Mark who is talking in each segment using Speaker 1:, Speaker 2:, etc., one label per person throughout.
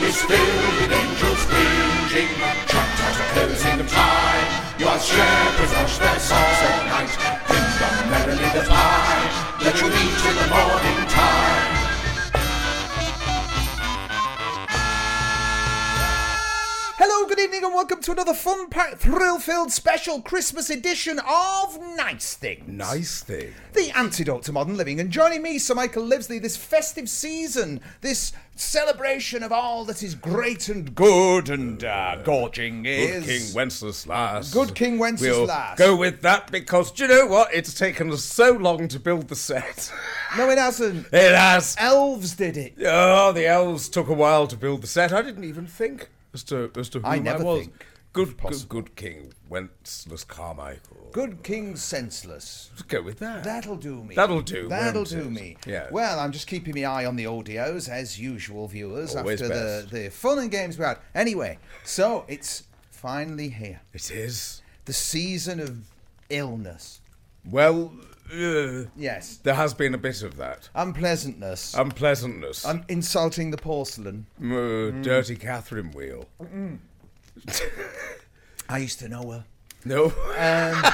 Speaker 1: is filled with angels cringing, trapped at closing time. Your shepherds wash their socks at night, bring them merrily the pie that you eat in the morning time.
Speaker 2: Hello, good evening, and welcome to another fun packed, thrill filled special Christmas edition of Nice Things.
Speaker 3: Nice thing.
Speaker 2: The antidote to modern living. And joining me, Sir Michael Livesley, this festive season, this celebration of all that is great and good and uh, gorging
Speaker 3: Good
Speaker 2: is.
Speaker 3: King Wenceslas.
Speaker 2: Good King Wenceslas.
Speaker 3: We'll go with that because do you know what? It's taken us so long to build the set.
Speaker 2: no, it hasn't.
Speaker 3: It has.
Speaker 2: Elves did it.
Speaker 3: Oh, the elves took a while to build the set. I didn't even think as to as to who
Speaker 2: I never
Speaker 3: was.
Speaker 2: think.
Speaker 3: Good, good, good King Wenceslas Carmichael.
Speaker 2: Good King Senseless.
Speaker 3: Let's go with that.
Speaker 2: That'll do me.
Speaker 3: That'll do,
Speaker 2: That'll
Speaker 3: won't
Speaker 2: do
Speaker 3: it?
Speaker 2: me.
Speaker 3: Yeah.
Speaker 2: Well, I'm just keeping my eye on the audios as usual, viewers,
Speaker 3: Always
Speaker 2: after
Speaker 3: best.
Speaker 2: the the fun and games we had. Anyway, so it's finally here.
Speaker 3: It is.
Speaker 2: The season of illness.
Speaker 3: Well, uh,
Speaker 2: Yes.
Speaker 3: there has been a bit of that
Speaker 2: Unpleasantness.
Speaker 3: Uh, unpleasantness.
Speaker 2: I'm insulting the porcelain.
Speaker 3: Uh,
Speaker 2: Mm.
Speaker 3: Dirty Catherine wheel.
Speaker 2: I used to know her.
Speaker 3: No.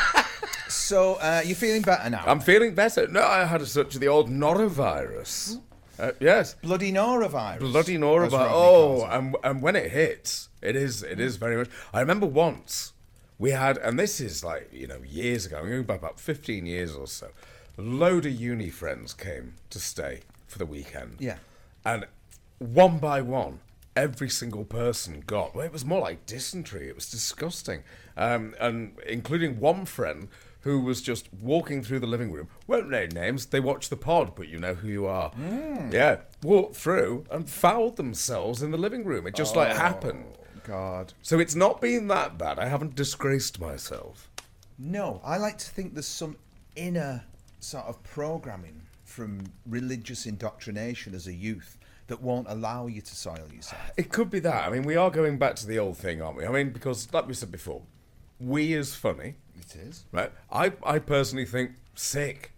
Speaker 2: So uh, you're feeling better now.
Speaker 3: I'm feeling better. No, I had a such the old norovirus. Uh, yes,
Speaker 2: bloody norovirus.
Speaker 3: bloody
Speaker 2: as Rodney
Speaker 3: norovirus.
Speaker 2: calls
Speaker 3: Oh,
Speaker 2: it.
Speaker 3: and and when it hits, it is it is very much. I remember once we had, and this is like you know years ago. I'm going back about 15 years or so. A load of uni friends came to stay for the weekend.
Speaker 2: Yeah.
Speaker 3: and one by one. Every single person got. Well, it was more like dysentery. It was disgusting, um, and including one friend who was just walking through the living room. Won't name names. They watch the pod, but you know who you are. Yeah, walked through and fouled themselves in the living room. It just like happened.
Speaker 2: Oh. God.
Speaker 3: So it's not been that bad. I haven't disgraced myself.
Speaker 2: No, I like to think there's some inner sort of programming from religious indoctrination as a youth that won't allow you to soil yourself.
Speaker 3: It could be that. I mean, we are going back to the old thing, aren't we? I mean, because like we said before, we is funny,
Speaker 2: It is.
Speaker 3: right? I I personally think sick.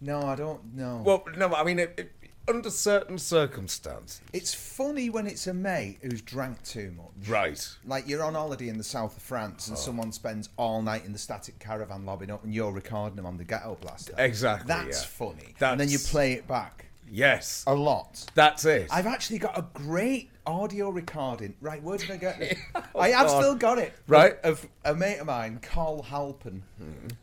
Speaker 2: No, I don't know.
Speaker 3: Well, no, I mean, it, it, under certain circumstances,
Speaker 2: it's funny when it's a mate who's drank too much.
Speaker 3: right?
Speaker 2: Like you're on holiday in the south of France
Speaker 3: Oh.
Speaker 2: and someone spends all night in the static caravan lobbing up and you're recording them on the ghetto blaster.
Speaker 3: Exactly,
Speaker 2: That's
Speaker 3: yeah.
Speaker 2: funny. And then you
Speaker 3: That's-
Speaker 2: play it back
Speaker 3: Yes,
Speaker 2: a lot.
Speaker 3: that's it.
Speaker 2: I've actually got a great audio recording. Right, where did I get it?
Speaker 3: Oh,
Speaker 2: I have
Speaker 3: God.
Speaker 2: still got it.
Speaker 3: Right.
Speaker 2: Of a mate of mine, Carl Halpin,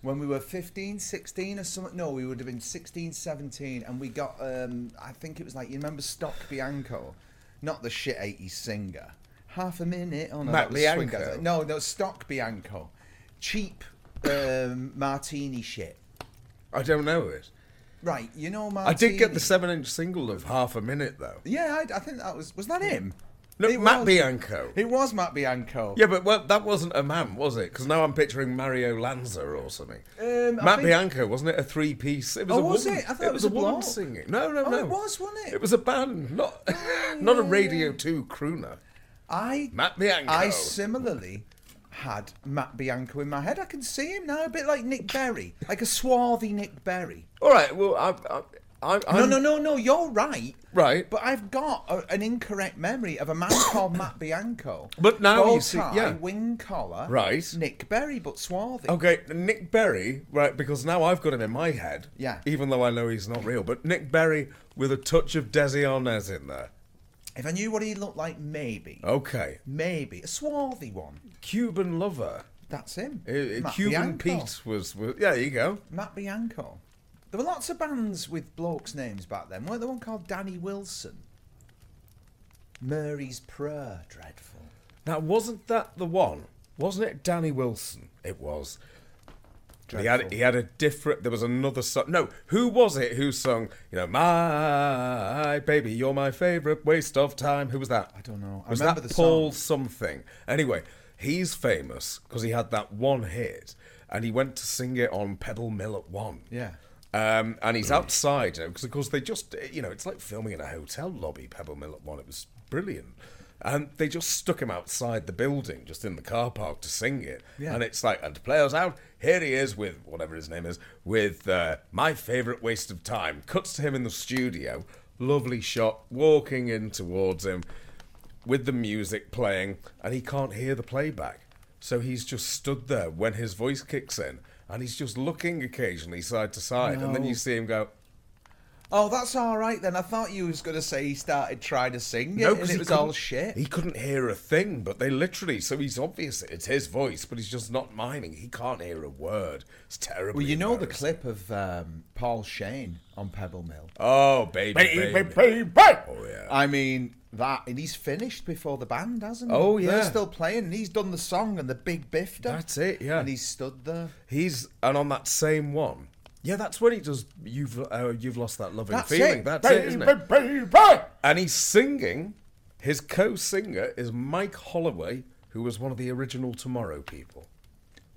Speaker 2: when we were 15, 16 or something. No, we would have been 16, 17. And we got, um, I think it was like, you remember Stock Bianco? Not the shit 80s singer. Half a minute on
Speaker 3: Matt
Speaker 2: Bianco.
Speaker 3: Bianco.
Speaker 2: No, no, Stock Bianco. Cheap um, martini shit.
Speaker 3: I don't know it.
Speaker 2: Right, you know
Speaker 3: I
Speaker 2: martini.
Speaker 3: did get the seven-inch single of half a minute though.
Speaker 2: Yeah, I, I think that was. Was that him?
Speaker 3: Look,
Speaker 2: It
Speaker 3: Matt
Speaker 2: was.
Speaker 3: Bianco.
Speaker 2: It was Matt Bianco.
Speaker 3: Yeah, but well, that wasn't a man, was it? Because now I'm picturing Mario Lanza or something.
Speaker 2: Um, I
Speaker 3: Matt
Speaker 2: think-
Speaker 3: Bianco, wasn't it a three piece? It was
Speaker 2: Oh,
Speaker 3: a
Speaker 2: was
Speaker 3: woman.
Speaker 2: it? I thought it was
Speaker 3: a,
Speaker 2: a
Speaker 3: woman
Speaker 2: bloke.
Speaker 3: singing. No, no,
Speaker 2: Oh,
Speaker 3: no.
Speaker 2: it was, wasn't it?
Speaker 3: It was a band, not not a Radio Two crooner.
Speaker 2: I
Speaker 3: Matt Bianco.
Speaker 2: I similarly had Matt Bianco in my head. I can see him now, a bit like Nick Berry, like a swarthy Nick Berry.
Speaker 3: All right. Well, I, I, I,
Speaker 2: No,
Speaker 3: I'm,
Speaker 2: no, no, no. You're right.
Speaker 3: Right.
Speaker 2: But I've got a, an incorrect memory of a man called Matt Bianco.
Speaker 3: But now
Speaker 2: Bow
Speaker 3: you see-
Speaker 2: tie,
Speaker 3: yeah.
Speaker 2: wing collar.
Speaker 3: Right.
Speaker 2: Nick Berry, but swarthy.
Speaker 3: Okay, Nick Berry, right? Because now I've got him in my head.
Speaker 2: Yeah.
Speaker 3: Even though I know he's not real, but Nick Berry with a touch of Desi Arnaz in there.
Speaker 2: If I knew what he looked like, maybe,
Speaker 3: Okay.
Speaker 2: maybe a swarthy one.
Speaker 3: Cuban lover.
Speaker 2: That's him.
Speaker 3: Uh, uh,
Speaker 2: Matt
Speaker 3: Cuban
Speaker 2: Bianco.
Speaker 3: Pete was, was. Yeah, there you go.
Speaker 2: Matt Bianco. There were lots of bands with blokes' names back then. Weren't there one called Danny Wilson? Murray's Prayer, dreadful.
Speaker 3: Now, wasn't that the one? Wasn't it Danny Wilson? It was. He had,
Speaker 2: Dreadful.
Speaker 3: he had a different. There was another song. No, who was it who sung, you know, My Baby, You're My Favourite Waste of Time? Who was that? I
Speaker 2: don't know. I
Speaker 3: Was
Speaker 2: remember
Speaker 3: that
Speaker 2: the
Speaker 3: Paul something? Anyway, he's famous because he had that one hit and he went to sing it on Pebble Mill at one.
Speaker 2: Yeah.
Speaker 3: Um, and he's outside, you know, because of course they just, eh, you know, it's like filming in a hotel lobby, Pebble Mill at one. It was brilliant. And they just stuck him outside the building, just in the car park to sing it.
Speaker 2: Yeah.
Speaker 3: And it's like, and to play us out, here he is with whatever his name is, with uh, My Favourite Waste of Time. Cuts to him in the studio, lovely shot, walking in towards him. with the music playing, and he can't hear the playback. So he's just stood there when his voice kicks in, and he's just looking occasionally side to side, and then
Speaker 2: No.
Speaker 3: you see him go.
Speaker 2: Oh, that's all right then. I thought you was gonna say he started trying to sing it, and
Speaker 3: 'cause
Speaker 2: it
Speaker 3: he
Speaker 2: was all
Speaker 3: couldn't-
Speaker 2: shit.
Speaker 3: He couldn't hear a thing, but they literally. So he's obvious it's his voice, but he's just not miming. He can't hear a word. It's terrible.
Speaker 2: well, you know the clip of um, Paul Shane on Pebble Mill.
Speaker 3: Oh, baby, baby,
Speaker 4: Baby, baby, baby.
Speaker 3: Oh yeah.
Speaker 2: I mean that, and he's finished before the band, hasn't he?
Speaker 3: Oh,
Speaker 2: they're
Speaker 3: yeah.
Speaker 2: still playing, and he's done the song and the big biffed. her.
Speaker 3: That's it, yeah.
Speaker 2: and he's stood there.
Speaker 3: He's and on that same one. Yeah, that's when he does. You've uh, you've lost that loving
Speaker 2: That's
Speaker 3: feeling.
Speaker 2: it.
Speaker 3: That's it,
Speaker 4: Baby,
Speaker 3: isn't it?
Speaker 4: baby, baby.
Speaker 3: And he's singing. His co-singer is Mike Holloway, who was one of the original Tomorrow people.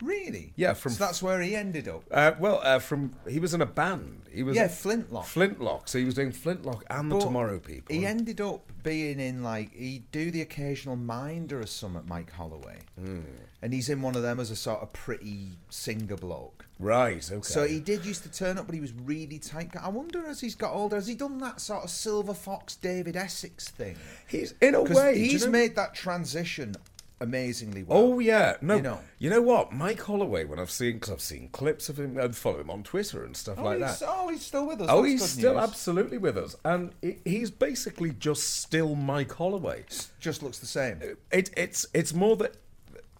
Speaker 2: Really?
Speaker 3: Yeah, from-
Speaker 2: so that's where he ended up.
Speaker 3: Uh, well, uh, from he was in a band. He was
Speaker 2: Yeah, Flintlock.
Speaker 3: Flintlock. So he was doing Flintlock and the
Speaker 2: But
Speaker 3: Tomorrow People.
Speaker 2: He ended up being in like he'd do the occasional minder or something, Mike Holloway,
Speaker 3: Hmm.
Speaker 2: and he's in one of them as a sort of pretty singer bloke.
Speaker 3: right. Okay.
Speaker 2: So he did used to turn up, but he was really tight. I wonder as he's got older, has he done that sort of Silver Fox David Essex thing?
Speaker 3: he's in a way
Speaker 2: Because
Speaker 3: do you
Speaker 2: he's
Speaker 3: know-
Speaker 2: made that transition amazingly well.
Speaker 3: Oh yeah, no.
Speaker 2: You
Speaker 3: You
Speaker 2: know.
Speaker 3: know, you know what, Mike Holloway. When I've seen, because I've seen clips of him, and follow him on Twitter and stuff
Speaker 2: Oh,
Speaker 3: like
Speaker 2: he's,
Speaker 3: that.
Speaker 2: oh, he's still with us.
Speaker 3: Oh,
Speaker 2: That's
Speaker 3: he's
Speaker 2: good
Speaker 3: still
Speaker 2: news.
Speaker 3: absolutely with us, and he- he's basically just still Mike Holloway.
Speaker 2: just looks the same.
Speaker 3: It, it's it's more that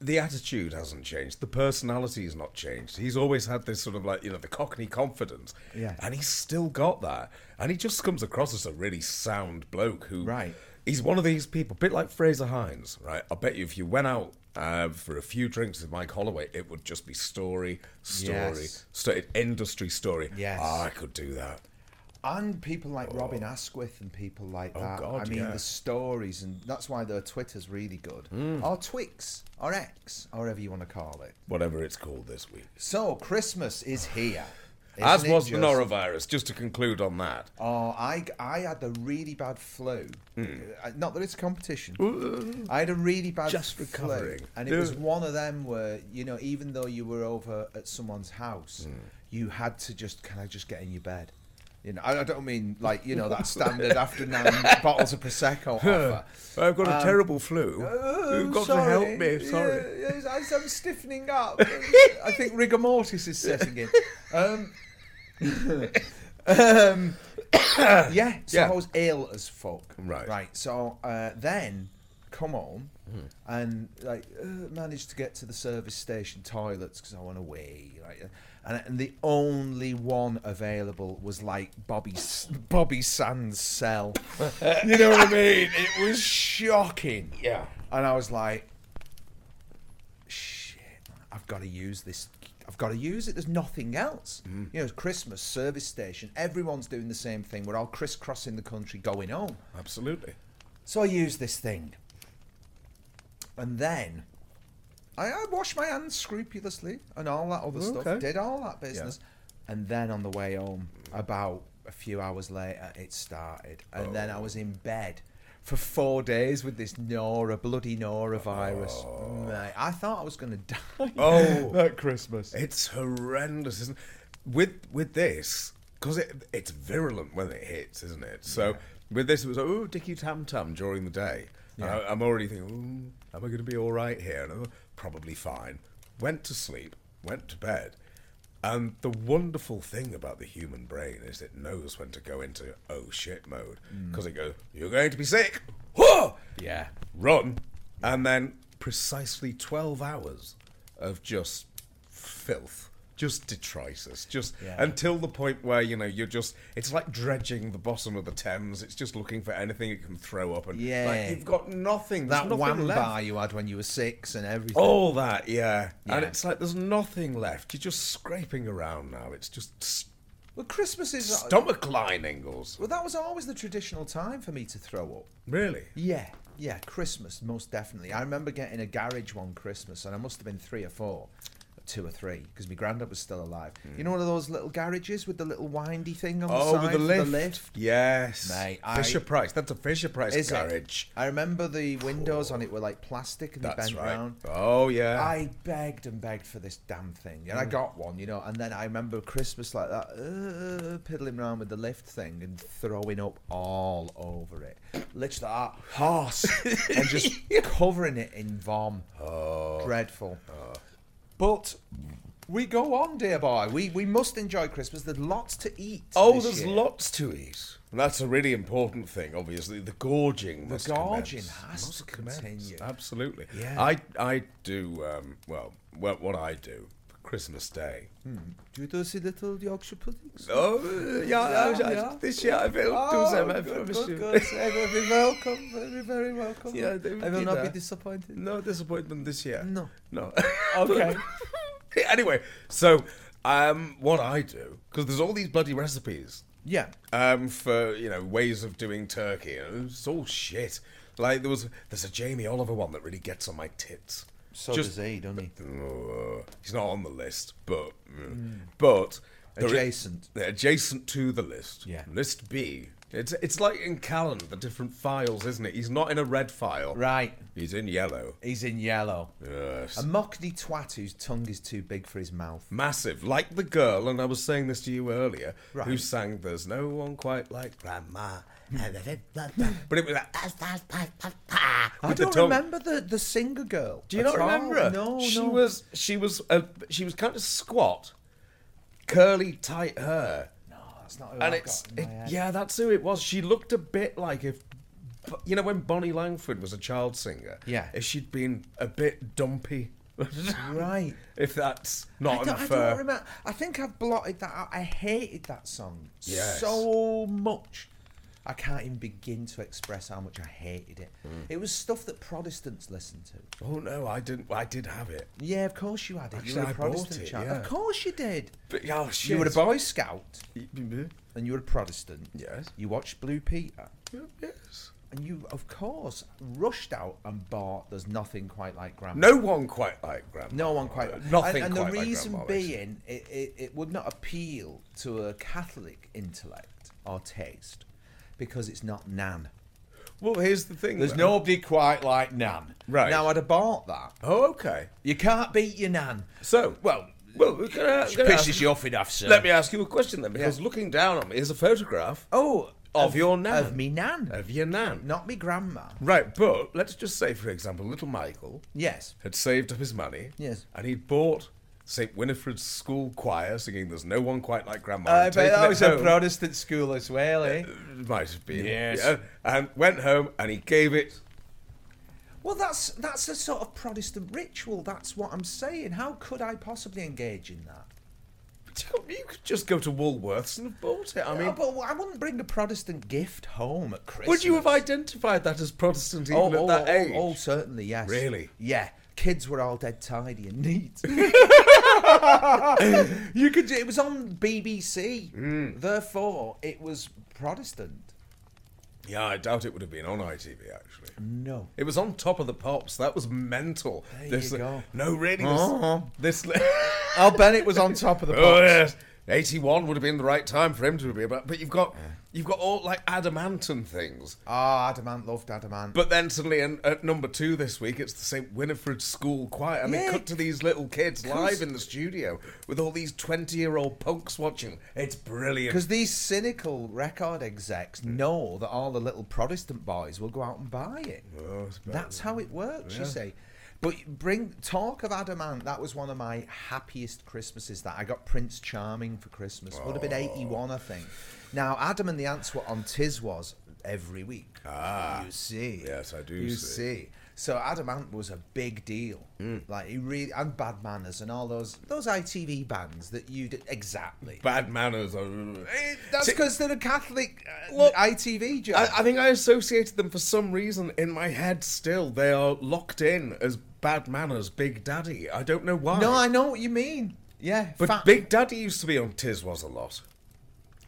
Speaker 3: the attitude hasn't changed, the personality has not changed. He's always had this sort of like you know the Cockney confidence,
Speaker 2: Yeah.
Speaker 3: and he's still got that, and he just comes across as a really sound bloke who,
Speaker 2: Right.
Speaker 3: He's one of these people, a bit like Fraser Hines, right? I bet you if you went out. Uh, for a few drinks with Mike Holloway, it would just be story, story,
Speaker 2: Yes.
Speaker 3: sto- industry story. Ah,
Speaker 2: Yes.
Speaker 3: I could do that.
Speaker 2: And people like Robin Asquith and people like that.
Speaker 3: Oh. God,
Speaker 2: I mean,
Speaker 3: yeah.
Speaker 2: the stories, and that's why their Twitter's really good.
Speaker 3: Hmm.
Speaker 2: Or Twix, or X, or whatever you want to call it.
Speaker 3: Whatever it's called this week.
Speaker 2: So, Christmas is here.
Speaker 3: As
Speaker 2: Isn't it
Speaker 3: was the
Speaker 2: just-
Speaker 3: norovirus, just to conclude on that.
Speaker 2: Oh, I, I had the really bad flu.
Speaker 3: Hmm.
Speaker 2: Uh, Not that it's a competition. I had a really bad
Speaker 3: Just
Speaker 2: flu,
Speaker 3: recovering.
Speaker 2: and it was one of them where you know, even though you were over at someone's house,
Speaker 3: Hmm.
Speaker 2: you had to just kind of just get in your bed. You know, I I don't mean like you know that standard after nine bottles of prosecco offer.
Speaker 3: I've got a terrible
Speaker 2: Um,
Speaker 3: flu.
Speaker 2: Oh,
Speaker 3: You've got
Speaker 2: sorry.
Speaker 3: to help me. Sorry.
Speaker 2: Yeah, yes, I- I'm stiffening up. I think rigor mortis is setting in. Um, um, yeah, so
Speaker 3: Yeah.
Speaker 2: I was ill as fuck.
Speaker 3: Right. Hmm.
Speaker 2: Right. So uh, then come home and like uh, managed to get to the service station toilets because I went away. Right. uh, And, and the only one available was like Bobby Bobby Sands' cell. you know what I mean? It was shocking.
Speaker 3: Yeah.
Speaker 2: And I was like, shit, I've got to use this. I've got to use it. There's nothing else. You know, it's Christmas, service station. Everyone's doing the same thing. We're all crisscrossing the country going home.
Speaker 3: Absolutely.
Speaker 2: So I used this thing. And then I, I washed my hands scrupulously and all that other stuff.
Speaker 3: Okay.
Speaker 2: Did all that business. And then on the way home, about a few hours later, it started. And then
Speaker 3: Oh.
Speaker 2: I was in bed for four days with this Nora, bloody Nora virus. Mate, I thought I was going to die.
Speaker 3: Oh.
Speaker 2: at Christmas.
Speaker 3: It's horrendous, isn't it? With with this, because it it's virulent when it hits, isn't it? So with this, it was oh Dicky Tam Tam during the day. And I, am already thinking, Ooh, am I going to be all right here? And I'm, probably fine. Went to sleep, went to bed, and the wonderful thing about the human brain is it knows when to go into oh shit mode because it goes, you're going to be sick.
Speaker 2: Mm.
Speaker 3: Whoa!
Speaker 2: Yeah.
Speaker 3: run, and then precisely 12 hours of just filth, just detritus, just
Speaker 2: Yeah.
Speaker 3: until the point where, you know, you're just, it's like dredging the bottom of the Thames. It's just looking for anything it can throw up. And
Speaker 2: Yeah.
Speaker 3: like, you've got nothing. There's
Speaker 2: That
Speaker 3: nothing
Speaker 2: one
Speaker 3: left. Oh.
Speaker 2: bar you had when you were six and everything.
Speaker 3: All that, yeah. And
Speaker 2: Yeah.
Speaker 3: it's like there's nothing left. You're just scraping around now. It's just s-
Speaker 2: Well, Christmas is.
Speaker 3: stomach line angles.
Speaker 2: Well, that was always the traditional time for me to throw up.
Speaker 3: Really?
Speaker 2: Yeah, yeah, Christmas, most definitely. I remember getting a garage one Christmas, and I must have been three or four, two or three, because my granddad was still alive. You know, one of those little garages with the little windy thing on the
Speaker 3: Oh,
Speaker 2: side
Speaker 3: with the
Speaker 2: for
Speaker 3: lift. Yes.
Speaker 2: Mate, I-
Speaker 3: Fisher Price. That's a Fisher Price
Speaker 2: Is it?
Speaker 3: garage.
Speaker 2: I remember the windows on it were like plastic and
Speaker 3: That's
Speaker 2: they bent
Speaker 3: right.
Speaker 2: round.
Speaker 3: Oh yeah. Mm.
Speaker 2: I begged and begged for this damn thing, and I got one, you know. And then I remember Christmas like that, uh, piddling around with the lift thing and throwing up all over it. literally that horse, and just covering it in vom.
Speaker 3: Oh.
Speaker 2: Dreadful. But we go on, dear boy. We we must enjoy Christmas. There's lots to eat.
Speaker 3: Oh,
Speaker 2: this
Speaker 3: there's
Speaker 2: year.
Speaker 3: lots to eat. And that's a really important thing, obviously. The gorging must
Speaker 2: gorging
Speaker 3: commence.
Speaker 2: has to continue.
Speaker 3: Absolutely.
Speaker 2: Yeah.
Speaker 3: I, I do, um, well, well, what I do for Christmas Day.
Speaker 2: Do you do see little Yorkshire puddings?
Speaker 3: Oh,
Speaker 2: I- I- yeah.
Speaker 3: this year I will
Speaker 2: Oh, good, good, good. I will be welcome, very, very welcome.
Speaker 3: Yeah, they
Speaker 2: I will
Speaker 3: did
Speaker 2: not be
Speaker 3: that.
Speaker 2: disappointed.
Speaker 3: No disappointment this year.
Speaker 2: No.
Speaker 3: No.
Speaker 2: Okay.
Speaker 3: anyway, so um, what I do, because there's all these bloody recipes
Speaker 2: Yeah.
Speaker 3: um, for you know ways of doing turkey. And it's all shit. Like there was there's a Jamie Oliver one that really gets on my tits.
Speaker 2: So
Speaker 3: Just-
Speaker 2: does he, doesn't he?
Speaker 3: Uh, he's not on the list, but mm. but there is-
Speaker 2: Adjacent.
Speaker 3: they're adjacent to the list.
Speaker 2: Yeah.
Speaker 3: List B. It's it's like in Callan, the different files, isn't it? He's not in a red file.
Speaker 2: Right.
Speaker 3: He's in yellow.
Speaker 2: He's in yellow.
Speaker 3: Yes.
Speaker 2: A mockney twat whose tongue is too big for his mouth.
Speaker 3: Massive, like the girl, and I was saying this to you earlier, who
Speaker 2: Right. Hmm.
Speaker 3: sang "There's no one quite like Grandma," but it was like, "Ah,
Speaker 2: I
Speaker 3: with the
Speaker 2: don't
Speaker 3: tongue.
Speaker 2: remember the, the singer girl.
Speaker 3: Do you
Speaker 2: at
Speaker 3: not
Speaker 2: all.
Speaker 3: remember her?
Speaker 2: No,
Speaker 3: she
Speaker 2: no.
Speaker 3: was she was uh, she was kind of squat, curly, tight hair,
Speaker 2: No, that's not who
Speaker 3: and
Speaker 2: Oh, I've
Speaker 3: it's
Speaker 2: got in
Speaker 3: it-
Speaker 2: my head.
Speaker 3: yeah, that's who it was. She looked a bit like if you know when Bonnie Langford was a child singer.
Speaker 2: Yeah.
Speaker 3: if she'd been a bit dumpy.
Speaker 2: Right.
Speaker 3: If that's
Speaker 2: I
Speaker 3: not
Speaker 2: don't, I
Speaker 3: unfair.
Speaker 2: don't remember. I think I've blotted that out. I hated that song
Speaker 3: Yes.
Speaker 2: so much. I can't even begin to express how much I hated it.
Speaker 3: Mm.
Speaker 2: It was stuff that Protestants listened to.
Speaker 3: Oh no, I didn't. I did have it.
Speaker 2: Yeah, of course you had it. you
Speaker 3: Actually,
Speaker 2: were a
Speaker 3: I bought
Speaker 2: Protestant
Speaker 3: it,
Speaker 2: child.
Speaker 3: yeah.
Speaker 2: Of course you did.
Speaker 3: But oh shit.
Speaker 2: You were a Boy Scout
Speaker 3: Yes.
Speaker 2: and you were a Protestant. You watched Blue Peter.
Speaker 3: Yes.
Speaker 2: And you, of course, rushed out and bought There's Nothing Quite Like Grandma.
Speaker 3: No one quite like Grandma.
Speaker 2: No one Uh, quite.
Speaker 3: Nothing
Speaker 2: And, and
Speaker 3: quite
Speaker 2: the
Speaker 3: like
Speaker 2: reason
Speaker 3: Grandma is.
Speaker 2: being, it, it, it would not appeal to a Catholic intellect or taste because it's not Nan.
Speaker 3: Well, here's the thing.
Speaker 2: There's
Speaker 3: then.
Speaker 2: nobody quite like Nan.
Speaker 3: Right.
Speaker 2: Now, I'd have bought that.
Speaker 3: Oh, okay.
Speaker 2: You can't beat your Nan.
Speaker 3: So well, well, we can, uh,
Speaker 2: She
Speaker 3: can I ask-
Speaker 2: pisses you off enough, sir.
Speaker 3: Let me ask you a question then, because looking down on me is a photograph
Speaker 2: Oh.
Speaker 3: Of your Nan.
Speaker 2: Of me Nan.
Speaker 3: of your nan.
Speaker 2: Not me grandma.
Speaker 3: Right, but let's just say, for example, little Michael
Speaker 2: Yes.
Speaker 3: had saved up his money.
Speaker 2: Yes.
Speaker 3: And he'd bought St. Winifred's school choir singing "There's no one quite like Grandma."
Speaker 2: I
Speaker 3: and
Speaker 2: bet
Speaker 3: taken
Speaker 2: Uh, that
Speaker 3: it
Speaker 2: was a
Speaker 3: home.
Speaker 2: Protestant school as well, eh?
Speaker 3: It Might have been.
Speaker 2: Yes.
Speaker 3: yeah, and went home and he gave it
Speaker 2: Well, that's that's a sort of Protestant ritual. That's what I'm saying. How could I possibly engage in that?
Speaker 3: You could just go to Woolworths and have bought it. I
Speaker 2: I
Speaker 3: mean,
Speaker 2: mean, but I wouldn't bring a Protestant gift home at Christmas.
Speaker 3: would you have identified that as Protestant even
Speaker 2: Oh,
Speaker 3: at
Speaker 2: oh,
Speaker 3: that
Speaker 2: oh,
Speaker 3: age?
Speaker 2: oh, certainly, yes.
Speaker 3: Really?
Speaker 2: Yeah. Kids were all dead tidy and neat. you could. It was on BBC. Therefore, it was Protestant.
Speaker 3: Yeah, I doubt it would have been on ITV actually.
Speaker 2: No.
Speaker 3: It was on top of the pops. That was mental.
Speaker 2: There
Speaker 3: this,
Speaker 2: you go.
Speaker 3: No, really.
Speaker 2: Uh-huh.
Speaker 3: This. this
Speaker 2: I'll bet it was on top of the box.
Speaker 3: oh yes. 81 would have been the right time for him to be about, but you've got you've got all like adamantine things.
Speaker 2: Ah, Adamant loved Adamant.
Speaker 3: But then suddenly, in, at number two this week, it's the St. Winifred School Choir, and they
Speaker 2: Yeah.
Speaker 3: cut to these little kids
Speaker 2: course.
Speaker 3: live in the studio with all these twenty-year-old punks watching. It's brilliant.
Speaker 2: Because these cynical record execs know that all the little Protestant boys will go out and buy it.
Speaker 3: Well, it's about-
Speaker 2: That's how it works, you
Speaker 3: Yeah.
Speaker 2: see. But bring talk of Adamant. That was one of my happiest Christmases. That I got Prince Charming for Christmas. Would have
Speaker 3: Oh.
Speaker 2: been eighty-one, I think. Now Adam and the Ants were on Tiz was every week. Ah, you see.
Speaker 3: Yes, I do
Speaker 2: You
Speaker 3: see. Hmm.
Speaker 2: see. So Adamant was a big deal. Like he really and Bad Manners and all those those ITV bands that you did exactly.
Speaker 3: Bad manners. Uh, Are...
Speaker 2: That's
Speaker 3: See,
Speaker 2: because they're a Catholic uh,
Speaker 3: Look,
Speaker 2: ITV job.
Speaker 3: I, I think I associated them for some reason in my head. Still, they are locked in as bad manners, Big Daddy. I don't know why.
Speaker 2: no, I know what you mean. Yeah,
Speaker 3: but
Speaker 2: fat-
Speaker 3: Big Daddy used to be on Tiz was a lot.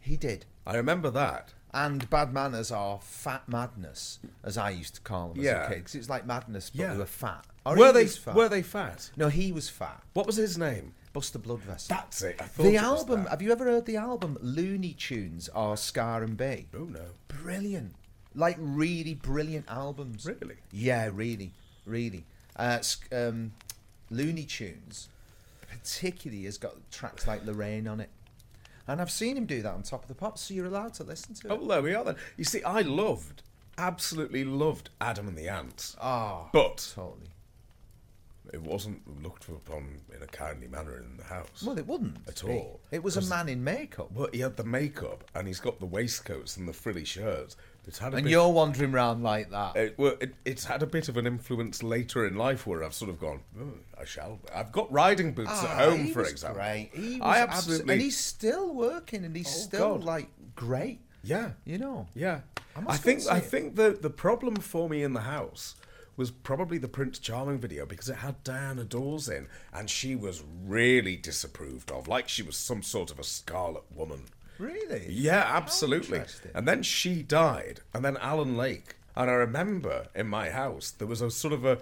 Speaker 2: he did.
Speaker 3: I remember that.
Speaker 2: And bad manners are fat madness, as I used to call them
Speaker 3: Yeah.
Speaker 2: as a kid. 'cause it's like madness, but
Speaker 3: Yeah.
Speaker 2: they were fat. Or
Speaker 3: were
Speaker 2: he
Speaker 3: they?
Speaker 2: was fat.
Speaker 3: Were they fat?
Speaker 2: No, he was fat.
Speaker 3: What was his name?
Speaker 2: Buster Blood Vessel.
Speaker 3: That's it. I thought
Speaker 2: the
Speaker 3: it was
Speaker 2: album.
Speaker 3: that.
Speaker 2: Have you ever heard the album Looney Tunes or Scar and Bay?
Speaker 3: Oh no.
Speaker 2: Brilliant. Like really brilliant albums.
Speaker 3: Really?
Speaker 2: Yeah, really, really. Uh, sc- um, Looney Tunes, particularly, has got tracks like Lorraine on it, and I've seen him do that on Top of the Pops. So you're allowed to listen to
Speaker 3: Oh,
Speaker 2: it.
Speaker 3: well, there we are then. You see, I loved absolutely loved Adam and the Ants.
Speaker 2: Ah,
Speaker 3: But
Speaker 2: totally.
Speaker 3: it wasn't looked upon in a kindly manner in the house.
Speaker 2: Well, it wouldn't
Speaker 3: At
Speaker 2: be.
Speaker 3: all.
Speaker 2: It was a man in makeup,
Speaker 3: But he had the makeup and he's got the waistcoats and the frilly shirts. It's had a
Speaker 2: and
Speaker 3: bit,
Speaker 2: you're wandering round like that.
Speaker 3: it, well, it, it's had a bit of an influence later in life where I've sort of gone, "Oh, I shall. I've got riding boots
Speaker 2: Ah,
Speaker 3: at home,
Speaker 2: he
Speaker 3: for
Speaker 2: was
Speaker 3: example.
Speaker 2: Great. He was
Speaker 3: I
Speaker 2: abso-
Speaker 3: absolutely.
Speaker 2: and he's still working, and he's
Speaker 3: Oh,
Speaker 2: still
Speaker 3: God.
Speaker 2: like great.
Speaker 3: yeah.
Speaker 2: You know.
Speaker 3: Yeah.
Speaker 2: I
Speaker 3: I,
Speaker 2: must go and
Speaker 3: think
Speaker 2: see
Speaker 3: I
Speaker 2: it.
Speaker 3: think the the problem for me in the house was probably the Prince Charming video because it had Diana Dawes in and she was really disapproved of, like she was some sort of a scarlet woman.
Speaker 2: Really?
Speaker 3: Yeah, absolutely.
Speaker 2: interesting.
Speaker 3: And then she died, and then Alan Lake. And I remember in my house there was a sort of a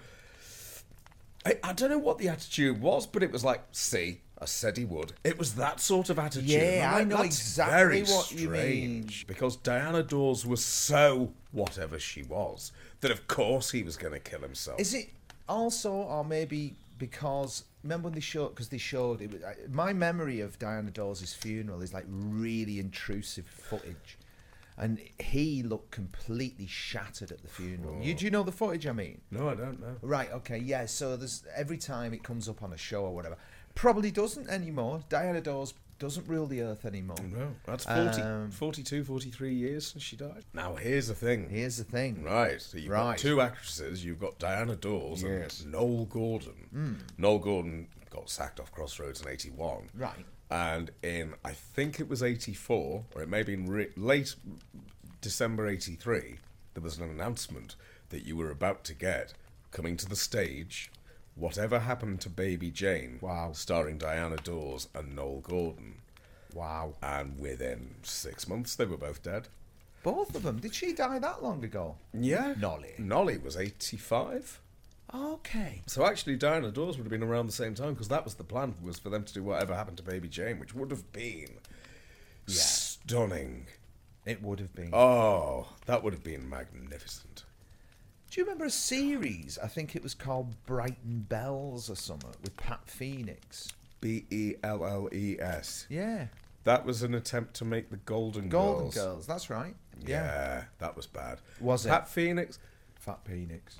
Speaker 3: I, I don't know what the attitude was, but it was like, see, I said he would. It was that sort of attitude.
Speaker 2: Yeah,
Speaker 3: And I'm
Speaker 2: I
Speaker 3: like,
Speaker 2: know
Speaker 3: "That's
Speaker 2: exactly
Speaker 3: very
Speaker 2: what you mean."
Speaker 3: strange," Because Diana Dawes was so whatever she was that of course he was going to kill himself.
Speaker 2: Is it also, or maybe because remember when they showed? Because they showed it. Was, I, my memory of Diana Dawes' funeral is like really intrusive footage, and he looked completely shattered at the funeral. You, do you know the footage I mean?
Speaker 3: no, I don't know.
Speaker 2: Right. Okay. Yeah. So there's every time it comes up on a show or whatever, probably doesn't anymore. Diana Dawes doesn't rule the earth anymore.
Speaker 3: No, that's 40,
Speaker 2: Um,
Speaker 3: 42, 43 years since she died. Now here's the thing.
Speaker 2: Here's the thing.
Speaker 3: Right. So you've
Speaker 2: Right.
Speaker 3: got two actresses. You've got Diana Dawes
Speaker 2: Yes. Hmm.
Speaker 3: and Noel Gordon. Noel Gordon got sacked off Crossroads in 81.
Speaker 2: Right.
Speaker 3: And in, I think it was 84, or it may have been re- late December 83, there was an announcement that you were about to get coming to the stage. Whatever happened to Baby Jane?
Speaker 2: Wow.
Speaker 3: Starring Diana Dawes and Noel Gordon.
Speaker 2: Wow.
Speaker 3: And within six months, they were both dead.
Speaker 2: Both of them. Did she die that long ago?
Speaker 3: Yeah.
Speaker 2: Nolly.
Speaker 3: Nolly was 85.
Speaker 2: Okay.
Speaker 3: So actually, Diana Dawes would have been around the same time because that was the plan was for them to do whatever happened to Baby Jane, which would have been
Speaker 2: Yeah.
Speaker 3: stunning.
Speaker 2: It would have been.
Speaker 3: Oh, that would have been magnificent.
Speaker 2: Do you remember a series? I think it was called Brighton Bells or something with Pat Phoenix.
Speaker 3: B E L L E S.
Speaker 2: Yeah.
Speaker 3: That was an attempt to make the Golden,
Speaker 2: Golden
Speaker 3: Girls.
Speaker 2: Girls. that's right.
Speaker 3: Yeah. that was bad.
Speaker 2: Was it?
Speaker 3: Pat Phoenix?
Speaker 2: Fat Phoenix.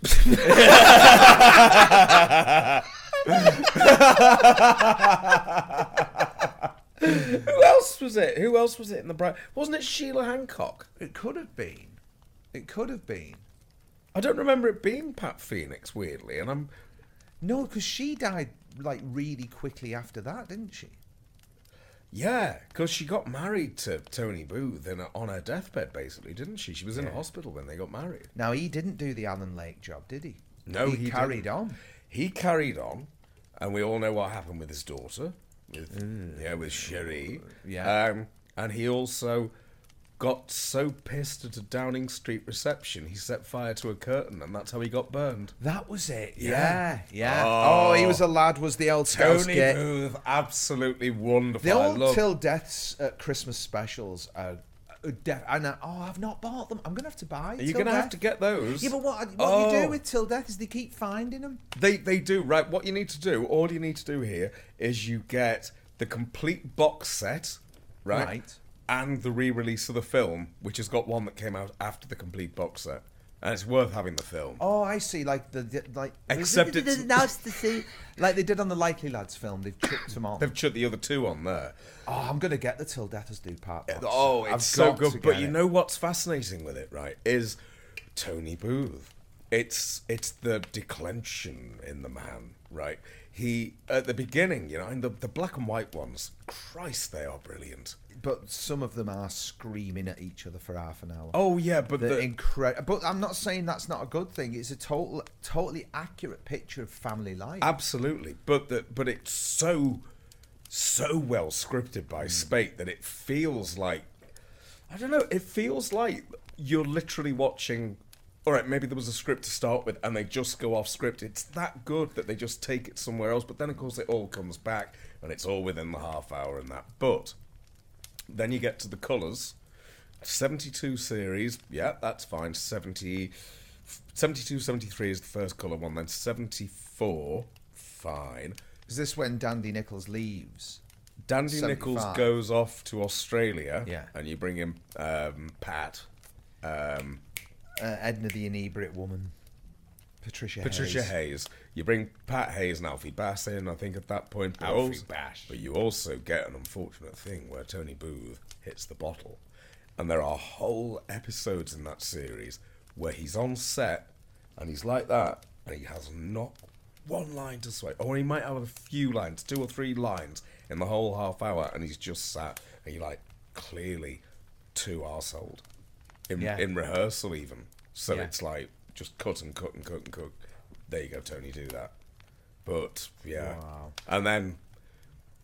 Speaker 3: Who else was it? Who else was it in the bright? Wasn't it Sheila Hancock?
Speaker 2: it could have been. It could have been.
Speaker 3: I don't remember it being Pat Phoenix. Weirdly, and I'm
Speaker 2: No, because she died like really quickly after that, didn't she?
Speaker 3: Yeah, because she got married to Tony Booth in on her deathbed, basically, didn't she? She was in hospital when they got married.
Speaker 2: Now he didn't do the Alan Lake job, did he?
Speaker 3: No,
Speaker 2: he,
Speaker 3: he
Speaker 2: carried
Speaker 3: didn't.
Speaker 2: on.
Speaker 3: He carried on, and we all know what happened with his daughter, with yeah, with Cherie.
Speaker 2: Mm. Yeah.
Speaker 3: um, and he also got so pissed at a Downing Street reception, he set fire to a curtain, and that's how he got burned.
Speaker 2: That was it. Yeah,
Speaker 3: Yeah.
Speaker 2: yeah. Oh,
Speaker 3: Oh.
Speaker 2: he was a lad. Was the old Scouse
Speaker 3: Tony
Speaker 2: git.
Speaker 3: Booth, absolutely wonderful.
Speaker 2: The
Speaker 3: I
Speaker 2: old
Speaker 3: love
Speaker 2: till deaths at Christmas specials are. are Def- and I, oh, I've not bought them. I'm gonna have to buy.
Speaker 3: Are you
Speaker 2: Till
Speaker 3: gonna have
Speaker 2: Death.
Speaker 3: to get those?
Speaker 2: Yeah, but what, what you do
Speaker 3: Oh.
Speaker 2: with till death is they keep finding them.
Speaker 3: They they do right. What you need to do, all you need to do here is you get the complete box set, right?
Speaker 2: Right.
Speaker 3: And the re-release of the film, which has got one that came out after the complete box set, and it's worth having the film.
Speaker 2: Oh, I see. Like the, the like.
Speaker 3: Except it's-
Speaker 2: Nice to see. Like they did on the Likely Lads film. They've chucked them on.
Speaker 3: They've chucked the other two on there.
Speaker 2: Oh, I'm gonna get the Till Death Us Do Part. box.
Speaker 3: Oh, it's
Speaker 2: I've got
Speaker 3: so
Speaker 2: to
Speaker 3: good. But
Speaker 2: get
Speaker 3: you
Speaker 2: it.
Speaker 3: know what's fascinating with it, right? Is Tony Booth. It's it's the declension in the man, right? He at the beginning, you know, and the, the black and white ones, Christ, they are brilliant.
Speaker 2: but some of them are screaming at each other for half an hour.
Speaker 3: Oh yeah, but
Speaker 2: the,
Speaker 3: the,
Speaker 2: incredible. But I'm not saying that's not a good thing. It's a total, totally accurate picture of family life.
Speaker 3: absolutely, but the, but it's so so well scripted by Spate that it feels like I don't know. It feels like you're literally watching. All right, maybe there was a script to start with, and they just go off script. It's that good that they just take it somewhere else. But then, of course, it all comes back, and it's all within the half hour and that. But Then you get to the colours. 72 series, yeah, that's fine. 70, 72, 73 is the first colour one, then 74, fine.
Speaker 2: Is this when Dandy Nichols leaves?
Speaker 3: Dandy Nichols
Speaker 2: 75.
Speaker 3: goes off to Australia,
Speaker 2: Yeah.
Speaker 3: and you bring in um, Pat. Um,
Speaker 2: uh, Edna the inebriate woman, Patricia.
Speaker 3: Patricia
Speaker 2: Hayes.
Speaker 3: Hayes. You bring Pat Hayes and Alfie Bass in, I think, at that point. But
Speaker 4: Alfie
Speaker 3: als-
Speaker 4: Bash.
Speaker 3: But you also get an unfortunate thing where Tony Booth hits the bottle. And there are whole episodes in that series where he's on set and he's like that and he has not one line to say. Or he might have a few lines, two or three lines in the whole half hour and he's just sat and you're like, clearly too arsehole. In,
Speaker 2: Yeah.
Speaker 3: in rehearsal, even. So
Speaker 4: Yeah.
Speaker 3: it's like just cut and cut and cut and cut. There you go, Tony, do that. But yeah,
Speaker 4: Wow.
Speaker 3: and then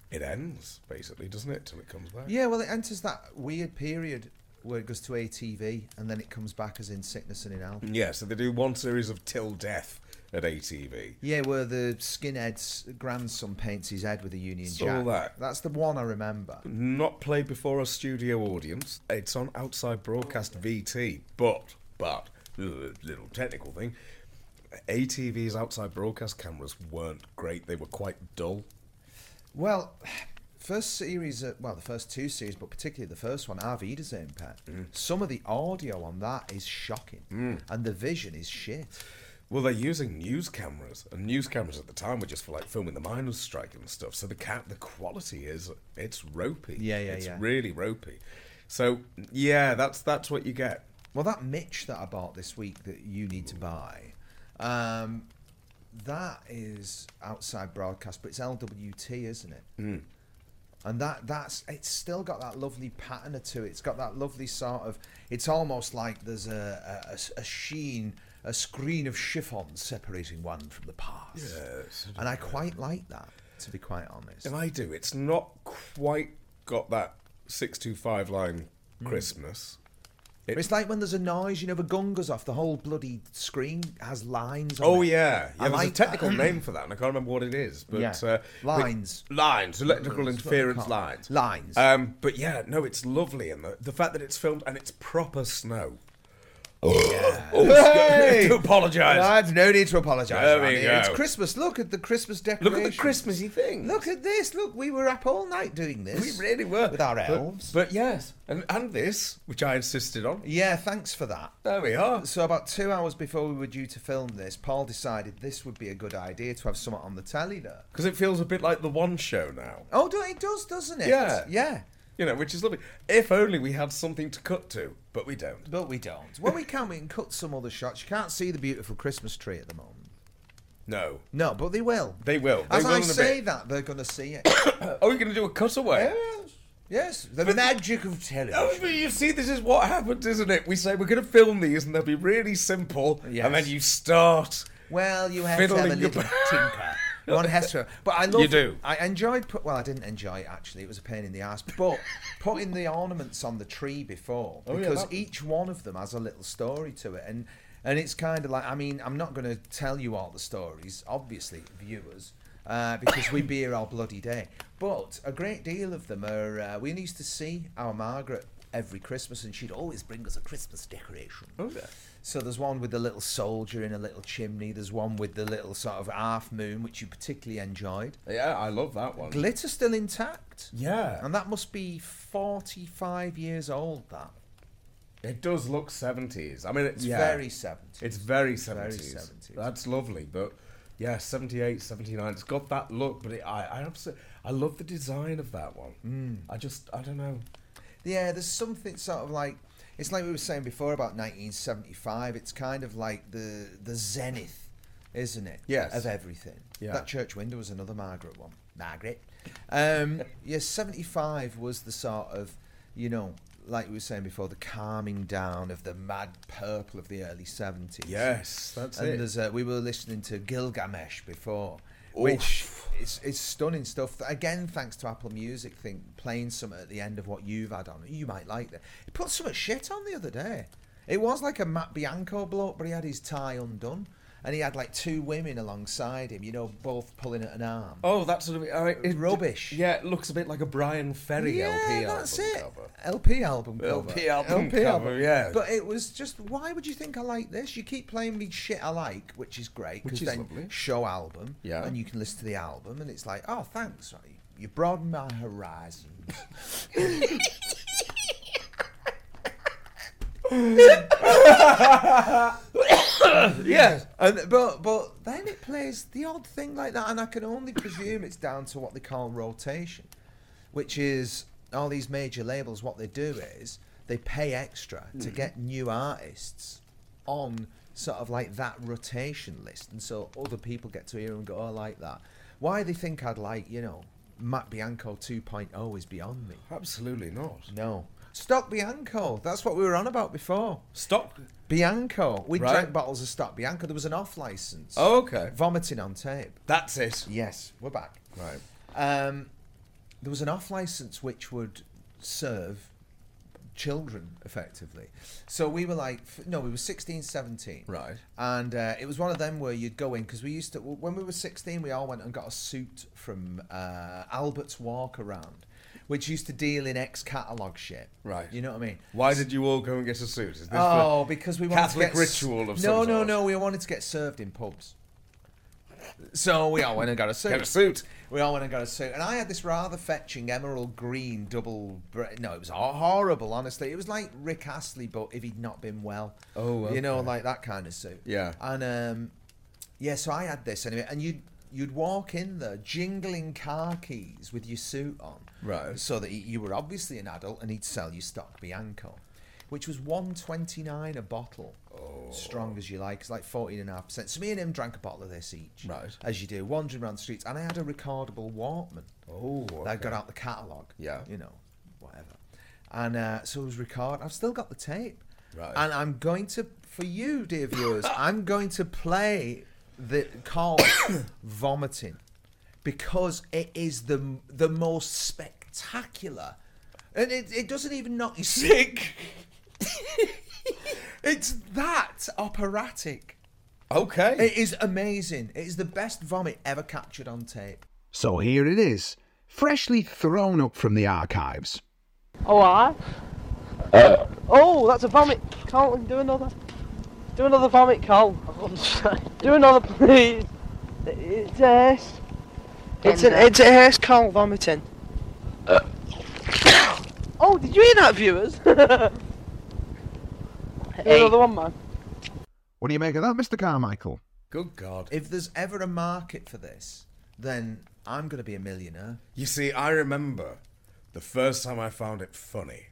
Speaker 3: it ends basically, doesn't it? Till it comes back.
Speaker 2: Yeah, well, it enters that weird period where it goes to ATV and then it comes back as in sickness and in health.
Speaker 3: Yeah. So they do one series of Till Death at ATV.
Speaker 2: Yeah, where the skinhead's grandson paints his head with a Union
Speaker 3: Saw
Speaker 2: Jack.
Speaker 3: that.
Speaker 2: That's the one I remember.
Speaker 3: Not played before a studio audience. It's on outside broadcast VT, but but uh, little technical thing. ATV's outside broadcast cameras weren't great. They were quite dull.
Speaker 2: Well, first series, uh, well, the first two series, but particularly the first one, Our Vida's Impact.
Speaker 3: Mm.
Speaker 2: Some of the audio on that is shocking, and the vision is shit.
Speaker 3: Well, they're using news cameras, and news cameras at the time were just for like filming the miners' strike and stuff. So the cat, the quality is it's ropey.
Speaker 2: Yeah, yeah,
Speaker 3: it's
Speaker 2: yeah.
Speaker 3: really ropey. So yeah, that's that's what you get.
Speaker 2: Well, that Mitch that I bought this week that you need to buy, um, that is outside broadcast, but it's LWT, isn't it?
Speaker 3: Hmm.
Speaker 2: Mm. And that that's it's still got that lovely pattern to it. It's got that lovely sort of. It's almost like there's a a- a s- a sheen, a screen of chiffon separating one from the past.
Speaker 3: Yes.
Speaker 2: And I quite like that, to be quite honest.
Speaker 3: And I do. It's not quite got that six two five line Christmas. It-
Speaker 2: It's like when there's a noise, you know, the gun goes off, the whole bloody screen has lines. On
Speaker 3: Oh
Speaker 2: it.
Speaker 3: yeah, yeah.
Speaker 2: I
Speaker 3: There's a
Speaker 2: like that.
Speaker 3: technical name for that, and I can't remember what it is. But
Speaker 2: Yeah.
Speaker 3: uh, the-
Speaker 2: Lines.
Speaker 3: lines, electrical
Speaker 2: It's what
Speaker 3: interference
Speaker 2: they call it.
Speaker 3: lines,
Speaker 2: Lines.
Speaker 3: Um, but yeah, no, it's lovely, and the, the fact that it's filmed and it's proper snow. Oh,
Speaker 2: Hey!
Speaker 3: to apologise.
Speaker 2: I've no need to apologise.
Speaker 3: There we
Speaker 2: Andy.
Speaker 3: go.
Speaker 2: It's Christmas. Look at the Christmas
Speaker 3: Look
Speaker 2: decorations.
Speaker 3: at the Christmassy thing.
Speaker 2: Look at this. Look, we were up all night doing this.
Speaker 3: we really were
Speaker 2: with our
Speaker 3: But-
Speaker 2: elves.
Speaker 3: But, yes, and and this, which I insisted on.
Speaker 2: yeah, thanks for that.
Speaker 3: There we are.
Speaker 2: So about two hours before we were due to film this, Paul decided this would be a good idea to have someone on the telly there.
Speaker 3: Because it feels a bit like the one show now.
Speaker 2: Oh, do it does, doesn't it?
Speaker 3: Yeah.
Speaker 2: yeah.
Speaker 3: You know, which is lovely. If only we had something to cut to, but we don't.
Speaker 2: But we don't. When we can, we can cut some other shots. You can't see the beautiful Christmas tree at the moment.
Speaker 3: No.
Speaker 2: No, but they will.
Speaker 3: They will. They
Speaker 2: As
Speaker 3: will
Speaker 2: I
Speaker 3: in a
Speaker 2: say
Speaker 3: bit.
Speaker 2: that, they're going to see it.
Speaker 3: Oh, you're going to do a cutaway?
Speaker 2: yes. Yes. The magic of
Speaker 3: Oh,
Speaker 2: television.
Speaker 3: but you see, this is what happens, isn't it? We say we're going to film these, and they'll be really simple,
Speaker 2: Yes.
Speaker 3: and then you start.
Speaker 2: Well, you have to have a
Speaker 3: Fiddling
Speaker 2: little
Speaker 3: about.
Speaker 2: tinker. One has to. But I love.
Speaker 3: You do.
Speaker 2: I enjoyed. Put, well, I didn't enjoy it actually. It was a pain in the ass. But putting the ornaments on the tree before,
Speaker 3: Oh, yeah,
Speaker 2: because
Speaker 3: that-
Speaker 2: each one of them has a little story to it, and and it's kind of like. I mean, I'm not going to tell you all the stories, obviously, viewers. Uh, because we'd be here all bloody day. But a great deal of them are. Uh, we used to see our Margaret every Christmas, and she'd always bring us a Christmas decoration.
Speaker 3: Oh,
Speaker 2: So there's one with the little soldier in a little chimney. There's one with the little sort of half moon, which you particularly enjoyed.
Speaker 3: Yeah, I love that one.
Speaker 2: Glitter still intact.
Speaker 3: Mm. yeah.
Speaker 2: And that must be 45 years old, that.
Speaker 3: It does look 70s. I mean, it's
Speaker 2: It's
Speaker 3: yeah,
Speaker 2: very 70s.
Speaker 3: It's very 70s.
Speaker 2: very 70s.
Speaker 3: That's lovely, but yeah, 78, 79. It's got that look, but it, I, I absolutely, I love the design of that one.
Speaker 2: Mm.
Speaker 3: I just, I don't know.
Speaker 2: Yeah, there's something sort of like. It's like we were saying before about 1975. It's kind of like the the zenith, isn't it?
Speaker 3: Yes.
Speaker 2: Of everything.
Speaker 3: Yeah.
Speaker 2: That church window was another Margaret one. Margaret. Um, yeah, 75 was the sort of, you know, like we were saying before, the calming down of the mad purple of the early 70s.
Speaker 3: Yes, that's
Speaker 2: and
Speaker 3: it.
Speaker 2: there's uh, we were listening to Gilgamesh before, which is, is stunning stuff. Th- Again, thanks to Apple Music thing playing some at the end of what you've had on. You might like that. It put some shit on the other day. It was like a Matt Bianco bloke, but he had his tie undone, and he had like two women alongside him. You know, both pulling at an arm.
Speaker 3: Oh, that sort of I mean, it,
Speaker 2: Rubbish.
Speaker 3: Yeah, it looks a bit like a Brian Ferry
Speaker 2: yeah,
Speaker 3: LP
Speaker 2: that's
Speaker 3: album
Speaker 2: it.
Speaker 3: cover.
Speaker 2: LP album cover.
Speaker 3: LP album cover, yeah.
Speaker 2: But it was just, why would you think I like this? You keep playing me shit I like, which is great. 'cause
Speaker 3: Which is
Speaker 2: then
Speaker 3: lovely.
Speaker 2: Show album,
Speaker 3: Yeah.
Speaker 2: and you can listen to the album, and it's like, oh, thanks. right, You broadened my horizons.
Speaker 3: yes.
Speaker 2: And but but then it plays the odd thing like that, and I can only presume it's down to what they call rotation, which is all these major labels. What they do is they pay extra to
Speaker 3: Mm-hmm.
Speaker 2: get new artists on sort of like that rotation list, and so other people get to hear and go, "Oh, "I like that." Why they think I'd like you know Matt Bianco 2.0 is beyond me.
Speaker 3: Absolutely not.
Speaker 2: No, stock Bianco. That's what we were on about before.
Speaker 3: Stop.
Speaker 2: Bianco. We
Speaker 3: Right.
Speaker 2: drank bottles of stock Bianco. There was an off license.
Speaker 3: Oh, okay.
Speaker 2: Vomiting on tape.
Speaker 3: That's it.
Speaker 2: Yes, we're back.
Speaker 3: Right.
Speaker 2: Um, there was an off license which would serve children effectively. So we were like, f- no, we were 16, 17.
Speaker 3: Right.
Speaker 2: And uh, it was one of them where you'd go in because we used to, w- when we were 16, we all went and got a suit from uh, Albert's Walk Around, which used to deal in ex catalogue shit.
Speaker 3: Right.
Speaker 2: You know what I mean?
Speaker 3: Why did you all go and get a suit? Is this
Speaker 2: Oh,
Speaker 3: for-
Speaker 2: because we wanted
Speaker 3: Catholic
Speaker 2: to get s-
Speaker 3: ritual of
Speaker 2: no,
Speaker 3: some
Speaker 2: no,
Speaker 3: sort.
Speaker 2: no. We wanted to get served in pubs, so we all went and got a suit.
Speaker 3: Get a suit.
Speaker 2: We all went and got a suit, and I had this rather fetching emerald green double. Bre- no, it was hor- horrible. Honestly, it was like Rick Astley, but if he'd not been well.
Speaker 3: Oh,
Speaker 2: you know, like that kind of suit.
Speaker 3: Yeah.
Speaker 2: And um, yeah, so I had this anyway, and you'd you'd walk in there jingling car keys with your suit on,
Speaker 3: Right.
Speaker 2: So that y- you were obviously an adult, and he'd sell you stock Bianco, which was one twenty nine a bottle.
Speaker 3: Oh.
Speaker 2: Strong as you like, it's like fourteen and a half percent. So me and him drank a bottle of this each,
Speaker 3: Right.
Speaker 2: As you do, wandering around the streets, and I had a recordable Walkman.
Speaker 3: Oh,
Speaker 2: that I got out the catalogue,
Speaker 3: Yeah.
Speaker 2: you know, whatever. And uh, so it was record. I've still got the tape,
Speaker 3: Right.
Speaker 2: And I'm going to, for you, dear viewers, I'm going to play the call vomiting because it is the the most spectacular, and it, it doesn't even knock you sick. it's that operatic.
Speaker 3: Okay.
Speaker 2: It is amazing. It is the best vomit ever captured on tape.
Speaker 4: So here it is, freshly thrown up from the archives.
Speaker 5: Oh, I. oh, that's a vomit. Carl, do another. Do another vomit, Carl. do another, please. It's a hair's. It's an it's a hair's Carl vomiting. oh, did you hear that, viewers? Do Another one, man.
Speaker 4: What do you make of that, Mr. Carmichael?
Speaker 3: Good God.
Speaker 2: If there's ever a market for this, then I'm going to be a millionaire.
Speaker 3: You see, I remember the first time I found it funny.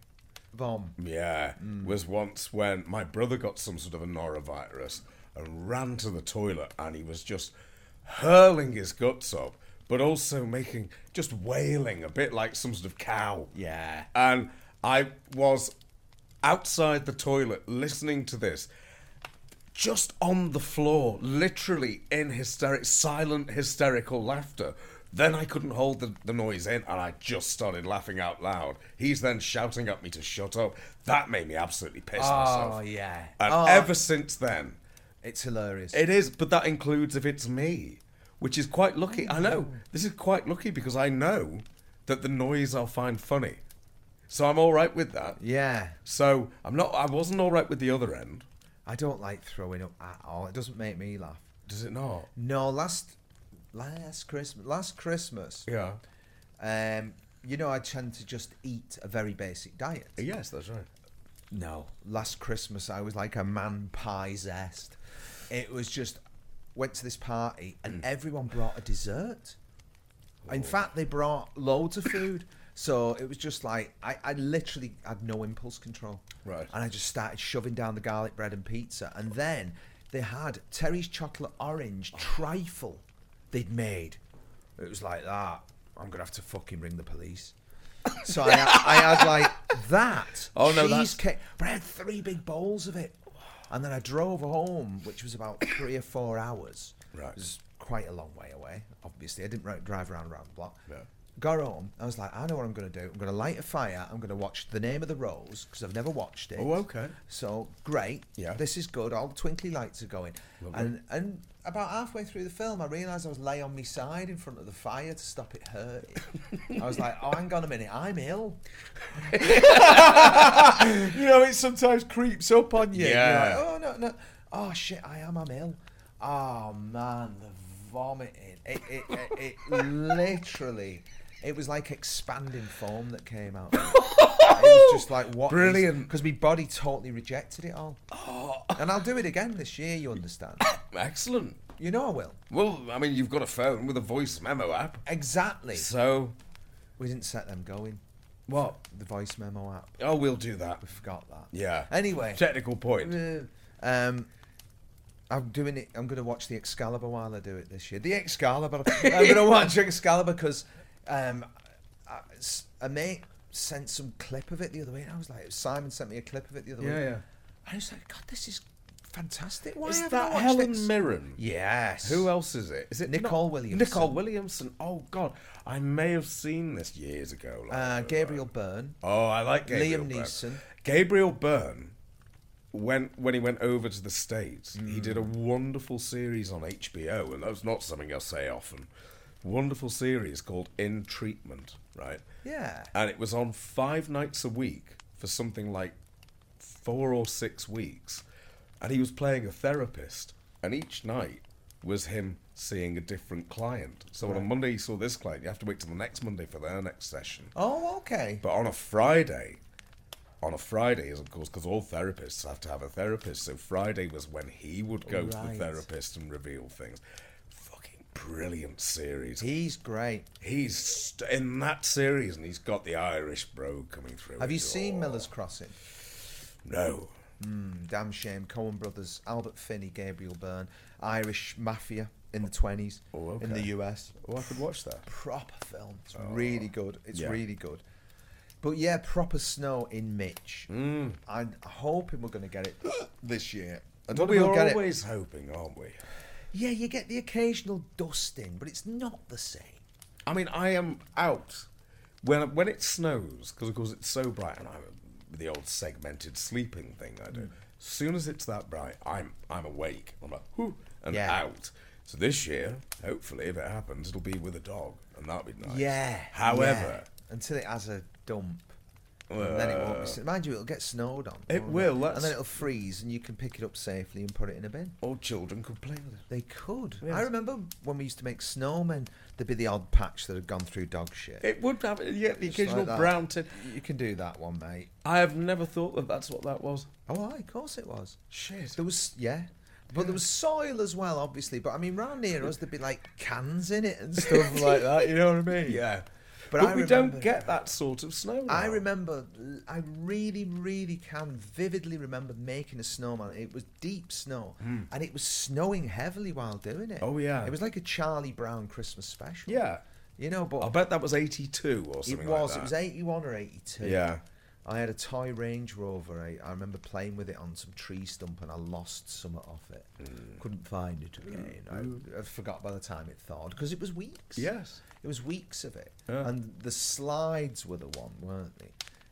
Speaker 2: Vom.
Speaker 3: Yeah, was once when my brother got some sort of a norovirus and ran to the toilet and he was just hurling his guts up, but also making just wailing a bit like some sort of cow.
Speaker 2: Yeah.
Speaker 3: And I was outside the toilet listening to this, just on the floor, literally in hysteric, silent, hysterical laughter. Then I couldn't hold the, the noise in and I just started laughing out loud. He's then shouting at me to shut up. That made me absolutely piss
Speaker 2: Oh
Speaker 3: myself.
Speaker 2: yeah.
Speaker 3: And
Speaker 2: oh,
Speaker 3: ever since then,
Speaker 2: it's hilarious.
Speaker 3: it is, but that includes if it's me, which is quite lucky. I know this is quite lucky because I know that the noise I'll find funny, so I'm all right with that.
Speaker 2: yeah.
Speaker 3: So I'm not. I wasn't all right with the other end.
Speaker 2: I don't like throwing up at all. It doesn't make me laugh.
Speaker 3: Does it not?
Speaker 2: No, last last Christmas, last Christmas,
Speaker 3: Yeah.
Speaker 2: um, you know, I tend to just eat a very basic diet.
Speaker 3: Yes, that's right.
Speaker 2: No, last Christmas I was like a man pie zest. It was just went to this party
Speaker 3: Mm.
Speaker 2: and everyone brought a dessert. In fact, they brought loads of food. So it was just like I, I literally had no impulse control.
Speaker 3: Right.
Speaker 2: And I just started shoving down the garlic bread and pizza. And then they had Terry's chocolate
Speaker 3: Oh.
Speaker 2: orange trifle they'd made. It was like that. I'm gonna have to fucking ring the police. So I, I had like that.
Speaker 3: Oh, no, that's-
Speaker 2: cheesecake. But I had three big bowls of it, and then I drove home, which was about three or four hours.
Speaker 3: Right.
Speaker 2: It was quite a long way away. Obviously, I didn't ri- drive around around the block.
Speaker 3: Yeah.
Speaker 2: Got home. I was like, I know what I'm going to do. I'm going to light a fire. I'm going to watch The Name of the Rose because I've never watched it.
Speaker 3: Oh, okay.
Speaker 2: So great.
Speaker 3: Yeah.
Speaker 2: This is good. All the twinkly lights are going.
Speaker 3: Lovely.
Speaker 2: And and about halfway through the film, I realised I was lay on my side in front of the fire to stop it hurting. I was like, oh, hang on a minute, I'm ill. you know, it sometimes creeps up on you. You're
Speaker 3: Yeah.
Speaker 2: like, oh no no. Oh shit, I am. I'm ill. Oh man, the vomiting. It it, it, it literally It was like expanding foam that came out. it was just like what?
Speaker 3: Brilliant. Oh.
Speaker 2: Because my body totally rejected it all. And I'll do it again this year. You understand?
Speaker 3: Excellent.
Speaker 2: you know I will.
Speaker 3: Well, I mean, you've got a phone with a voice memo app.
Speaker 2: Exactly.
Speaker 3: So,
Speaker 2: We didn't set them going.
Speaker 3: what?
Speaker 2: The voice memo app.
Speaker 3: Oh, we'll do that.
Speaker 2: We forgot that.
Speaker 3: Yeah.
Speaker 2: Anyway.
Speaker 3: Technical point.
Speaker 2: Um, I'm doing it. I'm going to watch the Excalibur while I do it this year. The Excalibur. I'm going to watch Excalibur because um, I- s- a mate sent some clip of it the other week. I was like, Simon sent me a clip of it the other
Speaker 3: Yeah,
Speaker 2: week.
Speaker 3: yeah.
Speaker 2: I was like, God, this is fantastic. Why
Speaker 3: Is
Speaker 2: haven't I
Speaker 3: that
Speaker 2: watched
Speaker 3: Helen
Speaker 2: this?
Speaker 3: Mirren?
Speaker 2: Yes.
Speaker 3: Who else is it? Is it not-
Speaker 2: Nicole Williamson.
Speaker 3: Nicole Williamson. Oh God, I may have seen this years ago. like,
Speaker 2: Uh, Gabriel Byrne.
Speaker 3: Oh, I like Gabriel
Speaker 2: Liam
Speaker 3: Byrne.
Speaker 2: Neeson.
Speaker 3: Gabriel Byrne, when when he went over to the States,
Speaker 2: Mm.
Speaker 3: he did a wonderful series on HBO, and that's not something I say often. Wonderful series called In Treatment, right?
Speaker 2: Yeah.
Speaker 3: And it was on five nights a week for something like four or six weeks, and he was playing a therapist, and each night was him seeing a different client. So on a Monday he saw this client, you have to wait till the next Monday for their next session.
Speaker 2: Oh, okay.
Speaker 3: But on a Friday, on a Friday is of course because all therapists have to have a therapist. So Friday was when he would go to the
Speaker 2: Right.
Speaker 3: therapist and reveal things. Fucking brilliant series.
Speaker 2: He's great.
Speaker 3: he's st- in that series and he's got the Irish bro coming through.
Speaker 2: Have you
Speaker 3: He's-
Speaker 2: seen
Speaker 3: oh,
Speaker 2: Miller's Crossing?
Speaker 3: No.
Speaker 2: Damn shame. Cohen brothers, Albert Finney, Gabriel Byrne, Irish mafia in the twenties
Speaker 3: Oh, okay.
Speaker 2: in the US.
Speaker 3: Oh, I could watch that.
Speaker 2: Proper film. It's really good. It's
Speaker 3: yeah.
Speaker 2: really good. But yeah, proper snow in Mitch. Mm. I'm hoping we're going to get it this year. I don't know if
Speaker 3: We're
Speaker 2: we'll get it.
Speaker 3: always hoping, aren't we?
Speaker 2: Yeah, you get the occasional dusting, but it's not the same.
Speaker 3: I mean, I am out when when it snows because of course it's so bright, and I'm the old segmented sleeping thing I do. As soon as it's that bright, I'm I'm awake. I'm like whoo and
Speaker 2: Yeah.
Speaker 3: out. So this year, hopefully, if it happens, it'll be with a dog, and that'll be nice.
Speaker 2: Yeah.
Speaker 3: However,
Speaker 2: yeah. until it has a dump. and then it won't be. s- Mind you, it'll get snowed on.
Speaker 3: Uh, It
Speaker 2: won't
Speaker 3: will,
Speaker 2: And
Speaker 3: that's-
Speaker 2: then it'll freeze, and you can pick it up safely and put it in a bin.
Speaker 3: all children could play with it.
Speaker 2: They could. I remember when we used to make snowmen, there'd be the odd patch that had gone through dog shit.
Speaker 3: It would have yeah, the
Speaker 2: Just like
Speaker 3: occasional
Speaker 2: that.
Speaker 3: brown tin.
Speaker 2: You can do that one, mate.
Speaker 3: I have never thought that that's what that was.
Speaker 2: Oh, aye, of course it was.
Speaker 3: Shit.
Speaker 2: There was, yeah. But there was soil as well, obviously. But I mean, round near us, there'd be like cans in it and stuff like that. You know what I mean?
Speaker 3: Yeah.
Speaker 2: But
Speaker 3: But,
Speaker 2: I
Speaker 3: we
Speaker 2: remember-
Speaker 3: don't get that sort of snow.
Speaker 2: I
Speaker 3: now.
Speaker 2: remember, I really, really can vividly remember making a snowman. It was deep snow, and it was snowing heavily while doing it.
Speaker 3: Hmm. Oh, yeah.
Speaker 2: it was like a Charlie Brown Christmas special.
Speaker 3: Yeah.
Speaker 2: you know, but
Speaker 3: I bet that was 82 or something
Speaker 2: It
Speaker 3: like
Speaker 2: was.
Speaker 3: that.
Speaker 2: It was 81 or 82.
Speaker 3: Yeah.
Speaker 2: I had a toy Range Rover. I, I remember playing with it on some tree stump and I lost some off it.
Speaker 3: Mm.
Speaker 2: Couldn't find it again. I, I forgot by the time it thawed because it was weeks.
Speaker 3: Yes.
Speaker 2: It was weeks of it.
Speaker 3: Yeah.
Speaker 2: And the slides were the one, weren't they?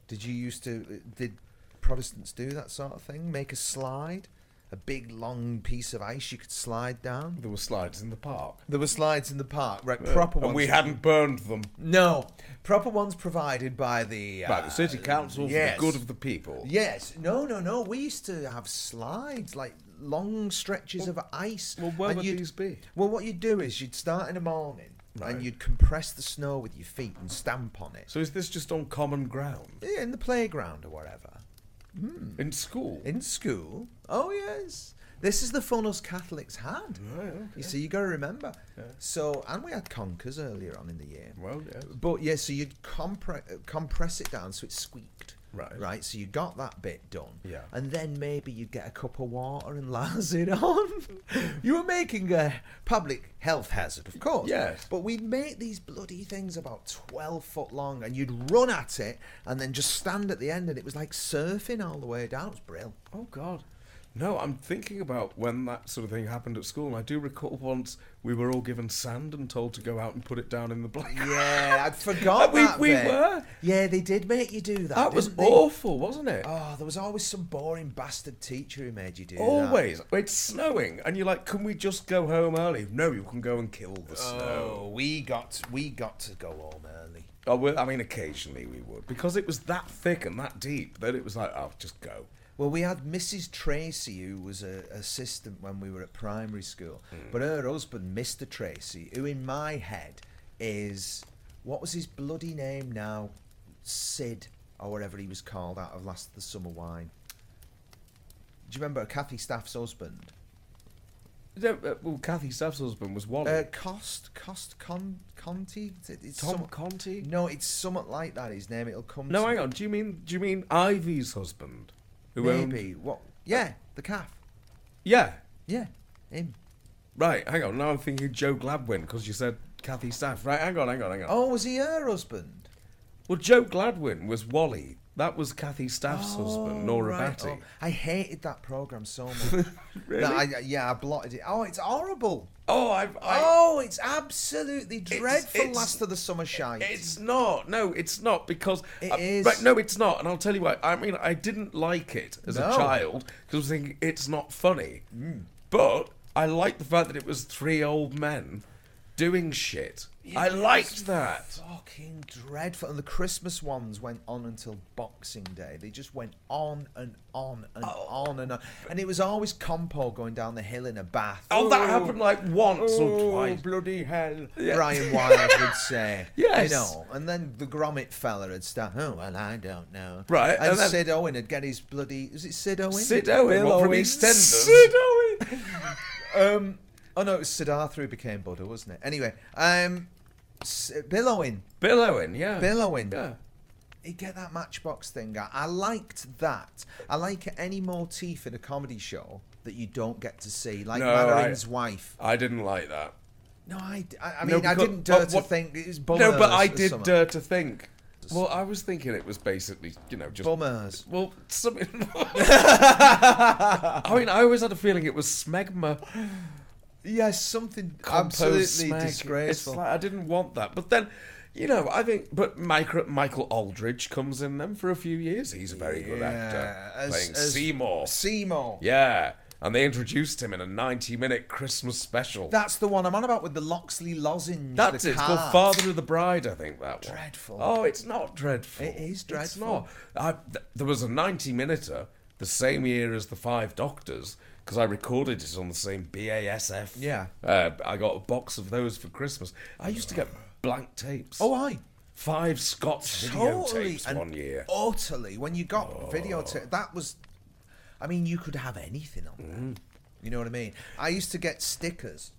Speaker 2: Did you used to. Did Protestants do that sort of thing? Make a slide? A big long piece of ice you could slide down?
Speaker 3: There were slides in the park.
Speaker 2: There were slides in the park, right? Proper ones.
Speaker 3: Uh, And we hadn't burned them.
Speaker 2: No, proper ones provided by the uh,
Speaker 3: By the city council
Speaker 2: yes.
Speaker 3: for the good of the people.
Speaker 2: Yes, no, no, no. We used to have slides, like long stretches of ice.
Speaker 3: well, where
Speaker 2: and
Speaker 3: would
Speaker 2: you'd-
Speaker 3: these be?
Speaker 2: Well, what you'd do is you'd start in the morning
Speaker 3: Right.
Speaker 2: and you'd compress the snow with your feet and stamp on it
Speaker 3: So is this just on common ground?
Speaker 2: Yeah, in the playground or whatever. Hmm.
Speaker 3: In school?
Speaker 2: In school? Oh yes. This is the fun us Catholics had.
Speaker 3: Right, okay.
Speaker 2: You see, you got to remember. So, and we had conkers earlier on in the year.
Speaker 3: Well, yes.
Speaker 2: But yeah, so you'd compre- uh, compress it down so it squeaked.
Speaker 3: Right.
Speaker 2: Right. So you got that bit done.
Speaker 3: Yeah.
Speaker 2: And then maybe you'd get a cup of water and lass it on. you were making a public health hazard, of course.
Speaker 3: Yes.
Speaker 2: But we'd make these bloody things about 12 foot long and you'd run at it and then just stand at the end and it was like surfing all the way down. It was brilliant.
Speaker 3: oh, God. No, I'm thinking about when that sort of thing happened at school, and I do recall once we were all given sand and told to go out and put it down in the playground.
Speaker 2: Yeah, I'd forgotten
Speaker 3: We-
Speaker 2: that
Speaker 3: we
Speaker 2: bit.
Speaker 3: were.
Speaker 2: Yeah, they did make you do that.
Speaker 3: That was
Speaker 2: didn't they?
Speaker 3: awful, wasn't it?
Speaker 2: Oh, there was always some boring bastard teacher who made you do that.
Speaker 3: Always. It's snowing, and you're like, can we just go home early? No, you can go and kill the snow.
Speaker 2: Oh, we got we got to go home early.
Speaker 3: Oh, well, I mean, occasionally we would because it was that thick and that deep that it was like, oh, just go.
Speaker 2: Well, we had Mrs. Tracy, who was a assistant when we were at
Speaker 3: Hmm.
Speaker 2: primary school, but her husband, Mr. Tracy, who in my head is What was his bloody name now? Sid, or whatever he was called out of Last of the Summer Wine. Do you remember Kathy Staff's husband?
Speaker 3: Yeah, uh, well, Kathy Staff's husband was Wally.
Speaker 2: Uh, Cost? Cost Con, Conti? It's- it's
Speaker 3: Tom
Speaker 2: some-
Speaker 3: Conti. No,
Speaker 2: No, it's somewhat like that. His name. It'll come. to
Speaker 3: hang on. Do you mean do you mean Ivy's husband? owned-
Speaker 2: Maybe what? Yeah, the calf.
Speaker 3: yeah.
Speaker 2: Yeah, him.
Speaker 3: Right. Hang on. Now I'm thinking Joe Gladwin because you said Kathy Staff. Right. Hang on. Hang on. Hang on.
Speaker 2: Oh, was he her husband?
Speaker 3: Well, Joe Gladwin was Wally. That was Kathy Staff's husband, Nora
Speaker 2: right.
Speaker 3: Batty.
Speaker 2: Oh, I hated that program so much. really? I, I- yeah, I blotted it. Oh, it's horrible.
Speaker 3: Oh, I've. I,
Speaker 2: oh, it's absolutely dreadful.
Speaker 3: it's-
Speaker 2: Last of the Summer Shite.
Speaker 3: It's not. No, it's not because
Speaker 2: It
Speaker 3: uh,
Speaker 2: is.
Speaker 3: Right, no, it's not. And I'll tell you why. I mean, I didn't like it as a
Speaker 2: No. Mm.
Speaker 3: child because I was thinking it's not funny. But I liked the fact that it was three old men doing shit. I liked that.
Speaker 2: fucking dreadful. And the Christmas ones went on until Boxing Day. They just went on and on and
Speaker 3: Oh,
Speaker 2: on and on. And it was always Compo going down the hill in a bath.
Speaker 3: Oh, that happened like once or twice.
Speaker 2: Oh, bloody hell!
Speaker 3: Yeah.
Speaker 2: Brian Wilde would say,
Speaker 3: Yes.
Speaker 2: you know, and then the Gromit fella would start, oh well, I don't know,
Speaker 3: Right,
Speaker 2: And,
Speaker 3: and then-
Speaker 2: Sid Owen would get his bloody, is it Sid Owen?
Speaker 3: Sid Owen
Speaker 2: What,
Speaker 3: from
Speaker 2: Owen?
Speaker 3: EastEnders.
Speaker 2: Sid Owen. um, oh no, it was Siddhartha who became Buddha, wasn't it? Anyway, um, S- Bill Owen,
Speaker 3: Bill Owen, yeah.
Speaker 2: Bill Owen,
Speaker 3: Yeah.
Speaker 2: he get that Matchbox thing out. I liked that. I like any motif in a comedy show that you don't get to see, like
Speaker 3: No, I-
Speaker 2: Mannerin's wife.
Speaker 3: I didn't like that.
Speaker 2: No, I, d- I- I
Speaker 3: No,
Speaker 2: mean, I
Speaker 3: because-
Speaker 2: didn't
Speaker 3: but
Speaker 2: dare to
Speaker 3: what-
Speaker 2: think it was bummers.
Speaker 3: No, but I
Speaker 2: or
Speaker 3: did
Speaker 2: something.
Speaker 3: dare to think. Well, I was thinking it was basically, you know, just
Speaker 2: bummers.
Speaker 3: Well, something. I mean, I always had a feeling it was smegma.
Speaker 2: Yes, something
Speaker 3: compost
Speaker 2: absolutely
Speaker 3: smeg.
Speaker 2: disgraceful.
Speaker 3: It's like, I didn't want that. But then, you know, I think. But Michael, Michael Aldridge comes in then for a few years. He's a very good actor.
Speaker 2: Yeah, as-
Speaker 3: playing
Speaker 2: as-
Speaker 3: Seymour.
Speaker 2: Seymour.
Speaker 3: yeah. And they introduced him in a 90 minute Christmas special.
Speaker 2: That's the one I'm on about with the Loxley lozenge.
Speaker 3: That's
Speaker 2: the
Speaker 3: it. It's called
Speaker 2: card.
Speaker 3: Father of the Bride, I think that one.
Speaker 2: Dreadful.
Speaker 3: Oh, it's not dreadful.
Speaker 2: It is
Speaker 3: It's
Speaker 2: dreadful.
Speaker 3: not. I, th- there was a 90 minuter the same year as The Five Doctors because I recorded it on the same BASF.
Speaker 2: Yeah.
Speaker 3: Uh, I got a box of those for Christmas. I used to get blank tapes.
Speaker 2: Oh, I
Speaker 3: Five Scots
Speaker 2: totally
Speaker 3: videotapes
Speaker 2: and oh,
Speaker 3: one year. Oh.
Speaker 2: utterly. When you got videotape, that was. I mean, you could have anything on there.
Speaker 3: Mm-hmm.
Speaker 2: You know what I mean? I used to get stickers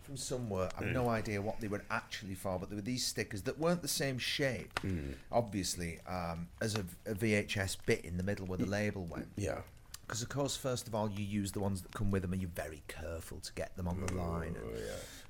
Speaker 2: from somewhere.
Speaker 3: Mm.
Speaker 2: I've no idea what they were actually for, but there were these stickers that weren't the same shape,
Speaker 3: Mm.
Speaker 2: obviously, um, as a, a VHS bit in the middle where the label went.
Speaker 3: Yeah.
Speaker 2: Because of course, first of all, you use the ones that come with them, and you're very careful to get them on the line and,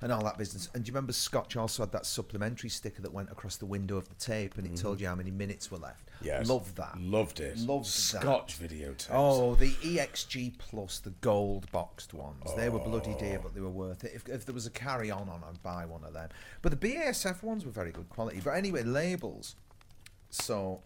Speaker 2: and all that business. And do you remember Scotch also had that supplementary sticker that went across the window of the tape, and it told you how many minutes were left.
Speaker 3: Mm-hmm. Yes.
Speaker 2: love that.
Speaker 3: Loved it.
Speaker 2: Loved that.
Speaker 3: Scotch videotapes.
Speaker 2: Oh, the EXG Plus, the gold boxed ones. They were bloody dear, but they were worth it. If, if there was a carry on on, I'd buy one of them. But the BASF ones were very good quality. But anyway, labels. So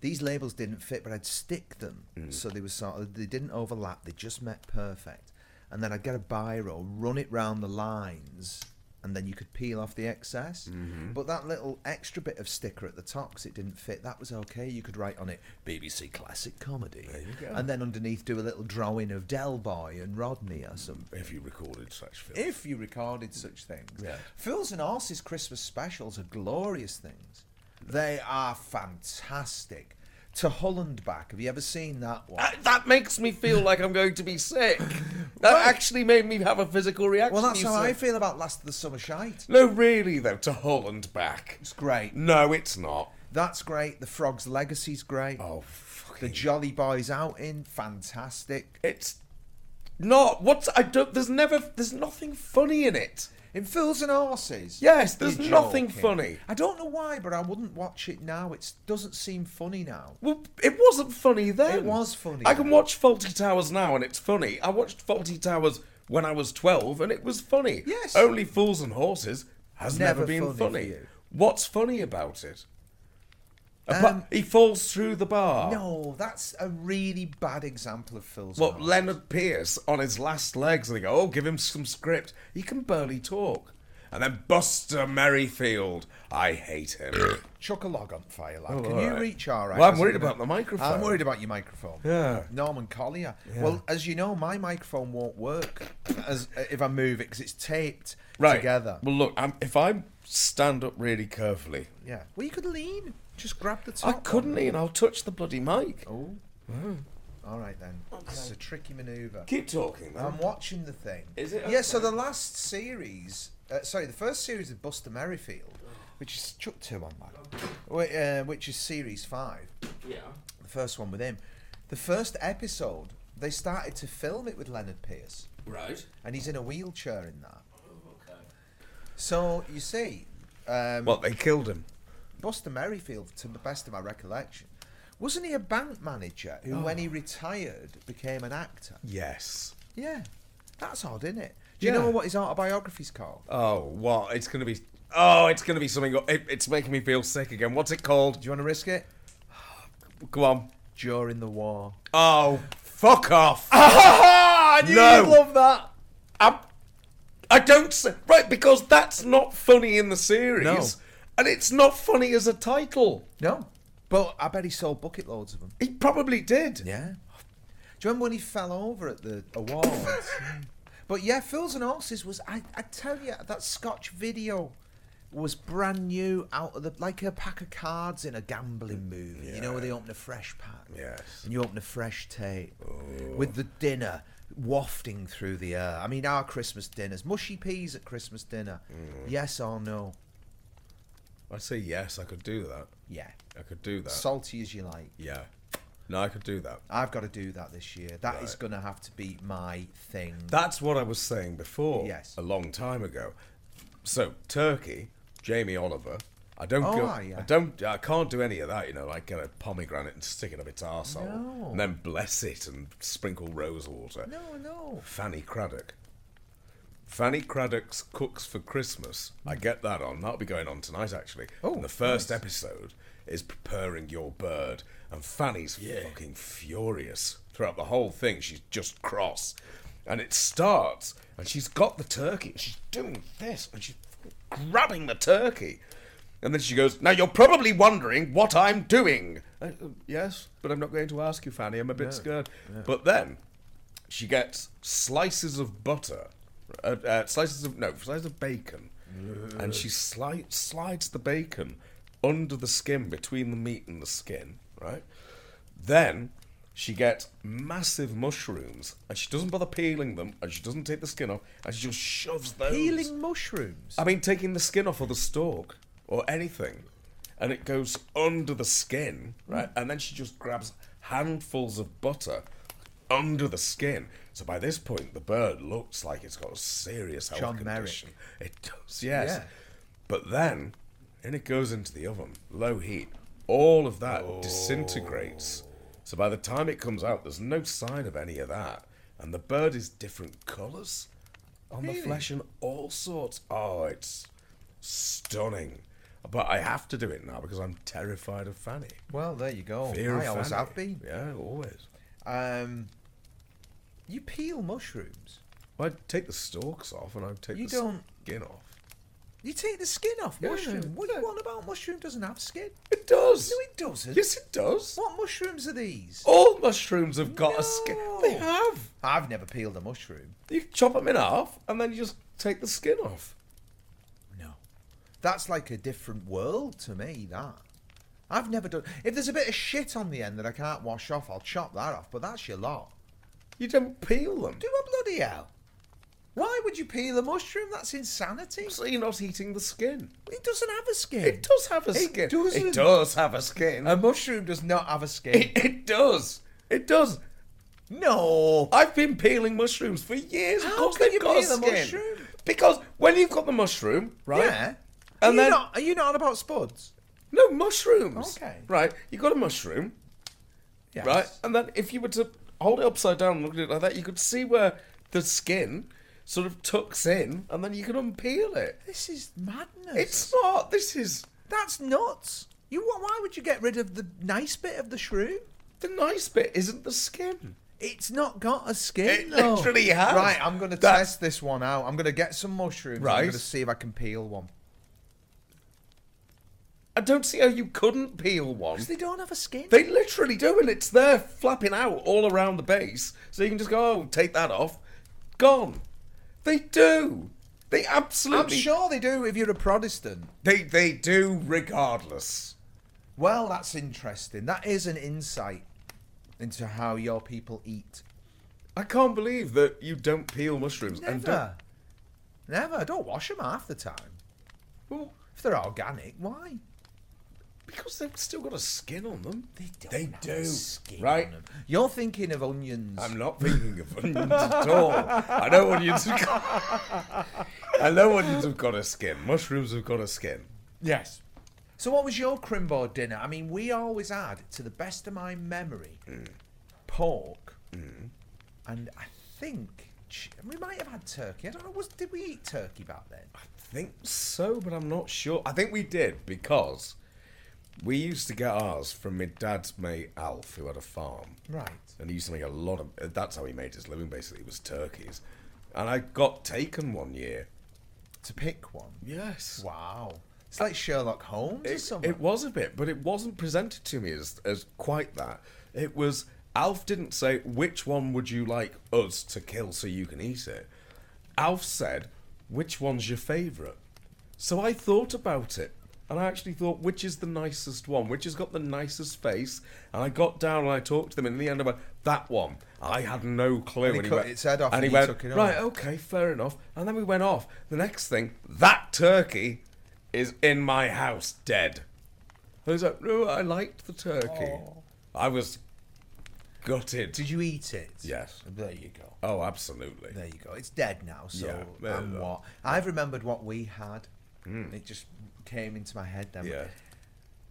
Speaker 2: these labels didn't fit, but I'd stick them so they were sort of they didn't overlap. They just met perfect. And then I'd get a biro, run it round the lines, and then you could peel off the excess. But that little extra bit of sticker at the top, because it didn't fit, that was okay. You could write on it BBC Classic Comedy, and then underneath do a little drawing of Del Boy and Rodney or something
Speaker 3: If you recorded such films.
Speaker 2: if you recorded such things.
Speaker 3: Yeah.
Speaker 2: Phil's and Arse's Christmas specials are glorious things. They are fantastic. To Holland back, have you ever seen that one?
Speaker 3: Uh, that makes me feel like I'm going to be sick. That actually made me have a physical reaction.
Speaker 2: well, that's
Speaker 3: you
Speaker 2: how I
Speaker 3: said.
Speaker 2: feel about Last of the Summer Shite.
Speaker 3: No, really though, to Holland back.
Speaker 2: It's great.
Speaker 3: No, it's not.
Speaker 2: That's great. The Frog's Legacy's great.
Speaker 3: Oh,
Speaker 2: the
Speaker 3: fucking.
Speaker 2: Jolly Boys Outing, fantastic.
Speaker 3: it's not. What's I don't. There's never. There's nothing funny in it.
Speaker 2: In Phil's and Arses.
Speaker 3: Yes, there's
Speaker 2: You're
Speaker 3: nothing
Speaker 2: joking.
Speaker 3: funny.
Speaker 2: I don't know why, but I wouldn't watch it now. It doesn't seem funny now.
Speaker 3: Well, it wasn't funny then.
Speaker 2: It was funny
Speaker 3: I can
Speaker 2: then.
Speaker 3: watch Faulty Towers now and it's funny. I watched Faulty Towers when I was 12 and it was funny.
Speaker 2: Yes.
Speaker 3: Only Fools and Horses has
Speaker 2: Never
Speaker 3: never, been
Speaker 2: funny for
Speaker 3: funny.
Speaker 2: you.
Speaker 3: What's funny about it? Apa-
Speaker 2: Um,
Speaker 3: he falls through the bar.
Speaker 2: No, that's a really bad example of Phil's.
Speaker 3: What
Speaker 2: analysis.
Speaker 3: Leonard Pierce on his last legs, and they go, "Oh, give him some script. He can barely talk." And then Buster Merrifield, I hate him.
Speaker 2: Chuck a log on fire, lad.
Speaker 3: Oh,
Speaker 2: Can
Speaker 3: all
Speaker 2: you
Speaker 3: right.
Speaker 2: reach all right?
Speaker 3: Well, I'm
Speaker 2: That's
Speaker 3: worried
Speaker 2: a bit-
Speaker 3: about the microphone.
Speaker 2: I'm worried about your microphone.
Speaker 3: Yeah.
Speaker 2: Norman uh, Collier. Well, as you know, my microphone won't work as if I move it because it's taped.
Speaker 3: right.
Speaker 2: together.
Speaker 3: Well, look, I'm, if I stand up really carefully,
Speaker 2: Yeah. Well, you could lean. Just grab the top.
Speaker 3: I
Speaker 2: one.
Speaker 3: couldn't even. I'll touch the bloody mic.
Speaker 2: Oh. All right then. It's a tricky maneuver.
Speaker 3: Keep talking, man.
Speaker 2: I'm watching the thing.
Speaker 3: Is it?
Speaker 2: Yeah. So the last series, uh, sorry, the first series of Buster Merrifield, which is chuck two on that, whi- uh, which is series five.
Speaker 3: yeah.
Speaker 2: The first one with him. The first episode, they started to film it with Leonard Pierce,
Speaker 3: Right. Oh,
Speaker 2: and he's in a wheelchair in that. So you see, um,
Speaker 3: Well, they killed him.
Speaker 2: Buster Merrifield, to the best of my recollection, wasn't he a bank manager who, when
Speaker 3: Oh.
Speaker 2: he retired, became an actor?
Speaker 3: Yes.
Speaker 2: Yeah, that's odd, isn't it? Do you know
Speaker 3: Yeah.
Speaker 2: what his autobiography's called?
Speaker 3: Oh, what? It's gonna be. Oh, it's gonna be something. It, it's making me feel sick again. What's it called?
Speaker 2: Do you want to risk it?
Speaker 3: Come on.
Speaker 2: During the war.
Speaker 3: Oh, fuck off.
Speaker 2: I
Speaker 3: knew No. you'd love
Speaker 2: that.
Speaker 3: I'm, I don't say, right because that's not funny in the series,
Speaker 2: No.
Speaker 3: and it's not funny as a title.
Speaker 2: No, but I bet he sold bucket loads of them.
Speaker 3: He probably did.
Speaker 2: Yeah. Do you remember when he fell over at the awards? but yeah, Fools and Horses was, I, I tell you, that Scotch video was brand new out of the, like a pack of cards in a gambling movie. You know, where they open a fresh pack.
Speaker 3: Yes.
Speaker 2: And you open a fresh tape with the dinner wafting through the air. I mean, our Christmas dinners, mushy peas at Christmas dinner. Yes or no?
Speaker 3: I say yes. I could do that.
Speaker 2: Yeah.
Speaker 3: I could do that.
Speaker 2: Salty as you like.
Speaker 3: yeah. No, I could do that.
Speaker 2: I've got to do that this year. That going to have to be my thing.
Speaker 3: That's what I was saying before.
Speaker 2: Yes.
Speaker 3: A long time ago. So Turkey, Jamie Oliver. I don't.
Speaker 2: Oh,
Speaker 3: go,
Speaker 2: ah, yeah.
Speaker 3: I don't. I can't do any of that. You know, like get a pomegranate and stick it up its arsehole,
Speaker 2: No.
Speaker 3: and then bless it and sprinkle rose water.
Speaker 2: no, no.
Speaker 3: Fanny Craddock. Fanny Craddock's Cooks for Christmas. I get that on. That'll be going on tonight, actually.
Speaker 2: Oh,
Speaker 3: and the first episode is preparing your bird, and Fanny's fucking furious throughout the whole thing. She's just cross, and it starts, and she's got the turkey, and she's doing this, and she's grabbing the turkey, and then she goes, "Now you're probably wondering what I'm doing." Uh, uh, yes, but I'm not going to ask you, Fanny. I'm a bit scared. But then she gets slices of butter, uh, uh, slices of no, slices of bacon, and she sli- slides the bacon under the skin between the meat and the skin, right? Then she gets massive mushrooms, and she doesn't bother peeling them, and she doesn't take the skin off, and she just shoves those.
Speaker 2: Peeling mushrooms.
Speaker 3: I mean, taking the skin off or the stalk or anything, and it goes under the skin, right?
Speaker 2: Mm.
Speaker 3: And then she just grabs handfuls of butter under the skin. So by this point, the bird looks like it's got a serious health
Speaker 2: John Merrick.
Speaker 3: condition. It does, yes.
Speaker 2: Yeah.
Speaker 3: But then, and it goes into the oven, low heat. All of that
Speaker 2: Oh.
Speaker 3: disintegrates. So by the time it comes out, there's no sign of any of that, and the bird is different colours on the flesh and all sorts. Oh, it's stunning. But I have to do it now because I'm terrified of Fanny.
Speaker 2: well, there you go.
Speaker 3: Fear
Speaker 2: Oh, I
Speaker 3: of
Speaker 2: always
Speaker 3: Fanny.
Speaker 2: have been.
Speaker 3: Yeah, always.
Speaker 2: Um, you peel mushrooms.
Speaker 3: I take the stalks off and I take
Speaker 2: You
Speaker 3: the
Speaker 2: don't-
Speaker 3: skin off.
Speaker 2: You take the skin off
Speaker 3: Yeah,
Speaker 2: mushroom. What do you
Speaker 3: yeah.
Speaker 2: want about mushroom? Doesn't have skin.
Speaker 3: It does.
Speaker 2: No, it doesn't.
Speaker 3: Yes, Oh. it does.
Speaker 2: What mushrooms are these?
Speaker 3: All mushrooms have got a skin. They
Speaker 2: No.
Speaker 3: have.
Speaker 2: I've never peeled a mushroom.
Speaker 3: You chop them in half and then you just take the skin off.
Speaker 2: No. That's like a different world to me, that. I've never done. If there's a bit of shit on the end that I can't wash off, I'll chop that off, but that's your lot.
Speaker 3: You don't peel them.
Speaker 2: Do a bloody hell. Why would you peel a mushroom? That's insanity.
Speaker 3: So you're not eating the skin.
Speaker 2: It doesn't have a skin.
Speaker 3: It does have a
Speaker 2: It
Speaker 3: skin.
Speaker 2: doesn't. Um,
Speaker 3: It does have a skin.
Speaker 2: A mushroom does not have a
Speaker 3: it,
Speaker 2: skin.
Speaker 3: it does. It does.
Speaker 2: no.
Speaker 3: I've been peeling mushrooms for years.
Speaker 2: How
Speaker 3: of course,
Speaker 2: can
Speaker 3: they've
Speaker 2: you
Speaker 3: got a
Speaker 2: peel a
Speaker 3: skin.
Speaker 2: mushroom?
Speaker 3: Because when you've got the mushroom, right?
Speaker 2: Yeah. are,
Speaker 3: And
Speaker 2: you
Speaker 3: then
Speaker 2: not, are you not on about spuds?
Speaker 3: no mushrooms.
Speaker 2: Okay.
Speaker 3: Right. You got a mushroom,
Speaker 2: Yes.
Speaker 3: right? And then if you were to hold it upside down and look at it like that, you could see where the skin sort of tucks in, and then you can unpeel it.
Speaker 2: This is madness.
Speaker 3: It's not. This is
Speaker 2: That's nuts. You wh- Why would you get rid of the nice bit of the shroom?
Speaker 3: the nice bit. Isn't the skin?
Speaker 2: It's not got a skin.
Speaker 3: It
Speaker 2: though.
Speaker 3: literally has.
Speaker 2: Right, I'm going to
Speaker 3: That-
Speaker 2: test this one out. I'm going to get some mushrooms. I'm
Speaker 3: Right.
Speaker 2: going to see if I can peel one.
Speaker 3: I don't see how you couldn't peel one.
Speaker 2: Because they don't have a skin.
Speaker 3: They literally do, and it's there flapping out all around the base, so you can just go, oh, take that off. Gone. They do. They
Speaker 2: I'm
Speaker 3: absolutely.
Speaker 2: sure they do if you're a Protestant.
Speaker 3: They they do regardless.
Speaker 2: Well, that's interesting. That is an insight into how your people eat.
Speaker 3: I can't believe that you don't peel mushrooms and uh, don't.
Speaker 2: Never. Never. Don't wash them half the time.
Speaker 3: Well,
Speaker 2: If they're organic, why?
Speaker 3: because they've still got a skin on them. They
Speaker 2: don't
Speaker 3: They
Speaker 2: have
Speaker 3: do.
Speaker 2: a skin
Speaker 3: right.
Speaker 2: You're thinking of onions.
Speaker 3: I'm not thinking of onions at all. I know onions have got. I know onions have got a skin. Mushrooms have got a skin.
Speaker 2: Yes. So, what was your crimbo dinner? I mean, we always had, to the best of my memory,
Speaker 3: Mm.
Speaker 2: pork, and I think ch- we might have had turkey. I don't know. Was, did we eat turkey back then?
Speaker 3: think so, but I'm not sure. I think we did because we used to get ours from my dad's mate Alf, who had a farm,
Speaker 2: Right.
Speaker 3: and he used to make a lot of. That's how he made his living. Basically, was turkeys, and I got taken one year.
Speaker 2: To pick one.
Speaker 3: Yes.
Speaker 2: Wow. It's like Sherlock Holmes or
Speaker 3: It,
Speaker 2: something.
Speaker 3: it was a bit, but it wasn't presented to me as, as quite that. It was Alf didn't say which one would you like us to kill so you can eat it. Alf said, "Which one's your favourite?" So I thought about it, and I actually thought which is the nicest one, which has got the nicest face. And I got down and I talked to them, and in the end I went, "That one." I had no clue.
Speaker 2: And he cut its head off and he
Speaker 3: went,
Speaker 2: took it all.
Speaker 3: "Right, okay, fair enough. And then we went off. The next thing, that turkey is in my house dead. I was like, no, I liked the turkey. I was gutted.
Speaker 2: Did you eat it?
Speaker 3: Yes.
Speaker 2: There you go.
Speaker 3: Oh, absolutely.
Speaker 2: There you go. It's dead now. So
Speaker 3: Yeah. Well,
Speaker 2: and
Speaker 3: uh,
Speaker 2: what? I've remembered what we had. It just came into my head then.
Speaker 3: Hmm. Yeah.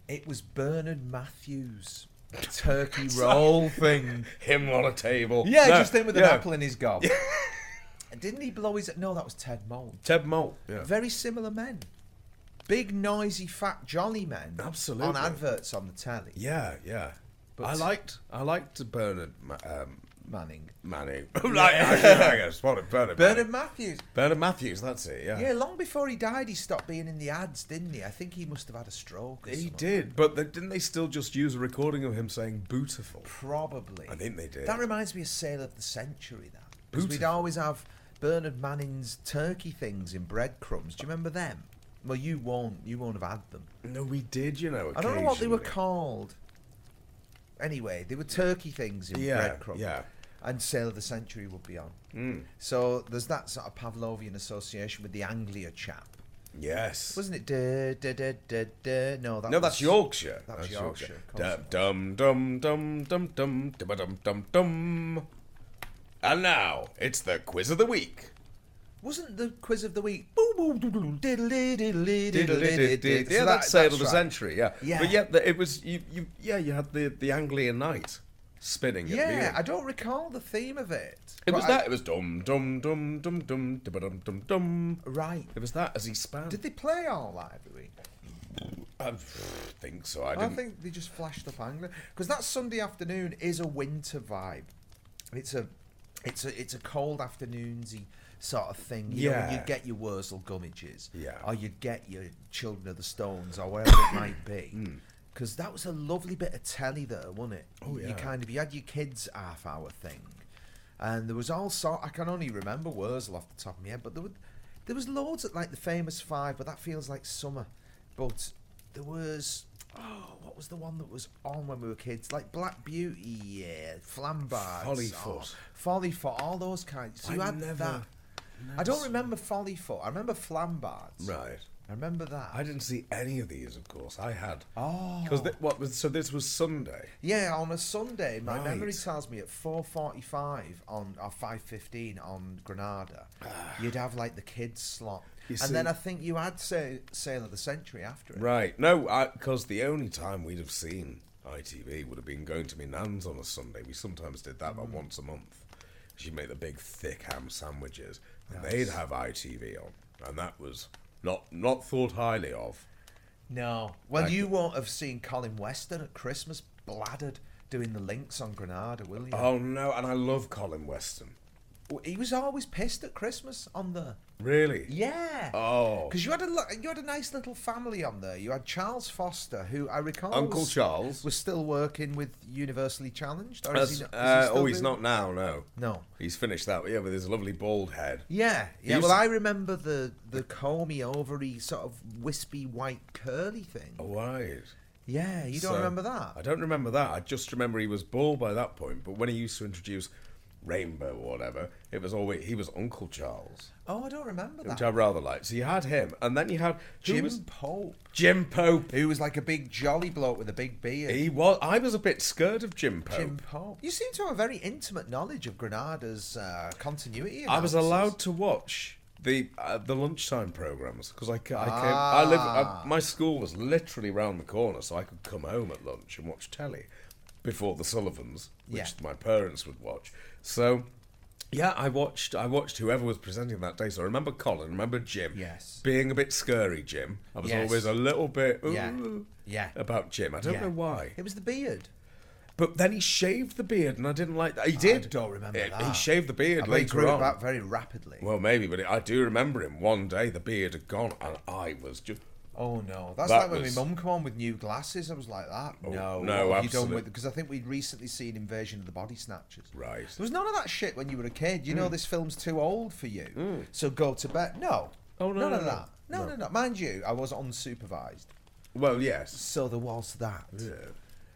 Speaker 2: It was Bernard Matthews turkey roll thing.
Speaker 3: Him on a table.
Speaker 2: Yeah,
Speaker 3: No,
Speaker 2: just him with an
Speaker 3: yeah.
Speaker 2: apple in his gob. And Didn't he blow his? No, that was Ted Mole.
Speaker 3: Ted Malt. Yeah.
Speaker 2: Very similar men. Big, noisy, fat, jolly men. On
Speaker 3: Absolutely.
Speaker 2: adverts on the telly.
Speaker 3: Yeah, yeah. I liked, I liked Bernard Ma- um,
Speaker 2: Manning.
Speaker 3: Manning. like, I, I got spotted Bernard.
Speaker 2: Bernard
Speaker 3: Manning.
Speaker 2: Matthews.
Speaker 3: Bernard Matthews. That's it. Yeah.
Speaker 2: Yeah, long before he died, he stopped being in the ads, didn't he? I think he must have had a stroke. Or
Speaker 3: He
Speaker 2: something.
Speaker 3: did, but they, didn't they still just use a recording of him saying "beautiful"?
Speaker 2: Probably.
Speaker 3: I think they did.
Speaker 2: That reminds me of Sale of the Century, that. Because we'd
Speaker 3: Beautiful.
Speaker 2: always have Bernard Manning's turkey things in breadcrumbs. Do you remember them? Well, you won't. You won't have had them.
Speaker 3: No, we did. You know.
Speaker 2: I don't know what they were
Speaker 3: occasionally.
Speaker 2: called. Anyway, they were turkey things in
Speaker 3: Yeah,
Speaker 2: breadcrumbs.
Speaker 3: yeah. Hmm.
Speaker 2: And Sale of the Century would be on. So there's that sort of Pavlovian association with the Anglia chap.
Speaker 3: Yes.
Speaker 2: Wasn't it? Da, da, da, da, da. No, that
Speaker 3: No,
Speaker 2: was,
Speaker 3: that's Yorkshire.
Speaker 2: That was Yorkshire. of course
Speaker 3: Dum
Speaker 2: it
Speaker 3: dum dum dum dum dum dum dum dum dum. And now it's the quiz of the week.
Speaker 2: Wasn't the quiz of the week? Boo, boo, doo, doo, doo, diddle, diddle, diddle, diddle, diddle.
Speaker 3: Yeah,
Speaker 2: So
Speaker 3: that's
Speaker 2: that-
Speaker 3: Sail of the
Speaker 2: right.
Speaker 3: Century. Yeah,
Speaker 2: Yeah.
Speaker 3: But yeah, the, it was you, you. Yeah, you had the the Anglian knight spinning. at the
Speaker 2: Yeah,
Speaker 3: beginning.
Speaker 2: I don't recall the theme of it.
Speaker 3: It was
Speaker 2: But I-
Speaker 3: that. It was dum dum dum dum dum dum dum dum dum.
Speaker 2: Right.
Speaker 3: It was that as he span.
Speaker 2: Did they play all that every week?
Speaker 3: I think so. I
Speaker 2: I,
Speaker 3: didn't.
Speaker 2: think they just flashed up Anglia because that Sunday afternoon is a winter vibe. It's a, it's a, it's a cold afternoonsy sort of thing. You know, when
Speaker 3: Yeah.
Speaker 2: you get your Wurzel Gummidges,
Speaker 3: Yeah.
Speaker 2: or you'd get your Children of the Stones, or whatever it might
Speaker 3: Hmm.
Speaker 2: be. Because that was a lovely bit of telly there, wasn't it?
Speaker 3: Oh,
Speaker 2: You
Speaker 3: yeah.
Speaker 2: kind of you had your kids half hour thing, and there was all sort. I can only remember Wurzel off the top of my head, but there were there was loads at like the famous five, but that feels like summer. But there was oh, what was the one that was on when we were kids? Like Black Beauty, yeah, Flambards,
Speaker 3: Follyfoot.
Speaker 2: oh, Follyfoot, all those kinds. So
Speaker 3: I
Speaker 2: you had
Speaker 3: never-
Speaker 2: that. I don't remember Follyfoot. I remember Flambards.
Speaker 3: Right.
Speaker 2: I remember that.
Speaker 3: I didn't see any of these. Of course, I had.
Speaker 2: Oh.
Speaker 3: Because what? was- So this was Sunday.
Speaker 2: Yeah, on a Sunday, my memory
Speaker 3: Right.
Speaker 2: tells me at four forty-five on or five fifteen on Granada, you'd have like the kids slot,
Speaker 3: Ah. You
Speaker 2: and then
Speaker 3: see-
Speaker 2: I think you had say, Sale of the Century after it.
Speaker 3: Right. No, because the only time we'd have seen ITV would have been going to me nan's on a Sunday. We sometimes did that,
Speaker 2: Hmm.
Speaker 3: like once a month. She'd make the big thick ham sandwiches, and they'd have ITV on, and that was not not thought highly of.
Speaker 2: No, well,
Speaker 3: Like-
Speaker 2: you won't have seen Colin Weston at Christmas bladdered doing the links on Granada, will you?
Speaker 3: Oh no! And I love Colin Weston.
Speaker 2: he was always pissed at Christmas on there.
Speaker 3: Really?
Speaker 2: Yeah.
Speaker 3: Oh.
Speaker 2: Because you had a lo- you had a nice little family on there. You had Charles Foster, who I recall
Speaker 3: Uncle
Speaker 2: was-
Speaker 3: Charles.
Speaker 2: was still working with Universally Challenged. Or is
Speaker 3: That's-
Speaker 2: he not, is he
Speaker 3: uh,
Speaker 2: still
Speaker 3: oh, he's
Speaker 2: doing-
Speaker 3: not now. No.
Speaker 2: No.
Speaker 3: He's finished that. Yeah, with his lovely bald head.
Speaker 2: Yeah, yeah.
Speaker 3: used
Speaker 2: Well,
Speaker 3: to-
Speaker 2: I remember the the comby, ovary, sort of wispy, white, curly thing.
Speaker 3: Oh, right.
Speaker 2: Yeah, you don't
Speaker 3: So-
Speaker 2: remember
Speaker 3: I
Speaker 2: that?
Speaker 3: don't remember that. I just remember he was bald by that point. But when he used to introduce Rainbow or whatever, it was always he was Uncle Charles,
Speaker 2: Oh, I don't remember
Speaker 3: which
Speaker 2: that.
Speaker 3: I rather liked. So you had him, and then you had who
Speaker 2: Jim
Speaker 3: was-
Speaker 2: Pope,
Speaker 3: Jim Pope.
Speaker 2: who was like a big jolly bloke with a big beard.
Speaker 3: He was. I was a bit scared of Jim Pope.
Speaker 2: Jim Pope. You seem to have a very intimate knowledge of Granada's uh, continuity.
Speaker 3: I was
Speaker 2: analysis.
Speaker 3: allowed to watch the uh, the lunchtime programs because I, ca- I came. I live.
Speaker 2: Ah.
Speaker 3: I, my school was literally round the corner, so I could come home at lunch and watch telly before the Sullivans, which
Speaker 2: Yeah.
Speaker 3: my parents would watch. So. Yeah, I watched. I watched whoever was presenting that day. So I remember Colin. Remember Jim.
Speaker 2: Yes.
Speaker 3: Being a bit scary, Jim. I was
Speaker 2: Yes.
Speaker 3: always a little bit. Ooh,
Speaker 2: Yeah. Yeah.
Speaker 3: About Jim, I don't
Speaker 2: Yeah.
Speaker 3: know why.
Speaker 2: It was the beard.
Speaker 3: But then he shaved the beard, and I didn't like that. He did.
Speaker 2: don't remember
Speaker 3: He- He
Speaker 2: that.
Speaker 3: shaved the
Speaker 2: I
Speaker 3: beard
Speaker 2: bet he
Speaker 3: later
Speaker 2: grew
Speaker 3: on.
Speaker 2: it back very rapidly.
Speaker 3: Well, maybe, but I do remember him. One day, the beard had gone, and I was just.
Speaker 2: Oh no, that's
Speaker 3: That
Speaker 2: like when
Speaker 3: was- Oh,
Speaker 2: my mum come on with new glasses. I was like that. no,
Speaker 3: no,
Speaker 2: what have you done
Speaker 3: absolute-
Speaker 2: with? Because I think we'd recently seen Invasion of the Body Snatchers.
Speaker 3: Right. Mm.
Speaker 2: There was none of that shit when you were a kid. You know this film's too old for you, so go to bed. No.
Speaker 3: Oh, no,
Speaker 2: none
Speaker 3: no,
Speaker 2: of
Speaker 3: no.
Speaker 2: that. No, no, no, Mind you, I was unsupervised,
Speaker 3: Well, yes.
Speaker 2: so there was that.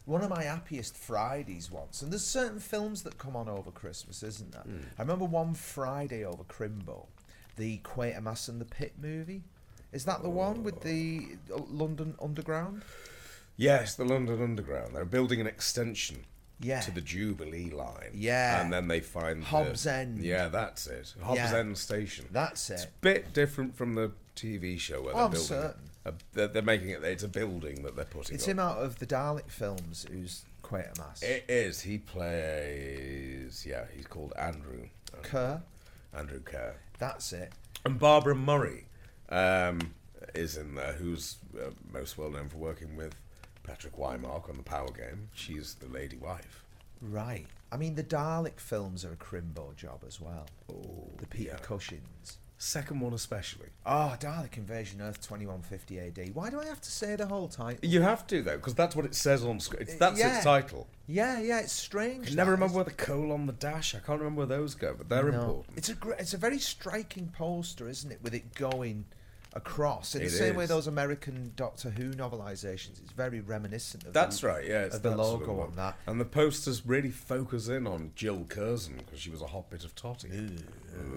Speaker 2: One of my happiest Fridays once, and there's certain films that come on over Christmas, isn't there? I remember one Friday over Crimbo, the Quatermass and the Pit movie. Is that the one with the uh, London Underground?
Speaker 3: Yes, the London Underground. They're building an extension
Speaker 2: Yeah.
Speaker 3: to the Jubilee line.
Speaker 2: Yeah.
Speaker 3: And then they find. the-
Speaker 2: Hobbs End.
Speaker 3: Yeah, that's it. Hobbs
Speaker 2: Yeah.
Speaker 3: End Station.
Speaker 2: That's
Speaker 3: It's a
Speaker 2: it.
Speaker 3: bit different from the TV show where
Speaker 2: Oh,
Speaker 3: they're
Speaker 2: I'm
Speaker 3: building.
Speaker 2: certain.
Speaker 3: A, they're, they're making it. It's a building that they're putting
Speaker 2: It's
Speaker 3: up.
Speaker 2: him out of the Dalek films who's Quatermass.
Speaker 3: It is. He plays. Yeah, he's called Andrew.
Speaker 2: Kerr,
Speaker 3: Andrew Kerr.
Speaker 2: that's it.
Speaker 3: And Barbara Murray um, is in there, who's uh, most well known for working with Patrick Wymark on the Power Game. She's the lady wife.
Speaker 2: Right. I mean, the Dalek films are a Crimbo job as well. Oh, the Peter Cushings.
Speaker 3: Second one, especially.
Speaker 2: Oh, Dalek Invasion Earth 2150 AD. Why do I have to say the whole title?
Speaker 3: You have to though, because that's what it says on screen. It's,
Speaker 2: Uh,
Speaker 3: that's
Speaker 2: yeah.
Speaker 3: its title.
Speaker 2: Yeah, yeah, it's strange.
Speaker 3: I
Speaker 2: that,
Speaker 3: never remember
Speaker 2: isn't
Speaker 3: where the coal on the dash. I can't remember where those go, but they're
Speaker 2: it? No.
Speaker 3: important.
Speaker 2: It's a gr- it's a very striking poster, isn't it? With it going across in
Speaker 3: It
Speaker 2: the same way
Speaker 3: is.
Speaker 2: those American Doctor Who novelizations. It's very reminiscent of
Speaker 3: That's
Speaker 2: the,
Speaker 3: right, yeah. It's
Speaker 2: of the
Speaker 3: that sort of
Speaker 2: logo
Speaker 3: one.
Speaker 2: on that.
Speaker 3: And the posters really focus in on Jill Curzon because she was a hot bit of totty.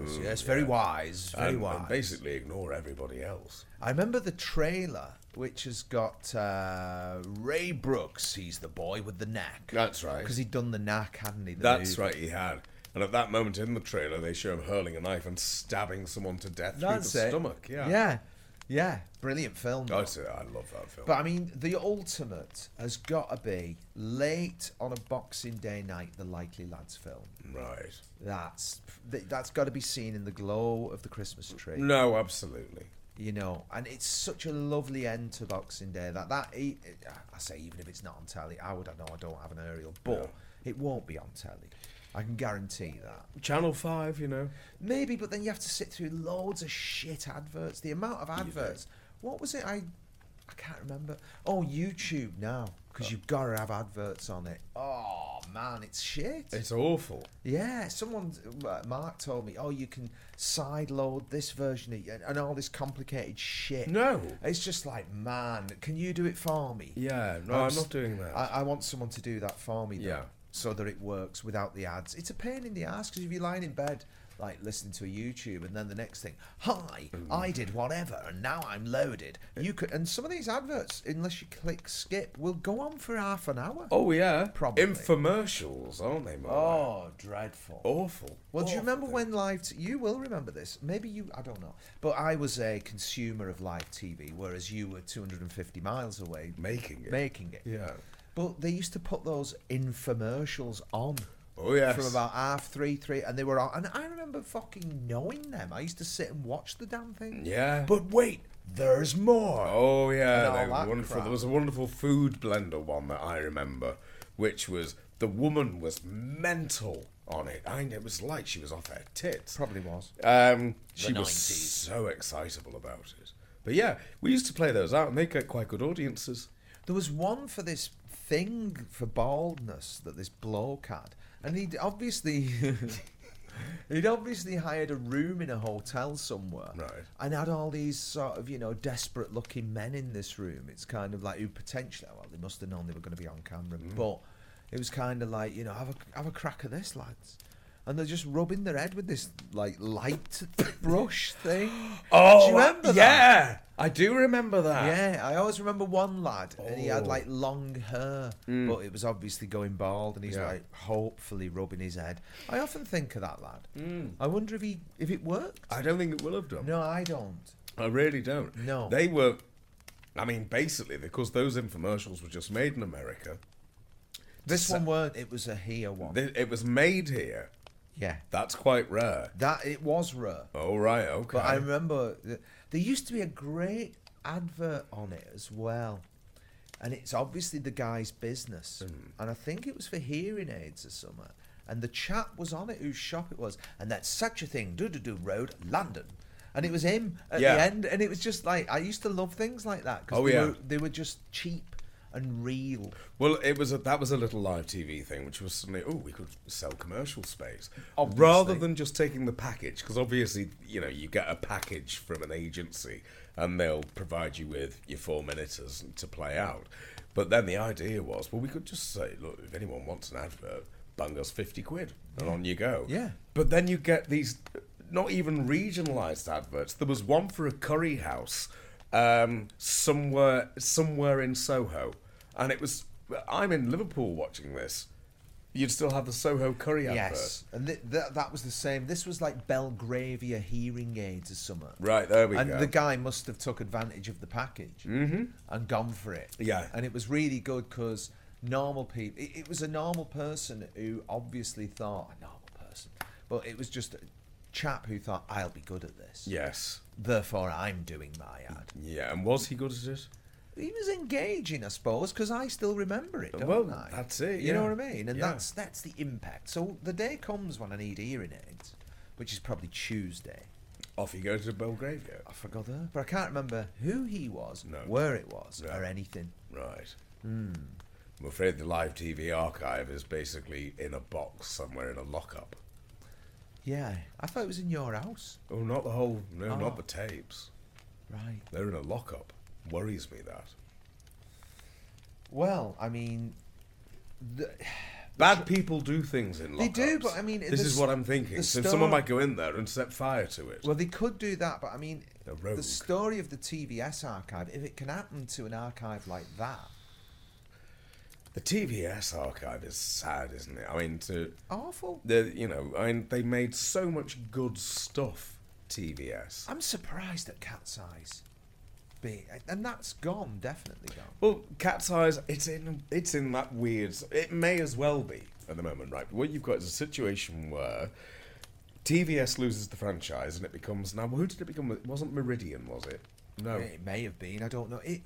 Speaker 2: Yes, yeah, it's very wise, very
Speaker 3: Mm, and,
Speaker 2: wise.
Speaker 3: and basically ignore everybody else.
Speaker 2: I remember the trailer, which has got uh, Ray Brooks. He's the boy with the knack.
Speaker 3: That's right.
Speaker 2: Because he'd done the knack, hadn't he? the
Speaker 3: That's
Speaker 2: movie?
Speaker 3: right, he had. And at that moment in the trailer, they show him hurling a knife and stabbing someone to death
Speaker 2: That's
Speaker 3: through the
Speaker 2: it.
Speaker 3: stomach. Yeah. Oh,
Speaker 2: yeah, yeah. Brilliant film.
Speaker 3: I,
Speaker 2: though.
Speaker 3: say, I love that film.
Speaker 2: But I mean, the ultimate has got to be late on a Boxing Day night, the Likely Lads film.
Speaker 3: right.
Speaker 2: That's th- that's got to be seen in the glow of the Christmas tree,
Speaker 3: No, absolutely.
Speaker 2: you know. And it's such a lovely end to Boxing Day. That that e- I say, even if it's not on telly, I would I know I don't have an aerial, but it won't be on telly. I can guarantee that.
Speaker 3: Channel 5, you know.
Speaker 2: Maybe, but then you have to sit through loads of shit adverts. The amount of adverts. What was it? I I can't remember. Oh, YouTube now
Speaker 3: Oh.
Speaker 2: because you've got to have adverts on it. Oh man, it's shit.
Speaker 3: It's awful.
Speaker 2: yeah, someone uh, Mark told me. Oh, you can sideload this version of, and, and all this complicated shit.
Speaker 3: No.
Speaker 2: it's just like man, can you do it for me?
Speaker 3: Yeah, no, I'm
Speaker 2: s-
Speaker 3: not doing that.
Speaker 2: I, I want someone to do that for me. Though,
Speaker 3: Yeah.
Speaker 2: So that it works without the ads. It's a pain in the ass because if you're lying in bed, like listening to a YouTube, and then the next thing, hi, I did whatever, and now I'm loaded.
Speaker 3: Eh.
Speaker 2: You could, and some of these adverts, unless you click skip, will go on for half an hour.
Speaker 3: Oh, yeah.
Speaker 2: Probably.
Speaker 3: Infomercials, aren't they, Mark?
Speaker 2: Oh, dreadful.
Speaker 3: Awful.
Speaker 2: Well, do you
Speaker 3: Awful
Speaker 2: remember
Speaker 3: thing.
Speaker 2: when live? T- you will remember this. Maybe you. I don't know. But I was a consumer of live TV, whereas you were 250 miles away
Speaker 3: Making it.
Speaker 2: Making it.
Speaker 3: Yeah.
Speaker 2: But they used to put those infomercials on.
Speaker 3: Oh, yes.
Speaker 2: From about half three, three, and they were on. And I remember fucking knowing them. I used to sit and watch the damn thing.
Speaker 3: Yeah.
Speaker 2: But wait, there's more.
Speaker 3: Oh yeah,
Speaker 2: And all
Speaker 3: they were
Speaker 2: that
Speaker 3: wonderful.
Speaker 2: crap.
Speaker 3: There was a wonderful food blender one that I remember which was the woman was mental on it. I mean, it was like she was off her tits.
Speaker 2: Probably was.
Speaker 3: Um, she was
Speaker 6: 90s.
Speaker 3: so excitable about it. But yeah, we used to play those out, and they get quite good audiences.
Speaker 2: There was one for this thing for baldness that this bloke had, and he'd obviously he'd obviously hired a room in a hotel somewhere,
Speaker 3: Right.
Speaker 2: And had all these sort of you know desperate looking men in this room. It's kind of like who potentially well they must have known they were going to be on camera,
Speaker 3: Mm.
Speaker 2: but it was kind of like you know have a have a crack at this lads. And they're just rubbing their head with this like light brush thing. Do you remember that?
Speaker 3: Oh, yeah, I do remember that.
Speaker 2: Yeah, I always remember one lad, and he had like long hair, but it was obviously going bald, and he's
Speaker 3: Yeah.
Speaker 2: like hopefully rubbing his head. I often think of that lad. I wonder if he if it worked.
Speaker 3: I don't think it will have done.
Speaker 2: No, I don't.
Speaker 3: I really don't.
Speaker 2: No.
Speaker 3: They were, I mean, basically, because those infomercials were just made in America,
Speaker 2: This one weren't. It was a here one.
Speaker 3: they, it was made here.
Speaker 2: yeah,
Speaker 3: That's quite rare.
Speaker 2: that it was rare.
Speaker 3: Oh, right, okay.
Speaker 2: But I remember th- there used to be a great advert on it as well. And it's obviously the guy's business.
Speaker 3: Hmm.
Speaker 2: And I think it was for hearing aids or something. And the chap was on it whose shop it was. And that's such a thing, Doo Doo Doo Road, London. And it was him at
Speaker 3: Yeah.
Speaker 2: the end. And it was just like, I used to love things like that because
Speaker 3: Oh,
Speaker 2: they,
Speaker 3: yeah.
Speaker 2: were, they were just cheap and real.
Speaker 3: Well, it was a, that was a little live TV thing, which was suddenly, oh, we could sell commercial space rather than just taking the package, because obviously, you know, you get a package from an agency and they'll provide you with your four minuters to play out. But then the idea was, well, we could just say, look, if anyone wants an advert, bung us fifty quid, and on you go.
Speaker 2: Yeah.
Speaker 3: But then you get these not even regionalised adverts. There was one for a curry house um, somewhere somewhere in Soho, and it was I'm in Liverpool watching this. You'd still have the Soho curry advert.
Speaker 2: Yes, and th- th- that was the same. This was like Belgravia hearing aids or something.
Speaker 3: Right, there we
Speaker 2: and
Speaker 3: go. Mm-hmm.
Speaker 2: the guy must have took advantage of the package and gone for it.
Speaker 3: Yeah.
Speaker 2: and it was really good because normal people. It, it was a normal person who obviously thought a normal person, but it was just a chap who thought I'll be good at this.
Speaker 3: Yes.
Speaker 2: Therefore, I'm doing my ad.
Speaker 3: Yeah, and was he good at it?
Speaker 2: He was engaging, I suppose, because I still remember it. Don't
Speaker 3: Well,
Speaker 2: I?
Speaker 3: that's it,
Speaker 2: You know
Speaker 3: yeah.
Speaker 2: what I mean? And
Speaker 3: Yeah.
Speaker 2: that's that's the impact. So the day comes when I need hearing aids, which is probably Tuesday.
Speaker 3: Off you go to Belgravia.
Speaker 2: I forgot that, but I can't remember who he was,
Speaker 3: No.
Speaker 2: where it was,
Speaker 3: No.
Speaker 2: or anything.
Speaker 3: Right. I'm afraid the live TV archive is basically in a box somewhere in a lockup.
Speaker 2: Yeah, I thought it was in your house.
Speaker 3: Oh, not the whole. No,
Speaker 2: Oh.
Speaker 3: not the tapes.
Speaker 2: Right.
Speaker 3: They're in a lockup. Worries me that.
Speaker 2: Well, I mean, the,
Speaker 3: Bad people do things in lockups.
Speaker 2: They do, but I mean,
Speaker 3: this
Speaker 2: the
Speaker 3: is
Speaker 2: s-
Speaker 3: what I'm thinking.
Speaker 2: the
Speaker 3: So
Speaker 2: star-
Speaker 3: someone might go in there and set fire to it.
Speaker 2: well, they could do that, but I mean,
Speaker 3: They're
Speaker 2: the
Speaker 3: rogue.
Speaker 2: story of the TBS archive, if it can happen to an archive like that,
Speaker 3: the TBS archive is sad, isn't it? I mean, to
Speaker 2: awful.
Speaker 3: the you know, I mean, they made so much good stuff. TBS.
Speaker 2: I'm surprised at Cat's Eyes. Being, and that's gone, definitely gone.
Speaker 3: Well, cat's eyes. It's in. It's in that weird. It may as well be at the moment, right? What you've got is a situation where TBS loses the franchise and it becomes now. Who did it become? It wasn't Meridian, was it? No.
Speaker 2: It may have been, I don't know. It.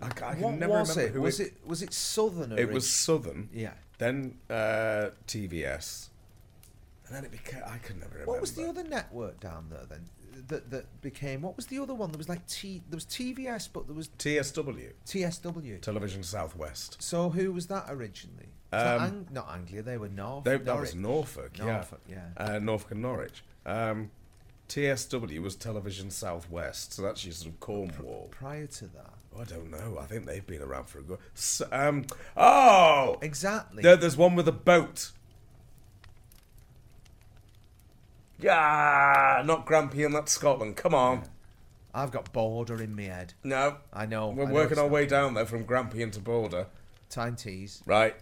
Speaker 3: Oh. I c- I can
Speaker 2: what
Speaker 3: never
Speaker 2: was
Speaker 3: remember
Speaker 2: it?
Speaker 3: who
Speaker 2: was
Speaker 3: it-
Speaker 2: it? Was it Southern?
Speaker 3: It
Speaker 2: orig-
Speaker 3: was Southern.
Speaker 2: Yeah.
Speaker 3: Then uh, TBS. And then it became. I can never remember.
Speaker 2: What was the other network down there then? That that became what was the other one? There was like T. There was TVS, but there was
Speaker 3: TSW?
Speaker 2: TSW.
Speaker 3: Television Southwest.
Speaker 2: So who was that originally? Was that Ang- not Anglia. They were North.
Speaker 3: Um, They, that
Speaker 2: Norwich.
Speaker 3: was Norfolk. Yeah.
Speaker 2: Norfolk, yeah.
Speaker 3: Uh, Norfolk and Norwich. Um, TSW was Television Southwest, so that's your sort of Cornwall.
Speaker 2: Prior to that,
Speaker 3: Oh, I don't know. I think they've been around for a good. S um, oh,
Speaker 2: exactly.
Speaker 3: there, there's one with a boat. Yeah, not Grampian. That's Scotland. Come on.
Speaker 2: I've got border in my head.
Speaker 3: No,
Speaker 2: I know,
Speaker 3: We're
Speaker 2: I know
Speaker 3: working
Speaker 2: it's
Speaker 3: our
Speaker 2: not.
Speaker 3: way down there from Grampian to Border,
Speaker 2: Time tease.
Speaker 3: right?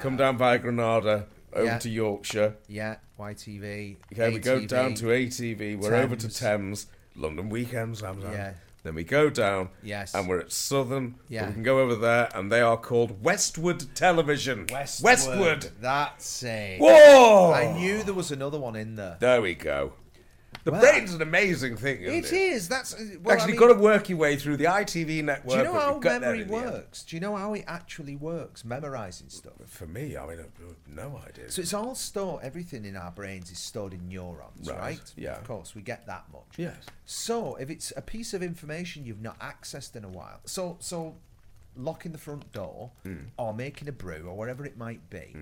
Speaker 3: Come down via Granada, over
Speaker 2: Uh, yeah.
Speaker 3: to Yorkshire.
Speaker 2: Yeah. YTV.
Speaker 3: Okay, we go
Speaker 2: ATV.
Speaker 3: down to ATV. We're over to
Speaker 2: Thames.
Speaker 3: Thames, London Weekends. Blah, blah.
Speaker 2: Yeah.
Speaker 3: Then we go down.
Speaker 2: Yes.
Speaker 3: And we're at Southern. but
Speaker 2: Yeah.
Speaker 3: We can go over there, and they are called Westwood Television. Westwood.
Speaker 2: That's it.
Speaker 3: Whoa!
Speaker 2: I knew there was another one in there.
Speaker 3: There we go. The
Speaker 2: Well,
Speaker 3: brain's an amazing thing. Isn't
Speaker 2: It
Speaker 3: it
Speaker 2: is. That's uh, well,
Speaker 3: Actually,
Speaker 2: I
Speaker 3: got to
Speaker 2: mean,
Speaker 3: work your way through the ITV network.
Speaker 2: Do you know
Speaker 3: but
Speaker 2: how
Speaker 3: you've got there
Speaker 2: memory
Speaker 3: in the end.
Speaker 2: works? Do you know how it actually works? Memorizing stuff.
Speaker 3: For me, I mean, I've no idea.
Speaker 2: So it's all stored. Everything in our brains is stored in neurons,
Speaker 3: Right,
Speaker 2: right?
Speaker 3: yeah.
Speaker 2: Of course, we get that much.
Speaker 3: Yes.
Speaker 2: So if it's a piece of information you've not accessed in a while, so so locking the front door or making a brew or whatever it might be,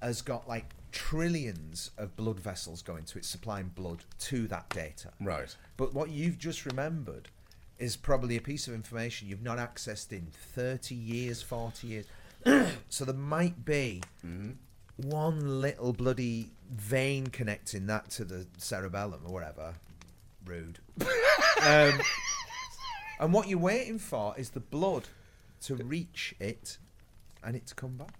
Speaker 2: has got like trillions of blood vessels going to it, supplying blood to that data.
Speaker 3: Right.
Speaker 2: But what you've just remembered is probably a piece of information you've not accessed in 30 years, 40 years. so there might be one little bloody vein connecting that to the cerebellum or whatever. Rude. um, and what you're waiting for is the blood to reach it and it to come back.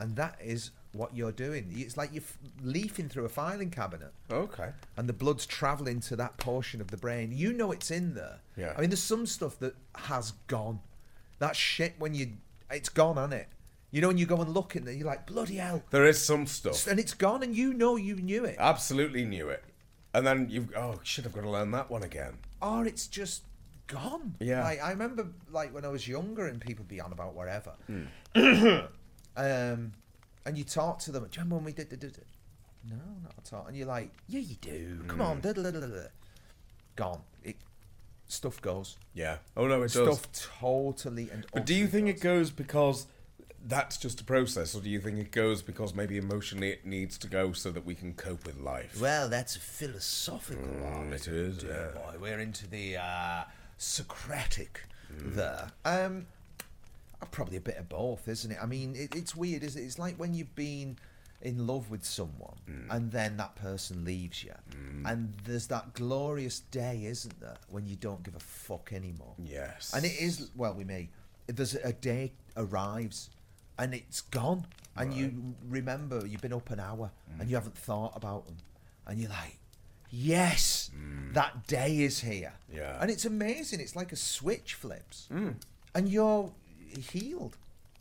Speaker 2: And that is what you're doing. It's like you're f- leafing through a filing cabinet
Speaker 3: okay.
Speaker 2: and the blood's traveling to that portion of the brain, you know it's in there.
Speaker 3: Yeah.
Speaker 2: I mean, there's some stuff that has gone. That shit when you, it's gone, hasn't it? You know, when you go and look in there, you're like, bloody hell,
Speaker 3: There is some stuff.
Speaker 2: and it's gone, and you know you knew
Speaker 3: Ah.
Speaker 2: it,
Speaker 3: Absolutely knew it. And then you've, oh, shit, I've got to learn that one again.
Speaker 2: or it's just gone.
Speaker 3: Yeah.
Speaker 2: Like I remember, like when I was younger, and people be on about whatever,
Speaker 3: Hmm.
Speaker 2: um, and you talk to them. Do you remember when we did? did, did, did? No, not at all. And you're like, yeah, you do. Come
Speaker 3: Hmm.
Speaker 2: on, da, da, da, da, da. gone. It, stuff goes.
Speaker 3: Yeah. Oh, no, it does.
Speaker 2: stuff totally and
Speaker 3: But do you
Speaker 2: utterly
Speaker 3: think it
Speaker 2: does.
Speaker 3: goes because that's just a process, or do you think it goes because maybe emotionally it needs to go so that we can cope with life?
Speaker 2: well that's a philosophical
Speaker 3: Mm,
Speaker 2: argument,
Speaker 3: it is,
Speaker 2: dear
Speaker 3: yeah.
Speaker 2: boy we're into the uh, socratic
Speaker 3: Mm.
Speaker 2: there um uh, probably a bit of both isn't it i mean it, it's weird is it it's like when you've been in love with someone
Speaker 3: Mm.
Speaker 2: and then that person leaves you and there's that glorious day isn't there when you don't give a fuck anymore
Speaker 3: Yes.
Speaker 2: And it is well with me. There's a day arrives, and it's gone, and you remember you've been up an hour
Speaker 3: Mm.
Speaker 2: and you haven't thought about them, and you're like, yes, that day is here.
Speaker 3: Mm. Yeah. Mm.
Speaker 2: And it's amazing. It's like a switch flips, and you're healed.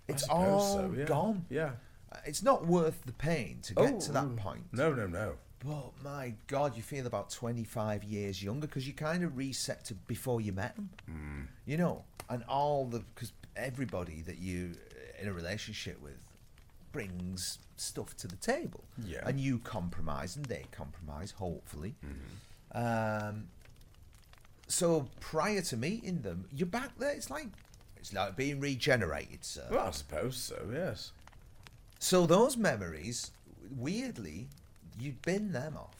Speaker 2: It's
Speaker 3: I suppose
Speaker 2: all
Speaker 3: so, yeah.
Speaker 2: gone.
Speaker 3: Yeah.
Speaker 2: Uh, It's not worth the pain to get to
Speaker 3: Oh,
Speaker 2: that point.
Speaker 3: No, no, no.
Speaker 2: But my God, you feel about 25 years younger because you kind of reset to before you met them. Mm. You know, and all the, because everybody that you uh, in a relationship with brings stuff to the table.
Speaker 3: Yeah.
Speaker 2: And you compromise and they compromise, hopefully. Um, so prior to meeting them, you're back there. It's like, it's like being regenerated, sir.
Speaker 3: Well, I suppose so, yes.
Speaker 2: So those memories, weirdly, you bin them off.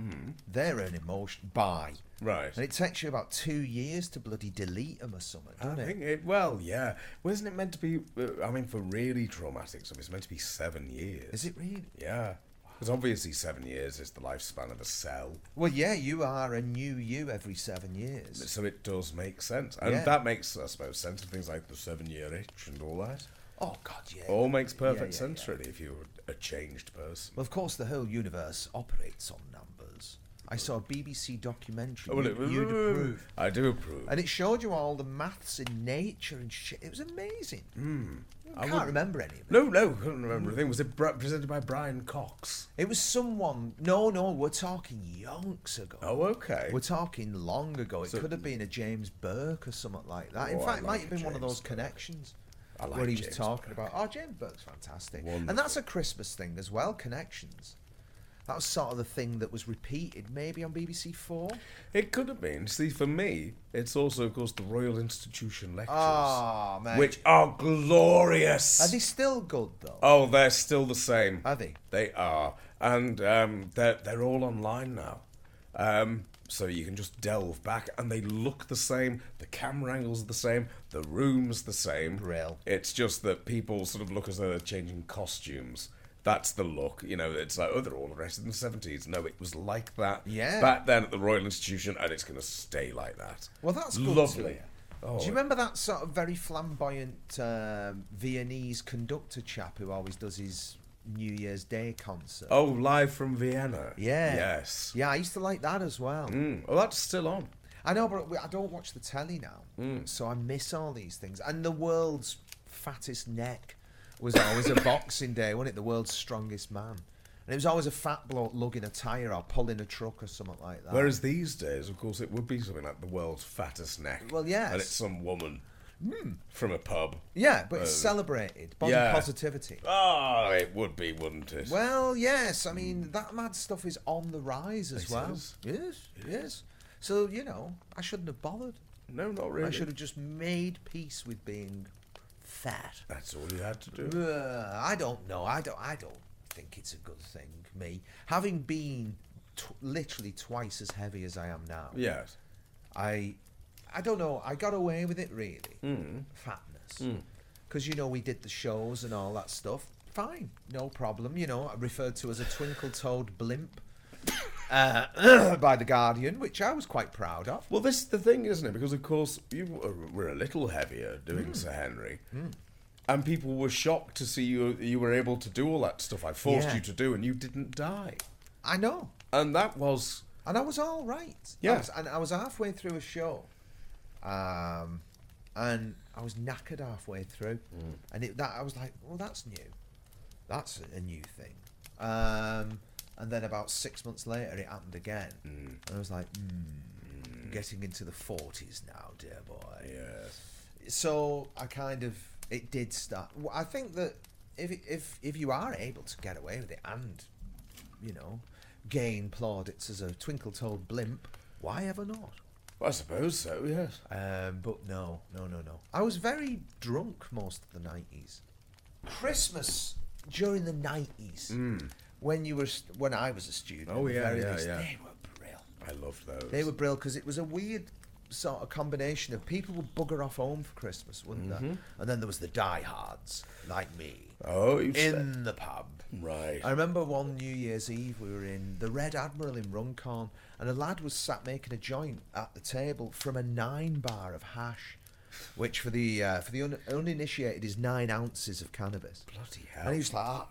Speaker 2: Mm. They're an emotion by.
Speaker 3: Hmm. Right.
Speaker 2: And it takes you about two years to bloody delete them or something,
Speaker 3: I
Speaker 2: doesn't it?
Speaker 3: think it, well, yeah. Wasn't it meant to be, uh, I mean, for really traumatic stuff, it's meant to be seven years.
Speaker 2: Is it really?
Speaker 3: Yeah. Because obviously seven years is the lifespan of a cell.
Speaker 2: Well, yeah, you are a new you every seven years.
Speaker 3: So it does make sense. And
Speaker 2: Yeah.
Speaker 3: that makes, I suppose, sense of things like the seven year itch and all that.
Speaker 2: Oh, God, yeah.
Speaker 3: All makes
Speaker 2: Yeah, yeah,
Speaker 3: perfect
Speaker 2: yeah.
Speaker 3: sense, really, if you're a changed person.
Speaker 2: Well, of course, the whole universe operates on numbers. I saw a BBC documentary.
Speaker 3: Oh, Well,
Speaker 2: you'd,
Speaker 3: it-
Speaker 2: you'd approve.
Speaker 3: I do approve.
Speaker 2: And it showed you all the maths in nature and shit. It was amazing.
Speaker 3: Hmm.
Speaker 2: I can't
Speaker 3: wouldn't-
Speaker 2: remember any of it.
Speaker 3: No, no, I couldn't remember the thing. Was it br- presented by Brian Cox?
Speaker 2: It was someone. No, no, we're talking yonks ago.
Speaker 3: Oh, okay.
Speaker 2: We're talking long ago. It
Speaker 3: So-
Speaker 2: could have been a James Burke or something like that. In
Speaker 3: Oh, I
Speaker 2: fact, it
Speaker 3: like
Speaker 2: might
Speaker 3: a
Speaker 2: have been one of
Speaker 3: James
Speaker 2: those connections
Speaker 3: I like
Speaker 2: where he
Speaker 3: James
Speaker 2: was talking about. Oh, James Burke's fantastic, and that's a Christmas thing as well. Connections. That was sort of the thing that was repeated, maybe on BBC Four.
Speaker 3: It could have been. See, for me, it's also, of course, the Royal Institution lectures,
Speaker 2: Ah, man.
Speaker 3: which are glorious.
Speaker 2: Are they still good though?
Speaker 3: Oh, they're still the same.
Speaker 2: Are they?
Speaker 3: They are, and um, they're they're all online now, um, so you can just delve back, and they look the same. The camera angles are the same. The rooms the same.
Speaker 2: Brill.
Speaker 3: It's just that people sort of look as though they're changing costumes. That's the look, you know. It's like oh, they're all arrested in the seventies. No, it was like that.
Speaker 2: Yeah.
Speaker 3: Back then at the Royal Institution, and it's going to stay like that.
Speaker 2: Well, that's good to
Speaker 3: lovely.
Speaker 2: hear.
Speaker 3: Oh,
Speaker 2: Do you remember that sort of very flamboyant um, Viennese conductor chap who always does his New Year's Day concert?
Speaker 3: Oh, live from Vienna.
Speaker 2: Yeah.
Speaker 3: Yes.
Speaker 2: Yeah, I used to like that as well.
Speaker 3: Mm. Oh, that's still on.
Speaker 2: I know, but we- I don't watch the telly now,
Speaker 3: Mm.
Speaker 2: so I miss all these things. And the world's fattest neck was always a boxing day, wasn't it? The world's strongest man. And it was always a fat bloke lugging a tyre or pulling a truck or something like that.
Speaker 3: Whereas these days, of course, it would be something like the world's fattest neck.
Speaker 2: Well, yes. Hmm.
Speaker 3: And it's some woman from a pub.
Speaker 2: yeah, but it's celebrated. Body
Speaker 3: yeah.
Speaker 2: positivity.
Speaker 3: Oh, it would be, wouldn't it?
Speaker 2: Well, yes. I mean, that mad stuff is on the rise as
Speaker 3: Mm. It
Speaker 2: well.
Speaker 3: is.
Speaker 2: Yes, yes. So, you know, I shouldn't have bothered.
Speaker 3: no, not really.
Speaker 2: I should have just made peace with being fat.
Speaker 3: That's all you had to do.
Speaker 2: Uh, I don't know. I don't. I don't think it's a good thing. Me having been tw- literally twice as heavy as I am now.
Speaker 3: Yes.
Speaker 2: I, I don't know. I got away with it really. Fatness, because you know we did the shows and all that stuff. Fine, no problem. You know, I referred to as a twinkle-toed blimp uh, by the Guardian, which I was quite proud of.
Speaker 3: Well, this is the thing, isn't it? Because of course you were- were a little heavier doing
Speaker 2: Hmm.
Speaker 3: Sir Henry, and people were shocked to see you. You were able to do all that stuff I forced
Speaker 2: Yeah.
Speaker 3: you to do, and you didn't die.
Speaker 2: I know,
Speaker 3: And that was
Speaker 2: and I was all right. I
Speaker 3: Yeah.
Speaker 2: was- and I was halfway through a show, um, and I was knackered halfway through, and it, that I was like, well, that's new, that's a, a new thing. Um, and then about six months later, it happened again, and I was like, mm, I'm getting into the forties now, dear boy.
Speaker 3: yes,
Speaker 2: So I kind of it did start. w- I think that if it- if if you are able to get away with it and you know gain plaudits as a twinkle-toed blimp, why ever not?
Speaker 3: I suppose so. Yes,
Speaker 2: Um, but no, no, no, no. I was very drunk most of the nineties. Christmas during the nineties, when you were st- when I was a student.
Speaker 3: Hmm. Oh,
Speaker 2: at the
Speaker 3: yeah,
Speaker 2: very
Speaker 3: yeah,
Speaker 2: least,
Speaker 3: yeah.
Speaker 2: They were brill.
Speaker 3: I loved those.
Speaker 2: They were brill because it was a weird sort of combination of people would bugger off home for Christmas, wouldn't they? And then there was the diehards like me
Speaker 3: oh, you said-
Speaker 2: in the pub.
Speaker 3: right.
Speaker 2: I remember one New Year's Eve we were in the Red Admiral in Runcorn, and a lad was sat making a joint at the table from a nine bar of hash, which for the uh, for the un- uninitiated is nine ounces of cannabis.
Speaker 3: Bloody
Speaker 2: And
Speaker 3: hell!
Speaker 2: he was like, ah,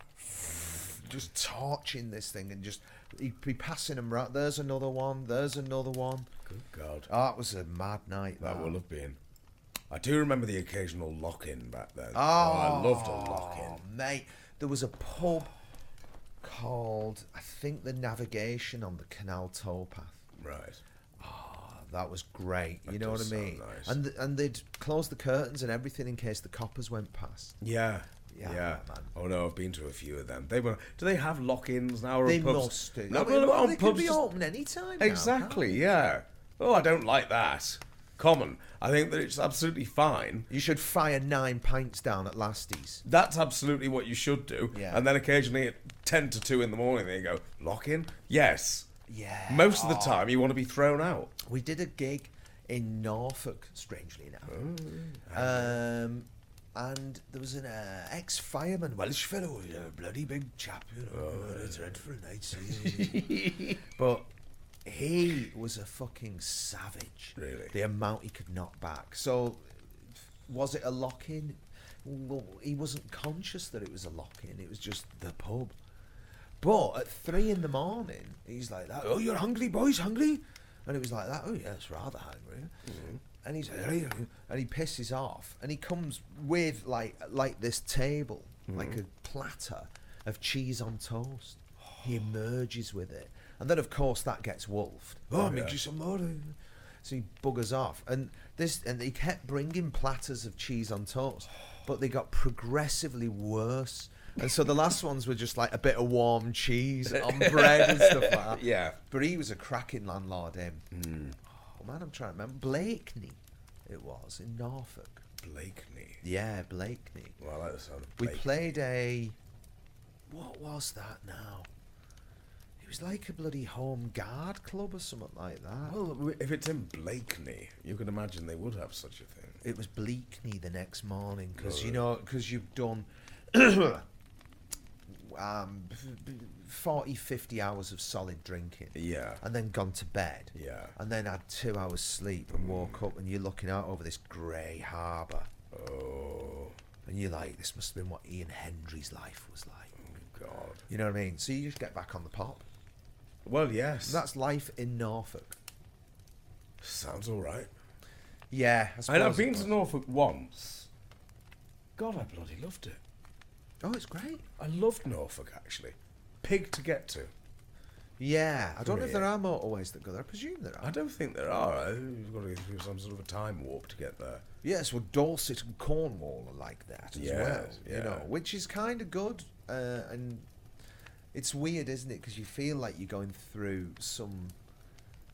Speaker 2: just torching this thing, and just he'd be passing them round. There's another one. There's another one.
Speaker 3: Good God,
Speaker 2: Oh, it was a mad night.
Speaker 3: that
Speaker 2: that.
Speaker 3: will have been. I do remember the occasional lock-in back then. Oh, I loved a lock-in.
Speaker 2: mate, there was a pub called I think the Navigation on the Canal Towpath.
Speaker 3: Right.
Speaker 2: That was great. You
Speaker 3: Oh, That
Speaker 2: know what I
Speaker 3: does sound
Speaker 2: mean?
Speaker 3: nice.
Speaker 2: And th- and they'd close the curtains and everything in case the coppers went past.
Speaker 3: Yeah.
Speaker 2: Yeah, man.
Speaker 3: Oh no, I've been to a few of them. They were. Do they have lock-ins now? Or
Speaker 2: they
Speaker 3: pubs?
Speaker 2: must do.
Speaker 3: No,
Speaker 2: I
Speaker 3: but
Speaker 2: mean, well,
Speaker 3: on
Speaker 2: they could
Speaker 3: pubs
Speaker 2: be
Speaker 3: just-
Speaker 2: open any time. now, can't
Speaker 3: Exactly. Yeah. Oh, I don't like that. Common. I think that it's absolutely fine.
Speaker 2: they? You should fire nine pints down at Lasties.
Speaker 3: That's absolutely what you should do.
Speaker 2: Yeah.
Speaker 3: And then occasionally at ten to two in the morning, they go lock in. Yes.
Speaker 2: Yeah.
Speaker 3: Most of the time, you want to be thrown out.
Speaker 2: We did a gig in Norfolk, strangely enough. Um, and there was an uh, ex fireman, Welsh fellow, a bloody big chap, you know, had a dreadful night. season. but he was a fucking savage.
Speaker 3: Really?
Speaker 2: The amount he could knock back. So, was it a lock in? Well, he wasn't conscious that it was a lock in, it was just the pub. But at three in the morning, he's like that. Oh, you're hungry, boys, hungry? And it was like that. Oh, yeah, it's rather hungry. And he's like, "Hey," and he pisses off, and he comes with like like this table, like a platter of cheese on toast. He emerges with it, and then of course that gets wolfed. Oh, I'll make you some more. So he buggers off, and this, and he kept bringing platters of cheese on toast, but they got progressively worse. And so the last ones were just like a bit of warm cheese on bread and stuff like that.
Speaker 3: Yeah. Hmm.
Speaker 2: but he was a cracking landlord. Him. Oh man, I'm trying to remember Blakeney. It was in Norfolk.
Speaker 3: Blakeney.
Speaker 2: Yeah, Blakeney.
Speaker 3: Well, that sounds.
Speaker 2: We
Speaker 3: Blake-
Speaker 2: played a. What was that now? It was like a bloody home guard club or something like that.
Speaker 3: Well, if it's in Blakeney, you can imagine they would have such a thing.
Speaker 2: it was Bleakney the next morning because you know because you've done um, 40 50 hours of solid drinking
Speaker 3: Yeah.
Speaker 2: and then gone to bed
Speaker 3: Yeah.
Speaker 2: and then had two hours sleep and woke up and you're looking out over this grey harbour
Speaker 3: Oh
Speaker 2: and you're like this must have been what Ian Hendry's life was like
Speaker 3: God.
Speaker 2: you know what I mean so you just get back on the pop
Speaker 3: Well, yes. That
Speaker 2: that's life in Norfolk
Speaker 3: sounds all right.
Speaker 2: yeah
Speaker 3: I mean, I've
Speaker 2: suppose it
Speaker 3: been
Speaker 2: was.
Speaker 3: to Norfolk once. God, I bloody loved it.
Speaker 2: oh it's great
Speaker 3: I loved Norfolk actually. pig to get to.
Speaker 6: Yeah, I don't know if there are motorways that go there. I presume there
Speaker 3: I
Speaker 6: are.
Speaker 3: don't think there are. I think You've got to go through some sort of a time warp to get there.
Speaker 6: Yes, well, Dorset and Cornwall are like that as well.
Speaker 3: Yes, yeah.
Speaker 6: You know, which is kind of good, uh, and it's weird, isn't it? Because you feel like you're going through some,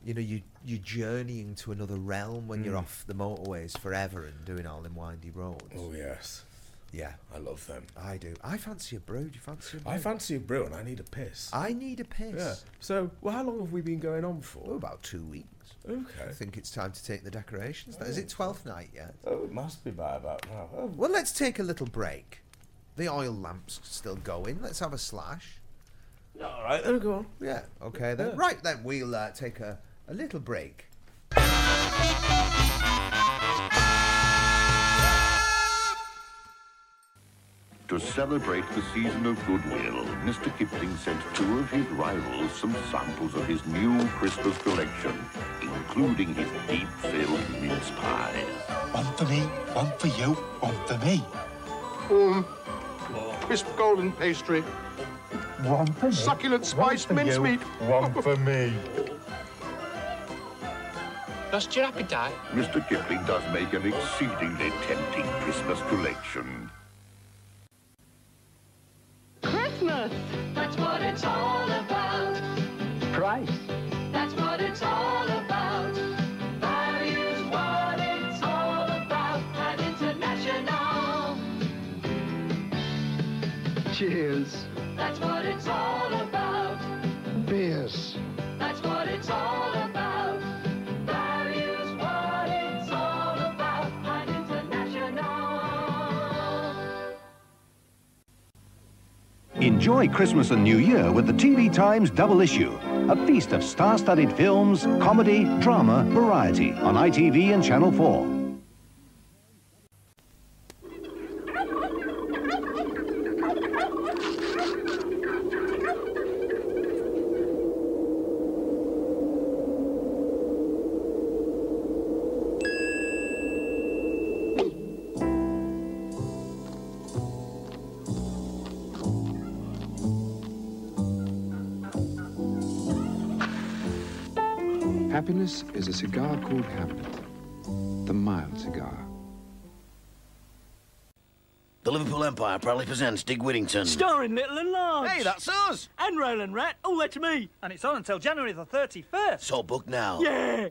Speaker 6: you know, you you're journeying to another realm when
Speaker 3: Hmm.
Speaker 6: you're off the motorways forever and doing all them windy roads.
Speaker 3: Oh yes,
Speaker 6: Yeah,
Speaker 3: I love them.
Speaker 6: I do. I fancy a brew. Do you fancy a brew?
Speaker 3: I Ah, fancy a brew and I need a piss.
Speaker 6: I need a piss.
Speaker 3: yeah. So, well, how long have we been going on
Speaker 6: Oh,
Speaker 3: for?
Speaker 6: about two weeks. I
Speaker 3: Oh, Okay.
Speaker 6: think it's time to take the decorations. Now, Is it twelfth night yet?
Speaker 3: Oh, it must be by about now. Oh,
Speaker 6: Well, let's take a little break. The oil lamp's still going. Let's have a slash.
Speaker 3: all right.
Speaker 2: Oh,
Speaker 3: Then go on.
Speaker 6: Yeah, okay then.
Speaker 3: Yeah.
Speaker 6: Right then, we'll uh, take a, a little break.
Speaker 7: To celebrate the season of goodwill, Mr. Kipling sent two of his rivals some samples of his new Christmas collection, including his deep-filled mince pies.
Speaker 8: One for me, one for you, one for me.
Speaker 9: crisp golden pastry,
Speaker 8: One for me.
Speaker 9: Succulent
Speaker 8: one
Speaker 9: spiced
Speaker 8: for you,
Speaker 9: mincemeat.
Speaker 8: One for me.
Speaker 10: Lost your appetite?
Speaker 7: Mr. Kipling does make an exceedingly tempting Christmas collection.
Speaker 11: Christmas. That's what it's all about.
Speaker 8: Price.
Speaker 11: That's what it's all about. Values what it's all about at International.
Speaker 8: Cheers.
Speaker 11: That's what it's all about.
Speaker 8: Beers.
Speaker 11: That's what it's all about. Values what it's all about at International.
Speaker 1: Enjoy Christmas and New Year with the TV Times double issue. A feast of star studded films, comedy, drama, variety on ITV and Channel 4.
Speaker 8: Happiness is a cigar called Hamlet, the mild cigar.
Speaker 10: The Liverpool Empire proudly presents Dick Whittington.
Speaker 5: Starring Little and Large.
Speaker 10: Hey, that's us!
Speaker 5: And Roland Rat. Oh, that's me. And it's on until January the 31st.
Speaker 10: So book now.
Speaker 5: Yeah.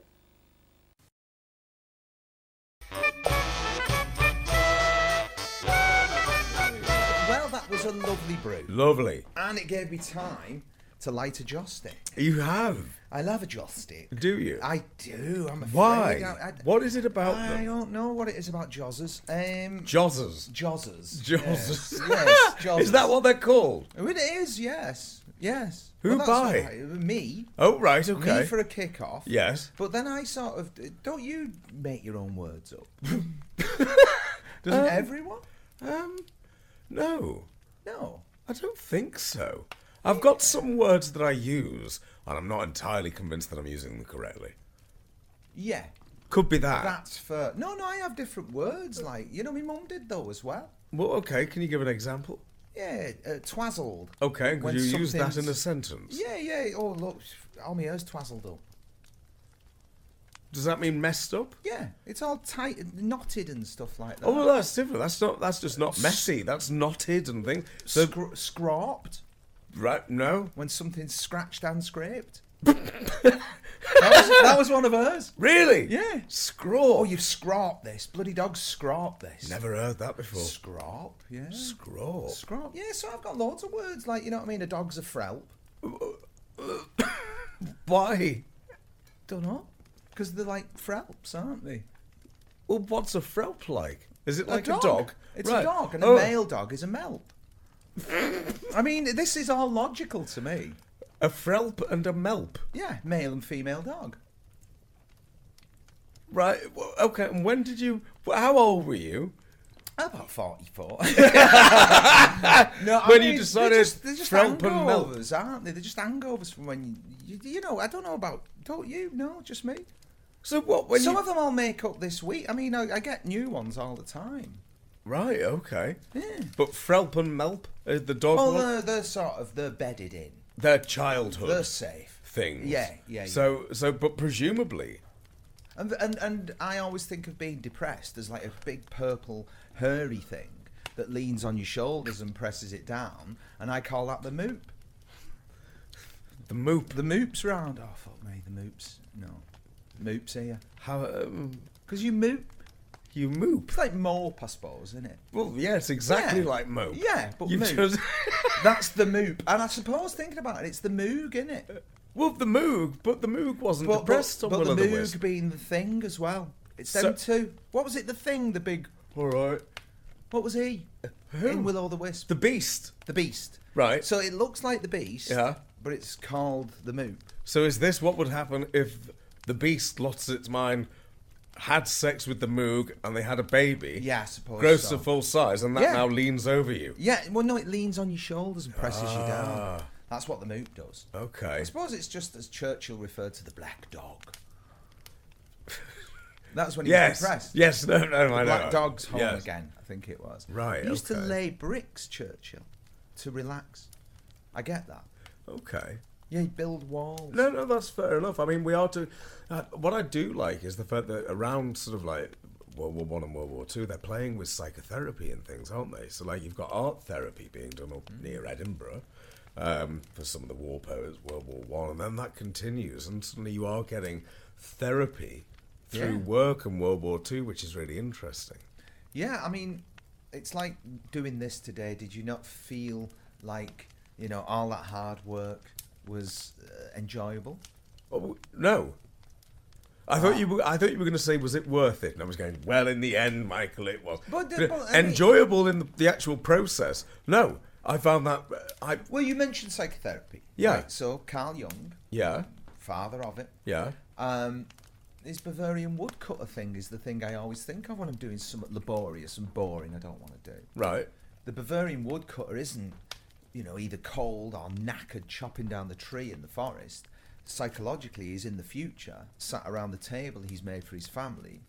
Speaker 6: Well, that was a lovely brew.
Speaker 3: Lovely.
Speaker 2: And it gave me time to light a joss stick.
Speaker 3: You have.
Speaker 2: I love a joss stick.
Speaker 3: Do you?
Speaker 2: I do. I'm afraid.
Speaker 3: Why?
Speaker 2: I, I,
Speaker 3: what is it about
Speaker 2: I
Speaker 3: them?
Speaker 2: don't know what it is about jozzers. Um,
Speaker 3: Jozzers.
Speaker 2: jozzers.
Speaker 3: Jozzers.
Speaker 2: Yes, yes jozzers.
Speaker 3: Is that what they're called?
Speaker 2: Oh, it is, yes. Yes.
Speaker 3: Who
Speaker 2: that's
Speaker 3: by?
Speaker 2: what I- me.
Speaker 3: Oh, right. Okay.
Speaker 2: Me for a kick-off.
Speaker 3: yes.
Speaker 2: But then I sort of don't you make your own words up? Doesn't
Speaker 3: Um,
Speaker 2: everyone?
Speaker 3: Um, no,
Speaker 2: No.
Speaker 3: I don't think so. I've got some words that I use, and I'm not entirely convinced that I'm using them correctly.
Speaker 2: Yeah.
Speaker 3: Could be that.
Speaker 2: That's for no, no. I have different words. Like you know, my mum did though as well.
Speaker 3: Well, okay. Can you give an example?
Speaker 2: Yeah, uh, twazzled.
Speaker 3: Okay. Could
Speaker 2: When
Speaker 3: you use that
Speaker 2: something's-
Speaker 3: in a sentence?
Speaker 2: Yeah, yeah. Oh look, all my hair's twazzled up.
Speaker 3: Does that mean messed up?
Speaker 2: Yeah, it's all tight, and knotted and stuff like that.
Speaker 3: Oh, well, that's different. That's not. That's just not messy. That's knotted and things. So,
Speaker 2: Scr- scrapped
Speaker 3: right? No.
Speaker 2: when something's scratched and scraped. that, was, that was one of hers.
Speaker 3: Really?
Speaker 2: Yeah.
Speaker 3: Scraw.
Speaker 2: Oh, you've scrapped this. Bloody dog scrapped this.
Speaker 3: Never heard that before.
Speaker 2: Scrap, yeah.
Speaker 3: Scraw.
Speaker 2: Scrap, yeah. So I've got loads of words like you know what I mean. A dog's a frelp.
Speaker 3: Why?
Speaker 2: Don't know, because they're like frelps, aren't they?
Speaker 3: Well, what's a frelp like? Is it like a dog?
Speaker 2: It's
Speaker 3: Right.
Speaker 2: a dog, and
Speaker 3: Oh,
Speaker 2: a male dog is a melp. I mean, this is all logical to me.
Speaker 3: A frelp and a melp.
Speaker 2: Yeah, male and female dog.
Speaker 3: Right. well, Okay. And when did you? wh- How old were you
Speaker 2: About forty-four.
Speaker 3: when
Speaker 2: I mean,
Speaker 3: you
Speaker 2: they're
Speaker 3: decided
Speaker 2: just, they're just
Speaker 3: frelp and melp?
Speaker 2: hangovers, aren't they? They're just hangovers from when you, you, you know. I don't know about. Don't you? No, just me.
Speaker 3: So what? When
Speaker 2: Some
Speaker 3: you?
Speaker 2: of them I'll make up this week. I mean, I, I get new ones all the time.
Speaker 3: Right, okay. But Frelp and Melp, uh, the dog.
Speaker 2: Well,
Speaker 3: one-
Speaker 2: they're, they're sort of they're bedded in.
Speaker 3: They're childhood.
Speaker 2: They're safe.
Speaker 3: things.
Speaker 2: Yeah, yeah,
Speaker 3: So, so, but presumably,
Speaker 2: And, and and I always think of being depressed as like a big purple hairy thing that leans on your shoulders and presses it down, and I call that the moop.
Speaker 3: The moop.
Speaker 2: The moop's round. Oh fuck me, the moop's no, moop's here.
Speaker 3: How? Because
Speaker 2: you moop.
Speaker 3: You moop. It's
Speaker 2: like mope, I suppose, isn't it?
Speaker 3: Well, yeah, it's exactly
Speaker 2: Yeah.
Speaker 3: like mope.
Speaker 2: Yeah, but
Speaker 3: You
Speaker 2: moop.
Speaker 3: just-
Speaker 2: That's the moop, and I suppose thinking about it, it's the moog, isn't it?
Speaker 3: Well, the moog, but the moog wasn't
Speaker 2: but,
Speaker 3: depressed
Speaker 2: But,
Speaker 3: on
Speaker 2: but
Speaker 3: Will
Speaker 2: the
Speaker 3: o' the
Speaker 2: moog
Speaker 3: Wisp.
Speaker 2: being the thing as well. It's
Speaker 3: So-
Speaker 2: them two. What was it? The thing, the big.
Speaker 3: All right.
Speaker 2: What was he?
Speaker 3: Who?
Speaker 2: In Will o' the Wisp.
Speaker 3: The Beast.
Speaker 2: The Beast.
Speaker 3: Right.
Speaker 2: So it looks like the Beast.
Speaker 3: Yeah.
Speaker 2: But it's called the moop.
Speaker 3: So is this what would happen if the beast lost its mind, had sex with the moog, and they had a baby?
Speaker 2: Yeah, I suppose
Speaker 3: Grows
Speaker 2: so.
Speaker 3: to full size, and that
Speaker 2: Yeah.
Speaker 3: now leans over you.
Speaker 2: Yeah. Well, no, it leans on your shoulders and presses you down.
Speaker 3: Ah.
Speaker 2: That's what the moop does.
Speaker 3: Okay.
Speaker 2: I suppose it's just as Churchill referred to the black dog. That's when he was
Speaker 3: Yes.
Speaker 2: depressed.
Speaker 3: Yes, no, no,
Speaker 2: the
Speaker 3: I know.
Speaker 2: Black dog's home
Speaker 3: Yes.
Speaker 2: again. I think it was.
Speaker 3: Right,
Speaker 2: He used
Speaker 3: okay.
Speaker 2: to lay bricks, Churchill, to relax. I get that.
Speaker 3: Okay.
Speaker 2: Yeah, he'd build walls.
Speaker 3: No, no, that's fair enough. I mean, we are to. Uh, what I do like is the fact that around sort of like World War One and World War Two, they're playing with psychotherapy and things, aren't they? So like, you've got art therapy being done up near Edinburgh um, for some of the war poets, World War One, and then that continues, and suddenly you are getting therapy through
Speaker 2: Yeah.
Speaker 3: work and World War Two, which is really interesting.
Speaker 2: Yeah, I mean, it's like doing this today. Did you not feel like you know all that hard work was uh, enjoyable?
Speaker 3: Oh, no. I thought you. Were, I thought you were going to say, "Was it worth it?" And I was going, "Well, in the end, Michael, it was."
Speaker 2: But the- but I mean-
Speaker 3: enjoyable in the, the actual process. No, I found that. uh, I
Speaker 2: Well, you mentioned psychotherapy.
Speaker 3: Yeah.
Speaker 2: Right, so Carl Jung,
Speaker 3: yeah
Speaker 2: father of it,
Speaker 3: yeah.
Speaker 2: Um, this Bavarian woodcutter thing is the thing I always think of when I'm doing something laborious and boring I don't want to do.
Speaker 3: Right.
Speaker 2: The Bavarian woodcutter isn't, you know, either cold or knackered chopping down the tree in the forest. Psychologically, he's in the future, sat around the table he's made for his family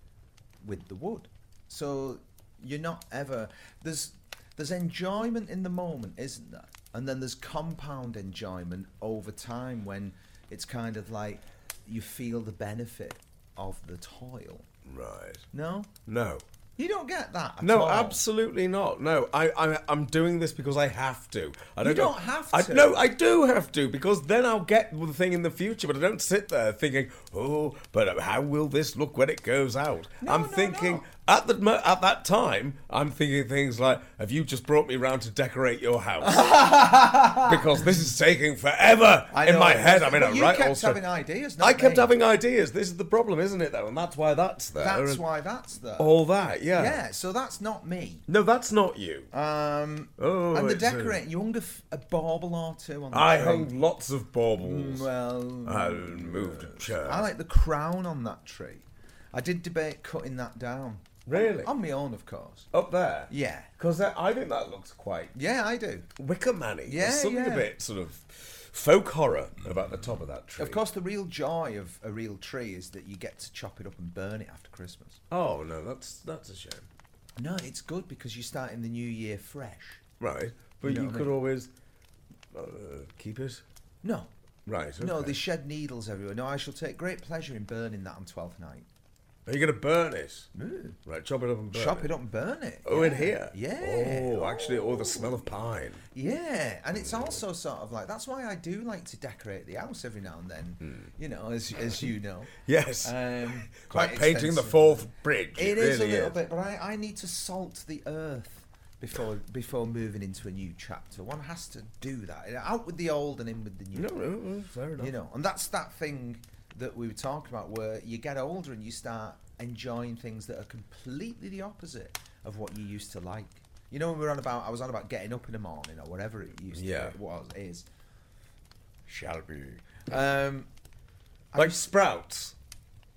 Speaker 2: with the wood. So you're not ever there's there's enjoyment in the moment, isn't there? And then there's compound enjoyment over time when it's kind of like you feel the benefit of the toil.
Speaker 3: Right.
Speaker 2: No,
Speaker 3: No.
Speaker 2: you don't get that. At
Speaker 3: No,
Speaker 2: all.
Speaker 3: absolutely not. No, I, I, I'm doing this because I have to. I don't
Speaker 2: You
Speaker 3: go-
Speaker 2: don't have
Speaker 3: I-
Speaker 2: to.
Speaker 3: no, I do have to because then I'll get the thing in the future. But I don't sit there thinking, oh, but how will this look when it goes out? I'm
Speaker 2: no,
Speaker 3: thinking
Speaker 2: no.
Speaker 3: at the mo- at that time, I'm thinking things like, have you just brought me round to decorate your house? because this is taking forever
Speaker 2: I
Speaker 3: in
Speaker 2: know.
Speaker 3: my head. I'm in
Speaker 2: But
Speaker 3: a
Speaker 2: you
Speaker 3: right.
Speaker 2: kept
Speaker 3: old
Speaker 2: having
Speaker 3: stra-
Speaker 2: ideas, not
Speaker 3: I kept
Speaker 2: me.
Speaker 3: having ideas. This is the problem, isn't it? Though, and that's why that's there.
Speaker 2: That's
Speaker 3: and
Speaker 2: why that's there.
Speaker 3: All that, Oh, yeah.
Speaker 2: yeah, so that's not me.
Speaker 3: No, that's not you.
Speaker 2: Um,
Speaker 3: Oh,
Speaker 2: and the
Speaker 3: it's a-
Speaker 2: decorating, you hung a, f- a bauble or two on the
Speaker 3: I
Speaker 2: tree.
Speaker 3: hung lots of
Speaker 2: Mm,
Speaker 3: baubles.
Speaker 2: Well,
Speaker 3: I moved a chair.
Speaker 2: I like the crown on that tree. I did debate cutting that down.
Speaker 3: Really?
Speaker 2: On my own, of course.
Speaker 3: Up there?
Speaker 2: Yeah.
Speaker 3: Because I think that looks quite
Speaker 2: Yeah, I do.
Speaker 3: wicker manny.
Speaker 2: Yeah,
Speaker 3: There's something
Speaker 2: yeah.
Speaker 3: a bit sort of folk horror about the top of that tree.
Speaker 2: Of course, the real joy of a real tree is that you get to chop it up and burn it after Christmas.
Speaker 3: Oh, no, that's that's a shame.
Speaker 2: No, it's good because you're starting the new year fresh.
Speaker 3: Right. But
Speaker 2: know
Speaker 3: you
Speaker 2: what I
Speaker 3: could
Speaker 2: mean?
Speaker 3: always uh, keep it.
Speaker 2: No.
Speaker 3: Right.
Speaker 2: No,
Speaker 3: okay.
Speaker 2: they shed needles everywhere. No, I shall take great pleasure in burning that on Twelfth Night.
Speaker 3: Are you going to burn it? Right, chop it up and burn
Speaker 2: Hmm? Chop
Speaker 3: it.
Speaker 2: it up and burn it.
Speaker 3: Oh, in here?
Speaker 2: Yeah.
Speaker 3: Oh, actually, oh, the smell of pine.
Speaker 2: Yeah, and it's also sort of like that's why I do like to decorate the house every now and then. You know, as as you know.
Speaker 3: Hmm. Yes.
Speaker 2: Um,
Speaker 3: like
Speaker 2: quite
Speaker 3: painting the
Speaker 2: extensive.
Speaker 3: fourth bridge. It,
Speaker 2: It is
Speaker 3: really
Speaker 2: a little bit, but I, I need to salt the earth before before moving into a new chapter. One has to do that. Out with the old and in with the new.
Speaker 3: No, no, no, fair enough.
Speaker 2: You know, and that's that thing that we were talking about where you get older and you start enjoying things that are completely the opposite of what you used to like. You know, when we were on about, I was on about getting up in the morning or whatever it used
Speaker 3: Yeah.
Speaker 2: to be, was, is.
Speaker 3: Shall be.
Speaker 2: Um,
Speaker 3: Like sprouts.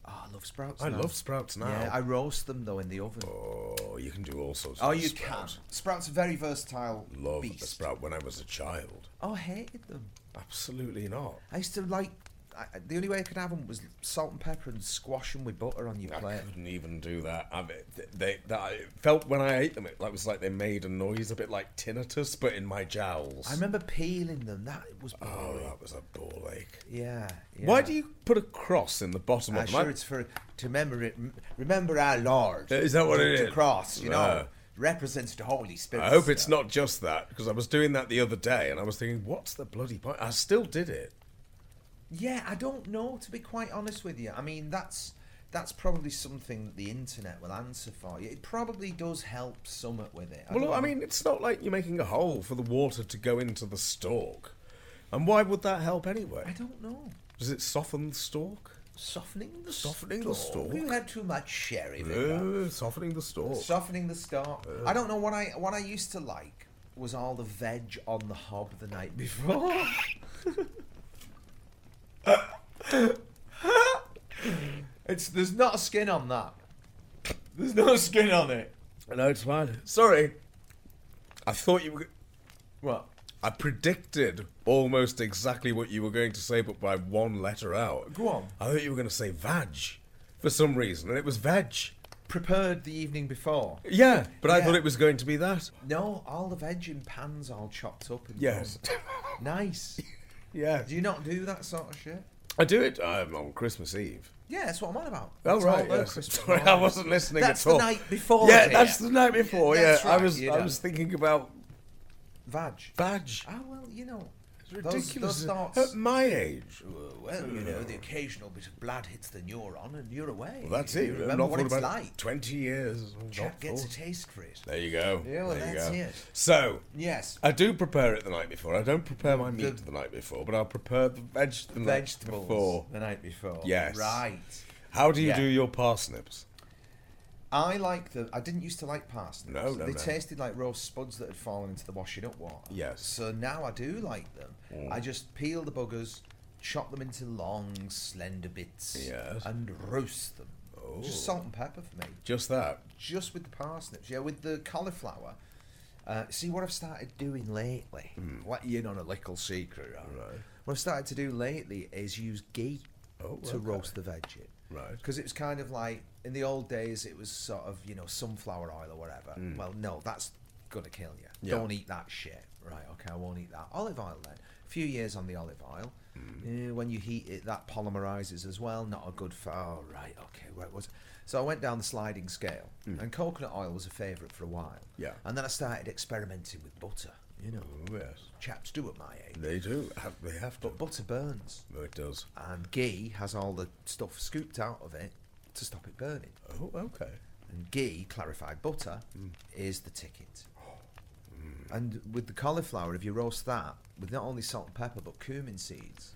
Speaker 2: oh, I love sprouts.
Speaker 3: I
Speaker 2: now.
Speaker 3: love sprouts now.
Speaker 2: Yeah, I roast them though in the oven.
Speaker 3: Oh, you can do all sorts.
Speaker 2: Oh,
Speaker 3: of
Speaker 2: you
Speaker 3: sprouts.
Speaker 2: can. Sprouts are very versatile.
Speaker 3: Love
Speaker 2: beast.
Speaker 3: the sprout when I was a child.
Speaker 2: Oh, I hated them.
Speaker 3: Absolutely not.
Speaker 2: I used to like I, I- the only way I could have them was salt and pepper and squash them with butter on your
Speaker 3: I
Speaker 2: plate.
Speaker 3: couldn't even do that. I mean, th- they, that I felt when I ate them, it like, was like they made a noise, a bit like tinnitus, but in my jowls.
Speaker 2: I remember peeling them. That was
Speaker 3: Oh, that was a ball ache.
Speaker 2: yeah.
Speaker 3: Why
Speaker 2: yeah.
Speaker 3: do you put a cross in the bottom
Speaker 2: I'm
Speaker 3: of
Speaker 2: sure
Speaker 3: my-
Speaker 2: it's for to remember remember our Lord.
Speaker 3: Is that what
Speaker 2: the,
Speaker 3: it
Speaker 2: the
Speaker 3: is?
Speaker 2: cross, you
Speaker 3: Yeah.
Speaker 2: know, represents the Holy Spirit.
Speaker 3: I hope it's not just that because I was doing that the other day and I was thinking, what's the bloody point? I still did it.
Speaker 2: Yeah, I don't know to be quite honest with you. I mean, that's that's probably something that the internet will answer for you. It probably does help somewhat with it.
Speaker 3: well,
Speaker 2: don't
Speaker 3: I
Speaker 2: know.
Speaker 3: mean, it's not like you're making a hole for the water to go into the stalk, and why would that help
Speaker 2: I
Speaker 3: anyway?
Speaker 2: don't know.
Speaker 3: Does it soften the stalk?
Speaker 2: Softening the
Speaker 3: Softening the stalk.
Speaker 2: You had too much sherry. Vicar.
Speaker 3: Uh, softening the stalk.
Speaker 2: Softening the stalk.
Speaker 3: Uh.
Speaker 2: I don't know what I what I used to like was all the veg on the hob the night before. it's there's not a skin on that. There's no skin on it.
Speaker 3: no, it's fine. Sorry, I thought you were. g-
Speaker 2: What?
Speaker 3: I predicted almost exactly what you were going to say, but by one letter out.
Speaker 2: Go on.
Speaker 3: I thought you were going to say vag for some reason, and it was veg.
Speaker 2: Prepared the evening before.
Speaker 3: Yeah, but I
Speaker 2: Yeah.
Speaker 3: thought it was going to be that.
Speaker 2: No, all the veg in pans all chopped up. And
Speaker 3: Yes.
Speaker 2: done. nice.
Speaker 3: Yeah.
Speaker 2: Do you not do that sort of shit?
Speaker 3: I do it um, on Christmas Eve.
Speaker 2: Yeah, that's what I'm on about.
Speaker 3: Oh,
Speaker 2: It's
Speaker 3: right,
Speaker 2: all over
Speaker 3: yes.
Speaker 2: Christmas
Speaker 3: Sorry,
Speaker 2: morning.
Speaker 3: I wasn't listening
Speaker 2: That's
Speaker 3: at all.
Speaker 2: the night before.
Speaker 3: yeah,
Speaker 2: dear.
Speaker 3: that's the night before. Yeah,
Speaker 2: That's
Speaker 3: I
Speaker 2: right,
Speaker 3: was.
Speaker 2: you
Speaker 3: I
Speaker 2: know.
Speaker 3: was thinking about
Speaker 2: Vag.
Speaker 3: badge.
Speaker 2: Ah, well, you know.
Speaker 3: It's
Speaker 2: those-
Speaker 3: ridiculous Uh,
Speaker 2: Those, thoughts.
Speaker 3: at my age.
Speaker 2: well, you know, the occasional bit of blood hits the neuron and you're away.
Speaker 3: Mm. Well, that's
Speaker 2: You
Speaker 3: it.
Speaker 2: Remember
Speaker 3: not
Speaker 2: what
Speaker 3: thought
Speaker 2: it's
Speaker 3: about it.
Speaker 2: like.
Speaker 3: Twenty years.
Speaker 2: Chap
Speaker 3: not
Speaker 2: gets a
Speaker 3: thought.
Speaker 2: taste for it.
Speaker 3: There you go.
Speaker 2: Yeah, well,
Speaker 3: there you
Speaker 2: that's
Speaker 3: go.
Speaker 2: it.
Speaker 3: So
Speaker 2: Yes.
Speaker 3: I do prepare it the night before. I don't prepare my meat
Speaker 2: The-
Speaker 3: the night before, but I'll prepare the veg the night
Speaker 2: Vegetables.
Speaker 3: before.
Speaker 2: The night before.
Speaker 3: Yes.
Speaker 2: Right.
Speaker 3: How do you
Speaker 2: Yeah.
Speaker 3: do your parsnips?
Speaker 2: I like the. I didn't used to like parsnips.
Speaker 3: No, no,
Speaker 2: They
Speaker 3: no.
Speaker 2: tasted like roast spuds that had fallen into the washing up water.
Speaker 3: Yes. Mm.
Speaker 2: So now I do like them. I just peel the buggers, chop them into long, slender bits.
Speaker 3: Yes. Oh.
Speaker 2: And roast them. Just salt and pepper for me.
Speaker 3: Just that.
Speaker 2: Just with the parsnips. Yeah, with the cauliflower. Uh, see what I've started doing lately.
Speaker 3: Hmm.
Speaker 2: What you in on a little secret, right? What I've started to do lately is use ghee
Speaker 3: Oh,
Speaker 2: to
Speaker 3: okay.
Speaker 2: roast the veg in.
Speaker 3: Right.
Speaker 2: Because it was kind of like in the old days, it was sort of you know sunflower oil or whatever. Well, no, that's gonna kill you.
Speaker 3: Hmm. Yeah.
Speaker 2: Don't eat that shit. Right? Okay, I won't eat that. Olive oil then. A few years on the olive oil.
Speaker 3: Hmm.
Speaker 2: Eh, when you heat it, that polymerizes as well. Not a good for. Oh right. Okay. Where was? It? So I went down the sliding scale, and coconut oil was a favorite for a while.
Speaker 3: Hmm. Yeah.
Speaker 2: And then I started experimenting with butter. You know,
Speaker 3: Oh, yes.
Speaker 2: chaps do at my age.
Speaker 3: They do. Have, they have to.
Speaker 2: But butter burns
Speaker 3: Oh, it does.
Speaker 2: and ghee has all the stuff scooped out of it to stop it burning.
Speaker 3: Oh, okay.
Speaker 2: And ghee, clarified butter,
Speaker 3: Mm.
Speaker 2: is the ticket. And with the cauliflower, if you roast that with not only salt and pepper but cumin seeds,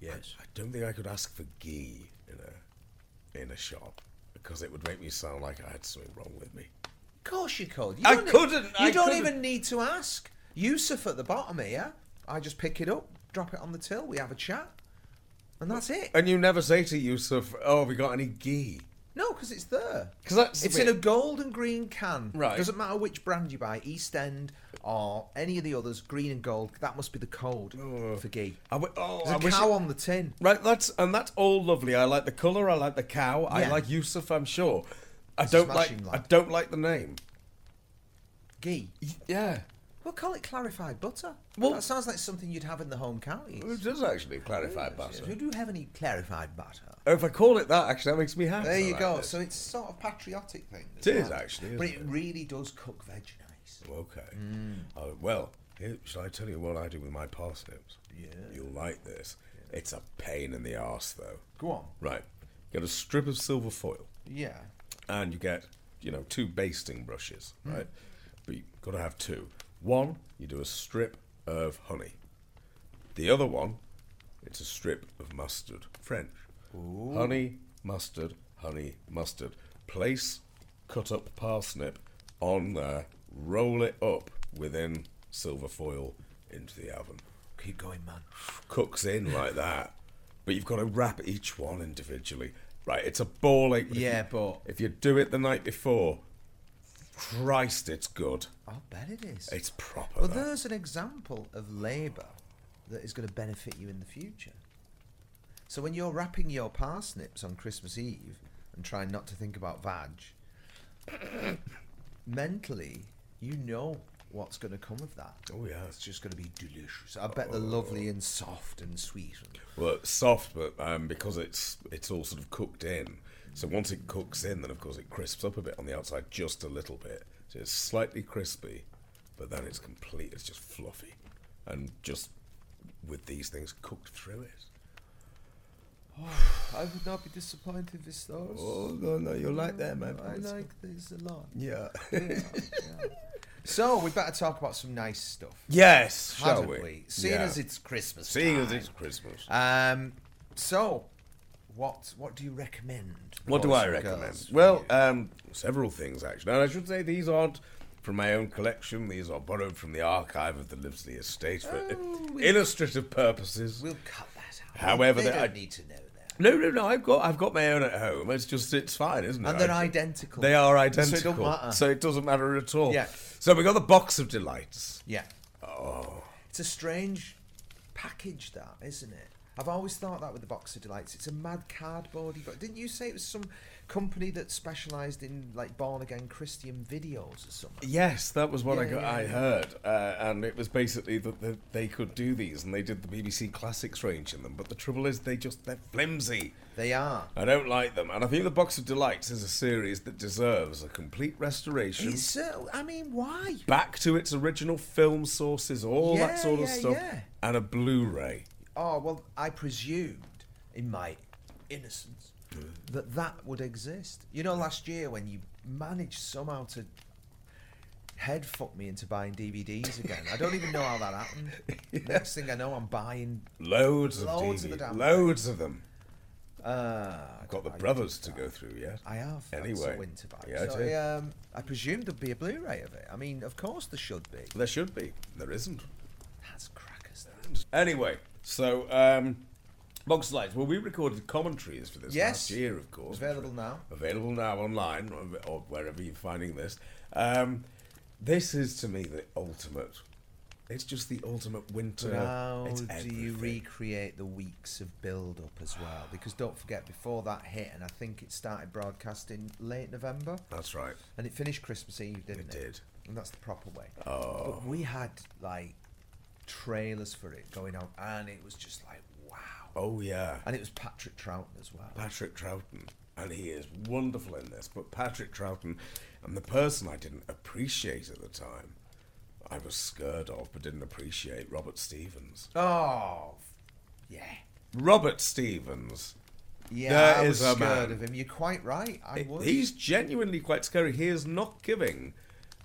Speaker 3: Yes. I, I don't think I could ask for ghee in a in a shop because it would make me sound like I had something wrong with me.
Speaker 2: of course you could. You
Speaker 3: I
Speaker 2: don't e-
Speaker 3: couldn't,
Speaker 2: You
Speaker 3: I
Speaker 2: don't
Speaker 3: couldn't.
Speaker 2: even need to ask. Yusuf at the bottom here. I just pick it up, drop it on the till. We have a chat, and that's it.
Speaker 3: And you never say to Yusuf, "Oh, have we got any ghee?"
Speaker 2: No, because it's there.
Speaker 3: 'Cause that's the
Speaker 2: it's in a
Speaker 3: bit-
Speaker 2: gold and green can.
Speaker 3: Right.
Speaker 2: Doesn't matter which brand you buy, East End or any of the others, green and gold. That must be the code for ghee.
Speaker 3: I w- oh,
Speaker 2: There's
Speaker 3: I
Speaker 2: a
Speaker 3: wish
Speaker 2: cow
Speaker 3: it-
Speaker 2: on the tin.
Speaker 3: Right, that's and that's all lovely. I like the colour. I like the cow. I
Speaker 2: Yeah.
Speaker 3: like Yusuf. I'm sure. I don't like.
Speaker 2: smashing
Speaker 3: I
Speaker 2: lad.
Speaker 3: don't like the name.
Speaker 2: Ghee.
Speaker 3: Yeah,
Speaker 2: We'll call it clarified butter. Well,
Speaker 3: Well-
Speaker 2: that sounds like something you'd have in the home counties.
Speaker 3: it does actually clarify butter.
Speaker 2: Who do have any clarified butter?
Speaker 3: Oh, if I call it that, actually, that makes me happy.
Speaker 2: There
Speaker 3: I
Speaker 2: you
Speaker 3: like
Speaker 2: go.
Speaker 3: it.
Speaker 2: So it's sort of patriotic thing.
Speaker 3: It is, actually,
Speaker 2: But
Speaker 3: isn't
Speaker 2: it
Speaker 3: it?
Speaker 2: really does cook veg nice.
Speaker 3: Okay.
Speaker 2: Mm.
Speaker 3: Oh, well, here, shall I tell you what I do with my parsnips? Yeah. You'll like this. It's a pain in the arse, though.
Speaker 2: Go on.
Speaker 3: Right. Get a strip of silver foil,
Speaker 2: Yeah.
Speaker 3: and you get, you know, two basting brushes, right? But you've got to have two. One, you do a strip of honey. The other one, it's a strip of mustard, French. Honey, mustard, honey, mustard. Place cut up parsnip on there, roll it up within silver foil into the oven.
Speaker 2: Keep going, man.
Speaker 3: Cooks in like that, but you've got to wrap each one individually. Right, it's a ball ache. but if
Speaker 2: Yeah,
Speaker 3: you-
Speaker 2: but-
Speaker 3: If you do it the night before, Christ, it's good.
Speaker 2: I'll bet it is.
Speaker 3: It's proper.
Speaker 2: Well,
Speaker 3: that.
Speaker 2: there's an example of labour that is going to benefit you in the future. So when you're wrapping your parsnips on Christmas Eve and trying not to think about vag, mentally you know what's going to come of that.
Speaker 3: Oh yeah,
Speaker 2: it's just going to be delicious. I bet they're lovely and soft and sweet.
Speaker 3: Well, it's soft, but um, because it's it's all sort of cooked in. So once it cooks in, then of course it crisps up a bit on the outside, just a little bit. So it's slightly crispy, but then it's complete. It's just fluffy, and just with these things cooked through it.
Speaker 2: I would not be disappointed with those.
Speaker 3: Oh, no, no, you like them, eh,
Speaker 2: I
Speaker 3: boys?
Speaker 2: like these a lot.
Speaker 3: Yeah.
Speaker 2: Yeah, yeah. So we better talk about some nice stuff.
Speaker 3: Yes, shall
Speaker 2: haven't
Speaker 3: we?
Speaker 2: Seeing
Speaker 3: Yeah.
Speaker 2: as it's Christmas.
Speaker 3: Seeing as
Speaker 2: time.
Speaker 3: it's Christmas.
Speaker 2: Um, so, what what do you recommend?
Speaker 3: What do
Speaker 2: boys
Speaker 3: I
Speaker 2: and
Speaker 3: recommend?
Speaker 2: girls?
Speaker 3: Well, um, several things actually. And I should say these aren't from my own collection. These are borrowed from the archive of the Livesley Estate for
Speaker 2: Oh,
Speaker 3: illustrative purposes.
Speaker 2: We'll cut that out.
Speaker 3: However,
Speaker 2: they
Speaker 3: they-
Speaker 2: don't
Speaker 3: I-
Speaker 2: need to know that.
Speaker 3: No, no, no. I've got, I've got my own at home. It's just, it's fine, isn't it?
Speaker 2: And they're
Speaker 3: I-
Speaker 2: identical.
Speaker 3: They are
Speaker 2: So it doesn't
Speaker 3: identical.
Speaker 2: matter.
Speaker 3: So it doesn't matter at all.
Speaker 2: Yeah.
Speaker 3: So we got the box of delights.
Speaker 2: Yeah,
Speaker 3: Oh,
Speaker 2: it's a strange package, that isn't it? I've always thought that with the Box of Delights, it's a mad cardboardy. But didn't you say it was some company that specialised in like born again Christian videos or something?
Speaker 3: Yes, that was what I
Speaker 2: Yeah,
Speaker 3: got,
Speaker 2: yeah,
Speaker 3: I
Speaker 2: yeah.
Speaker 3: heard, uh, and it was basically that that they could do these, and they did the BBC Classics range in them. But the trouble is, they just they're flimsy.
Speaker 2: They are.
Speaker 3: I don't like them, and I think the Box of Delights is a series that deserves a complete restoration.
Speaker 2: It's so. I mean, why?
Speaker 3: Back to its original film sources, all
Speaker 2: Yeah,
Speaker 3: that sort of
Speaker 2: yeah,
Speaker 3: stuff,
Speaker 2: yeah.
Speaker 3: and a Blu-ray.
Speaker 2: Oh well, I presumed in my innocence that that would exist. You know, last year when you managed somehow to head fuck me into buying DVDs again, I don't even know how that happened. Next thing I know, I'm buying.
Speaker 3: Loads of
Speaker 2: Loads of
Speaker 3: DVD
Speaker 2: the damn
Speaker 3: loads of them.
Speaker 2: Uh,
Speaker 3: I've got the brothers to go through yet.
Speaker 2: I have. That's
Speaker 3: Anyway,
Speaker 2: a winter bag.
Speaker 3: yeah, I
Speaker 2: so
Speaker 3: did.
Speaker 2: I, um, I presumed there'd be a Blu-ray of it. I mean, of course there should be.
Speaker 3: There should be. There isn't.
Speaker 2: That's crackers. That.
Speaker 3: Anyway, so um, box slides. Well, we recorded commentaries for this
Speaker 2: Yes.
Speaker 3: last year, of course.
Speaker 2: Available now.
Speaker 3: Available now online or, or wherever you're finding this. Um, this is to me the ultimate. It's just the ultimate winter.
Speaker 2: How
Speaker 3: it's
Speaker 2: do you
Speaker 3: everything.
Speaker 2: recreate the weeks of build up as well? Because don't forget, before that hit, and I think it started broadcasting late November,
Speaker 3: That's right.
Speaker 2: and it finished Christmas Eve, didn't
Speaker 3: It
Speaker 2: it?
Speaker 3: did. Oh.
Speaker 2: And that's the proper way. But we had like trailers for it going on, and it was just like, wow.
Speaker 3: Oh yeah,
Speaker 2: And it was Patrick Troughton as well.
Speaker 3: Patrick Troughton, and he is wonderful in this. But Patrick Troughton, and the person I didn't appreciate at the time, I was scared of, but didn't appreciate Robert Stevens.
Speaker 2: Oh, yeah.
Speaker 3: Robert Stevens.
Speaker 2: Yeah,
Speaker 3: There
Speaker 2: I
Speaker 3: is
Speaker 2: was
Speaker 3: a
Speaker 2: scared
Speaker 3: man.
Speaker 2: of him. You're quite right. I was.
Speaker 3: He's genuinely quite scary. He is not giving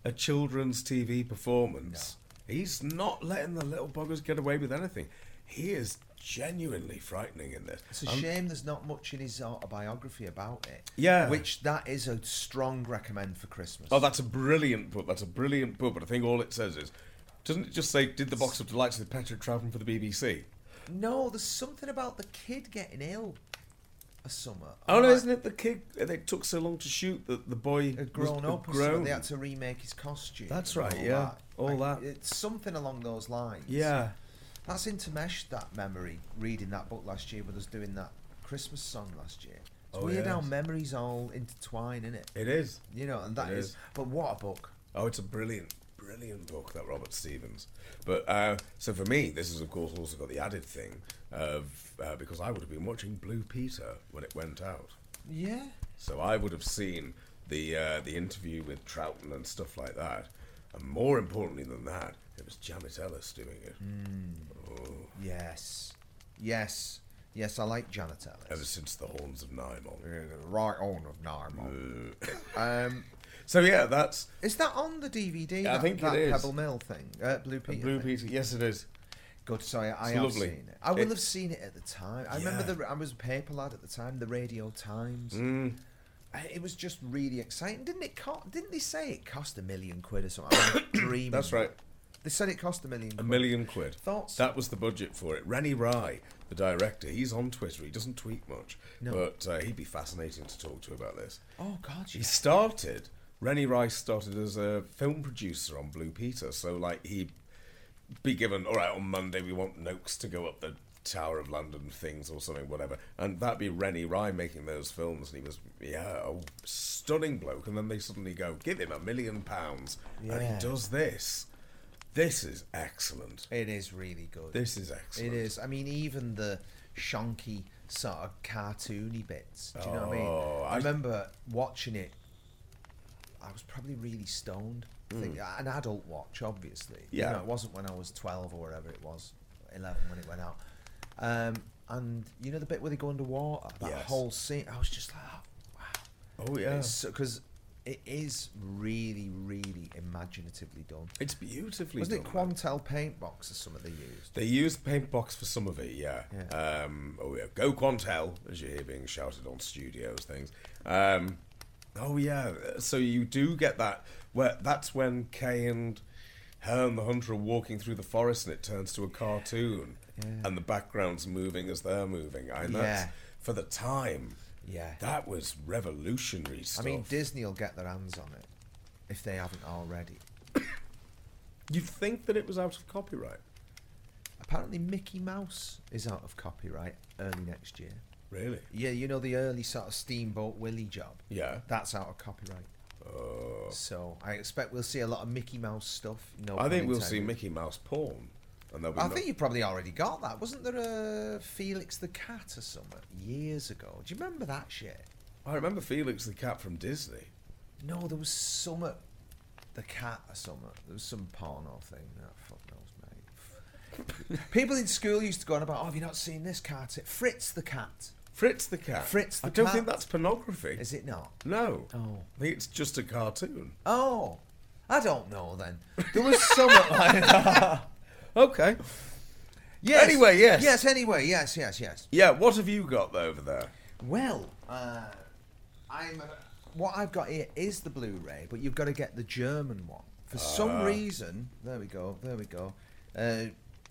Speaker 3: a children's TV performance. He's not letting the little buggers get away with anything. He is genuinely frightening in this.
Speaker 2: It's a
Speaker 3: Um,
Speaker 2: shame there's not much in his autobiography about it.
Speaker 3: Yeah.
Speaker 2: Which that is a strong recommend for Christmas.
Speaker 3: Oh, that's a brilliant book. That's a brilliant book. But I think all it says is, doesn't it just say, "Did the box of delights with Patrick Troughton for the BBC"?
Speaker 2: No, there's something about the kid getting ill or summer.
Speaker 3: Oh no, isn't it the kid? It took so long to shoot that the boy
Speaker 2: Had
Speaker 3: was-
Speaker 2: grown
Speaker 3: had
Speaker 2: up or something. They
Speaker 3: grown.
Speaker 2: had to remake his costume.
Speaker 3: That's
Speaker 2: and
Speaker 3: right, yeah. All that.
Speaker 2: It's something along those lines.
Speaker 3: Yeah.
Speaker 2: That's intermeshed that memory reading that book last year with us doing that Christmas song last year. It's
Speaker 3: Oh,
Speaker 2: weird how
Speaker 3: yes.
Speaker 2: memories all intertwine, innit?
Speaker 3: It is.
Speaker 2: You know, and that
Speaker 3: It
Speaker 2: is,
Speaker 3: is.
Speaker 2: But what a book.
Speaker 3: Oh, it's a brilliant, brilliant book that Robert Stevens. But uh, so for me, this has of course also got the added thing of uh, because I would have been watching Blue Peter when it went out,
Speaker 2: Yeah.
Speaker 3: so I would have seen the uh, the interview with Troughton and stuff like that. And more importantly than that, it was Janet Ellis doing it. Oh,
Speaker 2: Yes. Yes. Yes, I like Janet Ellis.
Speaker 3: ever since the Horns of Nymon.
Speaker 2: Yeah, the right on of Narmo. um,
Speaker 3: So yeah, that's
Speaker 2: is that on the DVD?
Speaker 3: Yeah, I
Speaker 2: that,
Speaker 3: think it
Speaker 2: that
Speaker 3: is.
Speaker 2: Pebble Mill thing, uh, Blue Peter.
Speaker 3: Blue
Speaker 2: thing?
Speaker 3: Peter. Yes, it is.
Speaker 2: Good, sorry, I
Speaker 3: It's
Speaker 2: have
Speaker 3: lovely.
Speaker 2: seen it. I will
Speaker 3: It-
Speaker 2: have seen it at the time. I
Speaker 3: Yeah.
Speaker 2: remember the I was a paper lad at the time. The Radio Times.
Speaker 3: Mm.
Speaker 2: I- It was just really exciting, didn't it? Co- didn't they say it cost a million quid or something? I'm dreaming.
Speaker 3: That's right.
Speaker 2: They said it cost a million.
Speaker 3: A
Speaker 2: quid.
Speaker 3: million quid.
Speaker 2: Thoughts?
Speaker 3: That was the budget for it. Rennie Rye, the director, he's on Twitter. He doesn't tweet much,
Speaker 2: No.
Speaker 3: but uh, he'd be fascinating to talk to about this.
Speaker 2: Oh God,
Speaker 3: He
Speaker 2: yes.
Speaker 3: started. Rennie Rye started as a film producer on Blue Peter, so like he'd be given, all right, on Monday we want Noakes to go up the Tower of London things or something, whatever. And that'd be Rennie Rye making those films, and he was yeah, a stunning bloke. And then they suddenly go, give him a million pounds, and
Speaker 2: Yeah.
Speaker 3: he does this. This is excellent.
Speaker 2: It is really good.
Speaker 3: This is
Speaker 2: It
Speaker 3: excellent.
Speaker 2: is. I mean, even the shonky sort of cartoony bits. Do you know what I mean?
Speaker 3: Oh,
Speaker 2: I,
Speaker 3: I-
Speaker 2: remember watching it. I was probably really stoned. I think, An adult watch, obviously. You
Speaker 3: Hmm. Yeah.
Speaker 2: know, it wasn't when I was twelve or whatever it was, eleven when it went out. Um, and you know the bit where they go underwater, that
Speaker 3: Yes.
Speaker 2: whole scene. I was just like, oh, wow.
Speaker 3: Oh, yeah.
Speaker 2: Because it is really, really imaginatively done.
Speaker 3: It's beautifully
Speaker 2: Wasn't
Speaker 3: done.
Speaker 2: it Quantel paint box or something they used?
Speaker 3: They use paint box for some of it, yeah. Um, oh yeah, go Quantel, as you hear being shouted on studios things. Um, oh yeah, so you do get that. Where that's when Kay and Herne the Hunter are walking through the forest, and it turns to a cartoon, and the background's moving as they're moving. And that's
Speaker 2: Yeah.
Speaker 3: for the time.
Speaker 2: Yeah.
Speaker 3: that was revolutionary
Speaker 2: I
Speaker 3: stuff.
Speaker 2: mean, Disney will get their hands on it if they haven't already.
Speaker 3: you'd think that it was out of copyright.
Speaker 2: Apparently, Mickey Mouse is out of copyright early next year.
Speaker 3: Really?
Speaker 2: Yeah, you know the early sort of Steamboat Willie job.
Speaker 3: Yeah.
Speaker 2: that's out of copyright.
Speaker 3: Oh.
Speaker 2: So I expect we'll see a lot of Mickey Mouse stuff. No,
Speaker 3: I
Speaker 2: pun
Speaker 3: think we'll
Speaker 2: intended.
Speaker 3: see Mickey Mouse porn, and there'll be
Speaker 2: I
Speaker 3: no-
Speaker 2: think you probably already got that. Wasn't there a Felix the Cat or something years ago? Do you remember that shit?
Speaker 3: I remember Felix the Cat from Disney.
Speaker 2: No, there was some at the cat or something. There was some porno thing. No, fuck knows, mate. People in school used to go on about, oh, have you not seen this cartoon? Fritz the cat.
Speaker 3: Fritz the Cat.
Speaker 2: Fritz the
Speaker 3: I don't
Speaker 2: Cat.
Speaker 3: think that's pornography.
Speaker 2: Is it not?
Speaker 3: No.
Speaker 2: Oh.
Speaker 3: I think it's just a cartoon.
Speaker 2: Oh, I don't know then. There was something like that.
Speaker 3: Okay.
Speaker 2: Yes.
Speaker 3: Anyway, yes.
Speaker 2: Yes, anyway, yes, yes, yes.
Speaker 3: Yeah, what have you got over there?
Speaker 2: Well, uh, I'm. What I've got here is the Blu-ray, but you've got to get the German one for some
Speaker 3: Ah.
Speaker 2: reason. There we go. There we go. Uh,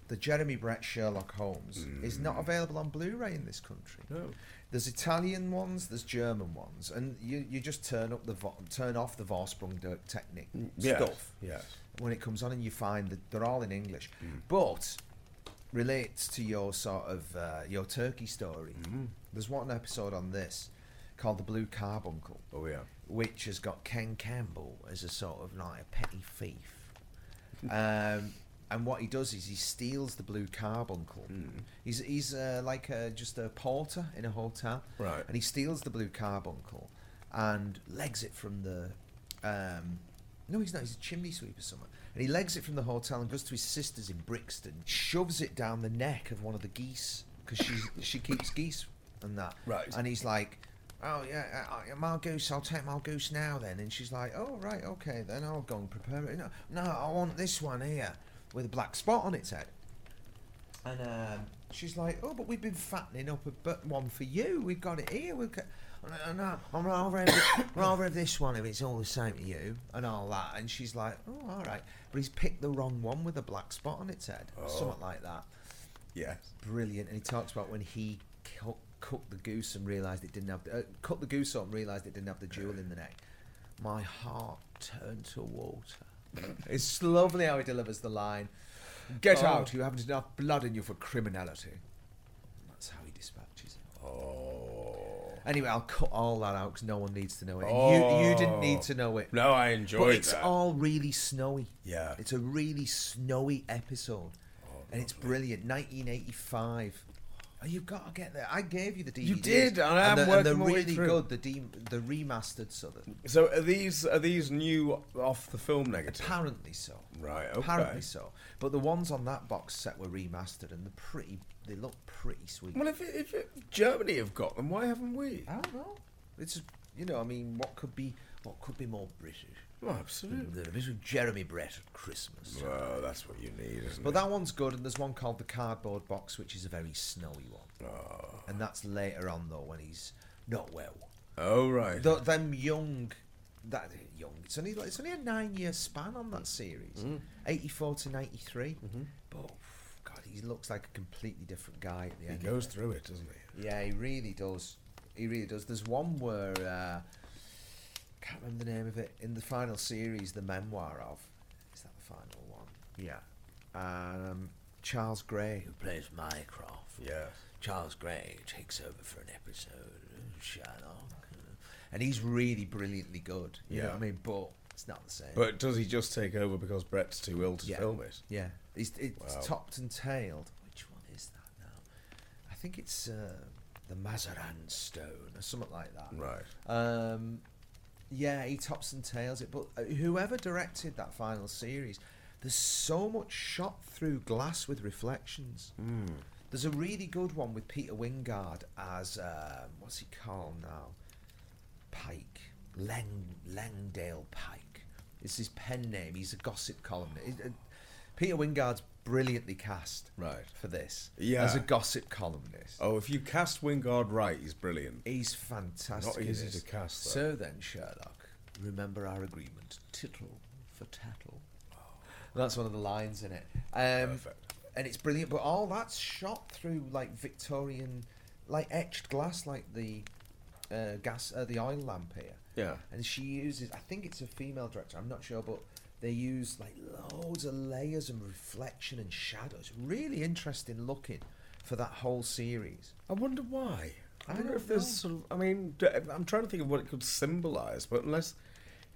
Speaker 2: the Jeremy Brett Sherlock Holmes is not available on Blu-ray in this country.
Speaker 3: Mm. No.
Speaker 2: There's Italian ones. There's German ones, and you, you just turn up the vo- turn off the Vorsprung Dirk technique
Speaker 3: yes,
Speaker 2: stuff
Speaker 3: yes.
Speaker 2: when it comes on, and you find that they're all in English,
Speaker 3: Mm.
Speaker 2: but relates to your sort of uh, your turkey story.
Speaker 3: Mm-hmm.
Speaker 2: There's one episode on this called the Blue Carbuncle,
Speaker 3: Oh, yeah.
Speaker 2: which has got Ken Campbell as a sort of like a petty thief. Um, and what he does is he steals the blue carbuncle.
Speaker 3: Mm.
Speaker 2: He's he's uh, like a, just a porter in a hotel,
Speaker 3: Right.
Speaker 2: And he steals the blue carbuncle and legs it from the. Um, no, he's not. He's a chimney sweep or something. And he legs it from the hotel and goes to his sister's in Brixton, shoves it down the neck of one of the geese because she she keeps geese and that.
Speaker 3: Right.
Speaker 2: And he's like, "Oh yeah, uh, uh, my goose. I'll take my goose now then." And she's like, "Oh right, okay then. I'll go and prepare it. No, no, I want this one here with a black spot on its head." And um, she's like, "Oh, but we've been fattening up a but one for you. We've got it here. We've got." No, no, I'm rather have, rather have this one if it's all the same to you and all that. And she's like, "Oh, all right," but he's picked the wrong one with a black spot on its head, something like that
Speaker 3: Yes.
Speaker 2: brilliant. And he talks about when he cut, cut the goose and realised it didn't have the, uh, cut the goose up and realised it didn't have the jewel in the neck. My heart turned to water. it's lovely how he delivers the line. Get
Speaker 3: Oh.
Speaker 2: out! You haven't enough blood in you for criminality. That's how he dispatches it.
Speaker 3: Oh.
Speaker 2: Anyway, I'll cut all that out because no one needs to know it. And You you didn't need to know it.
Speaker 3: No, I
Speaker 2: But
Speaker 3: enjoyed
Speaker 2: it's
Speaker 3: that.
Speaker 2: all really snowy.
Speaker 3: Yeah. Oh,
Speaker 2: It's a really snowy episode. and it's brilliant. 1985. Oh, you've got to get there. I gave you the DVD.
Speaker 3: You did, and I am
Speaker 2: they're,
Speaker 3: working
Speaker 2: they're
Speaker 3: my way
Speaker 2: really
Speaker 3: through.
Speaker 2: good. The, de- the remastered Southern.
Speaker 3: So are these are these new off the film negative?
Speaker 2: Apparently so.
Speaker 3: Right, okay.
Speaker 2: Apparently so. But the ones on that box set were remastered and they're pretty, they look pretty sweet.
Speaker 3: Well, if, if, if Germany have got them, why haven't we?
Speaker 2: I don't know. It's, you know, I mean, what could be, what could be more British?
Speaker 3: Oh, absolutely.
Speaker 2: Than a bit of Jeremy Brett at Christmas.
Speaker 3: Well, that's what you need, isn't
Speaker 2: But
Speaker 3: it?
Speaker 2: that one's good, and there's one called the Cardboard Box, which is a very snowy one, and that's later on though when he's not well.
Speaker 3: Oh, right.
Speaker 2: Th them young, that young. It's only like- it's only a nine year span on that series, eighty four to ninety But pff, God, he looks like a completely different guy at the
Speaker 3: he
Speaker 2: end.
Speaker 3: goes through it, doesn't he?
Speaker 2: Yeah, he really does. He really does. There's one where uh, can't remember the name of it in the final series, the memoir of. Is that the final one? Yeah. Um, Charles Gray, who plays Mycroft,
Speaker 3: Yeah.
Speaker 2: Charles Gray takes over for an episode of Sherlock. And he's really brilliantly good. You know
Speaker 3: Yeah.
Speaker 2: what I mean? But it's not the same.
Speaker 3: But does he just take over because Brett's too ill to
Speaker 2: Yeah.
Speaker 3: film it?
Speaker 2: Yeah. It's, it's
Speaker 3: Wow.
Speaker 2: topped and tailed. Which one is that now? I think it's uh, the Mazarin Stone or something like that.
Speaker 3: Right.
Speaker 2: Um, yeah, he tops and tails it. But uh, whoever directed that final series, there's so much shot through glass with reflections.
Speaker 3: Hmm.
Speaker 2: There's a really good one with Peter Wingard as um, what's he called now? Pike, Lang Langdale Pike. It's his pen name. He's a gossip columnist. He- uh, Peter Wingard's brilliantly cast
Speaker 3: Right.
Speaker 2: for this.
Speaker 3: Yeah.
Speaker 2: as a gossip columnist.
Speaker 3: Oh, if you cast Wingard right, he's brilliant.
Speaker 2: He's fantastic.
Speaker 3: Not
Speaker 2: in
Speaker 3: easy
Speaker 2: this.
Speaker 3: to cast, though.
Speaker 2: So then, Sherlock, remember our agreement: tittle for tattle. That's one of the lines in it. Um,
Speaker 3: Oh. Perfect.
Speaker 2: And it's brilliant, but all that's shot through like Victorian, like etched glass, like the uh, gas, uh, the oil lamp here.
Speaker 3: Yeah.
Speaker 2: And she uses, I think it's a female director. I'm not sure, but they use like loads of layers and reflection and shadows. Really interesting looking for that whole series.
Speaker 3: I wonder why.
Speaker 2: I
Speaker 3: I, wonder
Speaker 2: don't
Speaker 3: if there's
Speaker 2: know.
Speaker 3: sort of. I mean, d- I'm trying to think of what it could symbolise, but unless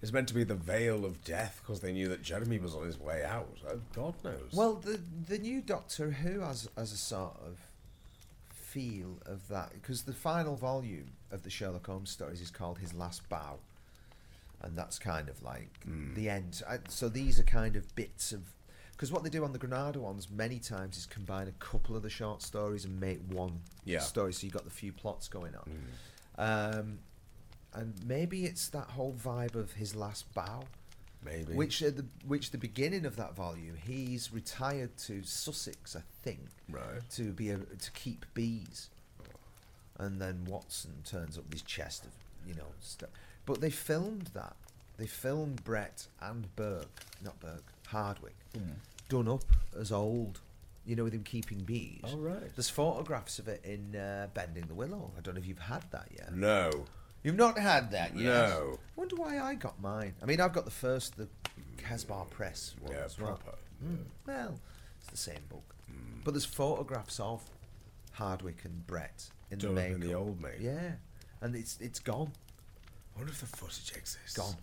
Speaker 3: it's meant to be the veil of death because they knew that Jeremy was on his way out. Oh, God knows.
Speaker 2: Well, the the new Doctor Who has has a sort of feel of that because the final volume of the Sherlock Holmes stories is called His Last Bow, and that's kind of like the end. I, so these are kind of bits of because what they do on the Granada ones many times is combine a couple of the short stories and make one
Speaker 3: Yeah.
Speaker 2: story. So you've got the few plots going on. Um, and maybe it's that whole vibe of his last bow.
Speaker 3: maybe.
Speaker 2: Which at the which the beginning of that volume, he's retired to Sussex, I think,
Speaker 3: Right.
Speaker 2: to be a, to keep bees, and then Watson turns up with his chest of you know stuff. But they filmed that. They filmed Brett and Burke, not Burke, Hardwick,
Speaker 3: Hmm.
Speaker 2: done up as old, you know, with him keeping bees.
Speaker 3: Oh, right.
Speaker 2: There's photographs of it in uh, Bending the Willow. I don't know if you've had that yet.
Speaker 3: No.
Speaker 2: You've not had that yet.
Speaker 3: No.
Speaker 2: Wonder why I got mine. I mean, I've got the first, the Casbar Press one
Speaker 3: Yeah,
Speaker 2: as well.
Speaker 3: proper.
Speaker 2: Mm, Well, it's the same book, but there's photographs of Hardwick and Brett in
Speaker 3: Done
Speaker 2: the
Speaker 3: up
Speaker 2: makeup.
Speaker 3: in the old makeup.
Speaker 2: Yeah, and it's it's gone.
Speaker 3: I wonder if the footage exists.
Speaker 2: Gone.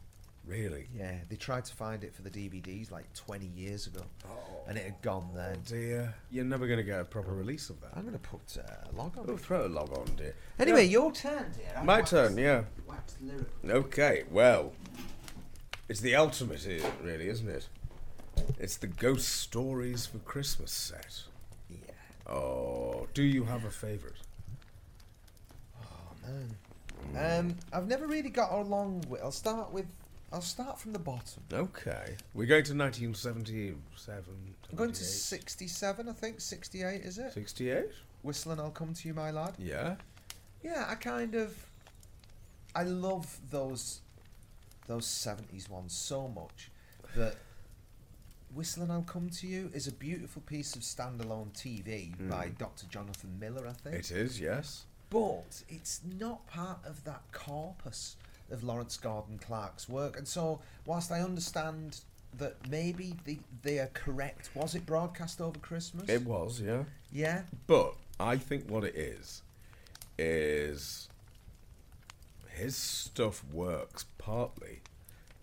Speaker 3: Really?
Speaker 2: Yeah, they tried to find it for the DVDs like 20 years ago,
Speaker 3: Oh.
Speaker 2: and it had gone
Speaker 3: Oh,
Speaker 2: then.
Speaker 3: dear. You're never going to get a proper release of that.
Speaker 2: I'm gonna put uh, a log on.
Speaker 3: Oh,
Speaker 2: it.
Speaker 3: throw a log on, dear.
Speaker 2: Anyway, your turn, dear. I
Speaker 3: My
Speaker 2: waxed-
Speaker 3: turn, yeah.
Speaker 2: waxed lyrical.
Speaker 3: Okay, well, it's the ultimate, i- really, isn't it? It's the Ghost Stories for Christmas set.
Speaker 2: Yeah.
Speaker 3: Oh, do you have a favourite?
Speaker 2: Um, I've never really got along with. I'll start with. I'll start from the bottom.
Speaker 3: Okay. We're going to 1977.
Speaker 2: I'm going to
Speaker 3: 78.
Speaker 2: 67, I think. 68, is it?
Speaker 3: 68?
Speaker 2: Whistling, I'll come to you, my lad.
Speaker 3: Yeah.
Speaker 2: Yeah, I kind of. I love those, those 70s ones so much that Whistling, I'll come to you is a beautiful piece of standalone TV by Dr. Jonathan Miller, I think.
Speaker 3: It is, yes.
Speaker 2: but it's not part of that corpus of Lawrence Gordon Clark's work. And so, whilst I understand that maybe the, they are correct, was it broadcast over Christmas?
Speaker 3: It was, yeah.
Speaker 2: yeah.
Speaker 3: But I think what it is is his stuff works partly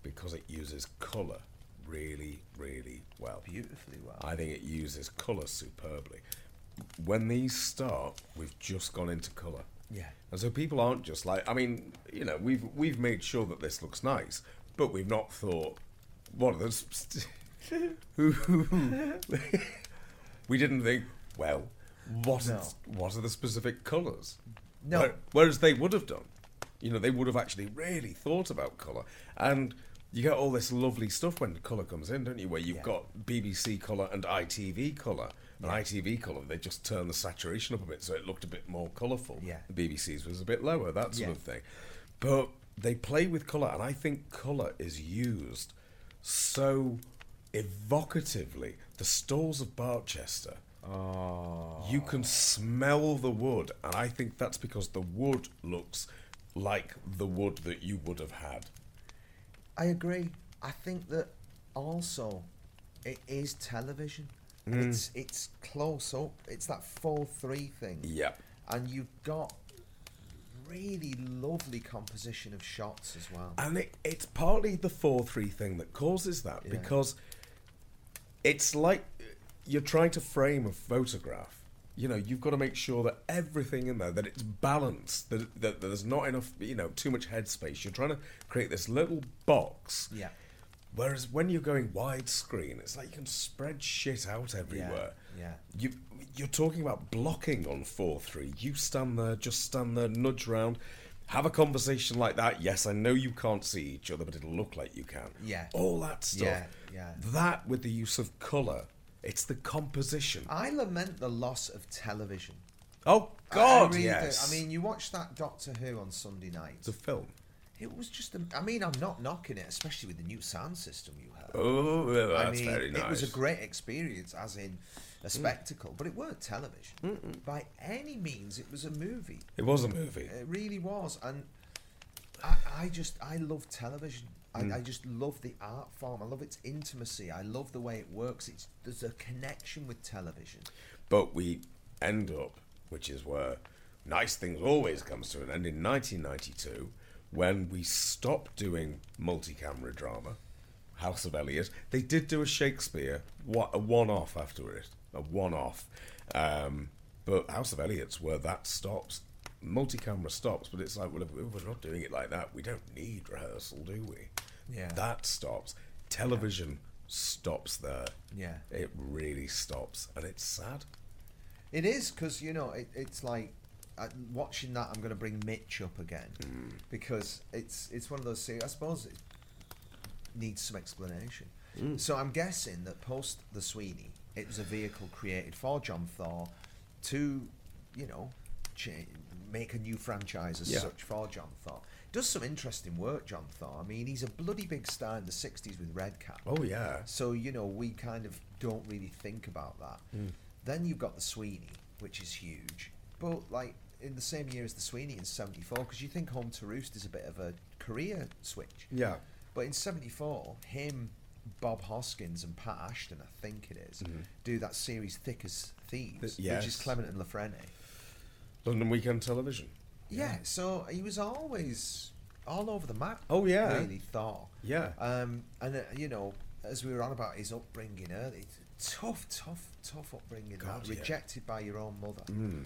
Speaker 3: because it uses colour really, really well.
Speaker 2: Beautifully well.
Speaker 3: I think it uses colour superbly. When these start, we've just gone into colour.
Speaker 2: Yeah.
Speaker 3: And so people aren't just like I mean, you know, we've we've made sure that this looks nice, but we've not thought what are those We didn't think, well, what are,
Speaker 2: No.
Speaker 3: what are the specific colours?
Speaker 2: No.
Speaker 3: Where- whereas they would have done. You know, they would have actually really thought about colour. And you get all this lovely stuff when colour comes in, don't you? Where you've
Speaker 2: Yeah.
Speaker 3: got BBC colour and ITV colour. And ITV colour, they just turned the saturation up a bit so it looked a bit more colourful.
Speaker 2: Yeah.
Speaker 3: The BBC's was a bit lower, that sort
Speaker 2: Yeah.
Speaker 3: of thing. But they play with colour, and I think colour is used so evocatively. The stalls of Barchester. You can smell the wood, and I think that's because the wood looks like the wood that you would have had.
Speaker 2: I agree. I think that also it is television. and
Speaker 3: Mm.
Speaker 2: it's it's close up. It's that four three thing.
Speaker 3: Yep.
Speaker 2: And you've got really lovely composition of shots as well.
Speaker 3: And it, it's partly the 4 3 thing that causes that
Speaker 2: Yeah.
Speaker 3: because it's like you're trying to frame a photograph. You know, you've got to make sure that everything in there, that it's balanced, that, that there's not enough, you know, too much headspace. You're trying to create this little box.
Speaker 2: Yeah.
Speaker 3: Whereas when you're going widescreen, it's like you can spread shit out everywhere.
Speaker 2: yeah.
Speaker 3: You, you're talking about blocking on 4 3. You stand there, just stand there, nudge round, have a conversation like that. Yes, I know you can't see each other, but it'll look like you can.
Speaker 2: Yeah.
Speaker 3: All that stuff.
Speaker 2: Yeah, yeah.
Speaker 3: That with the use of colour, it's the composition.
Speaker 2: I lament the loss of television.
Speaker 3: Oh,
Speaker 2: I- I
Speaker 3: God,
Speaker 2: really do.
Speaker 3: yes.
Speaker 2: I mean, you watched that Doctor Who on Sunday night. It's
Speaker 3: a film.
Speaker 2: It was just. A, I mean, I'm not knocking it, especially with the new sound system you have.
Speaker 3: Oh, well,
Speaker 2: I
Speaker 3: that's
Speaker 2: mean,
Speaker 3: very
Speaker 2: It was a
Speaker 3: nice. Mm.
Speaker 2: great experience, as in a spectacle, but it weren't television by any means. It was a movie.
Speaker 3: It was a movie.
Speaker 2: It really was, and I, I just I love television. I,
Speaker 3: Mm.
Speaker 2: I just love the art form. I love its intimacy. I love the way it works. It's there's a connection with television.
Speaker 3: But we end up, which is where nice things always comes to an end in 1992, when we stopped doing multi-camera drama, House of Eliot. They did do a Shakespeare, wa- a one-off after it, a one-off. Um, but House of Eliot's where that stops. Multi-camera stops, but it's like, well, if we're not doing it like that, we don't need rehearsal, do we?
Speaker 2: Yeah.
Speaker 3: That stops. Television stops there.
Speaker 2: Yeah.
Speaker 3: It really stops, and it's sad.
Speaker 2: It is because you know it, it's like uh, watching that. I'm going to bring Mitch up again
Speaker 3: Mm.
Speaker 2: because it's it's one of those. series- I suppose it needs some explanation.
Speaker 12: Mm.
Speaker 2: So I'm guessing that post the Sweeney, it was a vehicle created for John Thor to, you know, cha- make a new franchise as
Speaker 3: Yeah.
Speaker 2: such for John Thor. Does some interesting work, John Thor. I mean, he's a bloody big star in the '60s with Redcap.
Speaker 3: Oh, yeah.
Speaker 2: So you know, we kind of don't really think about that.
Speaker 3: Mm.
Speaker 2: Then you've got the Sweeney, which is huge. But like in the same year as the Sweeney in '74, because you think Home to Roost is a bit of a career switch.
Speaker 3: Yeah.
Speaker 2: But in '74, him, Bob Hoskins, and Pat Ashton, I think it is,
Speaker 3: Mhm.
Speaker 2: do that series Thick as Thieves,
Speaker 3: Th-
Speaker 2: which is
Speaker 3: yes.
Speaker 2: Clement and Lafrene.
Speaker 3: London Weekend Television.
Speaker 2: Yeah. So he was always all over the map.
Speaker 3: Oh, yeah.
Speaker 2: Really Thor.
Speaker 3: Yeah.
Speaker 2: Um, and uh, you know, as we were on about his upbringing early, it's a tough, tough, tough upbringing.
Speaker 3: God,
Speaker 2: that
Speaker 3: yeah.
Speaker 2: rejected by your own mother.
Speaker 3: Mm.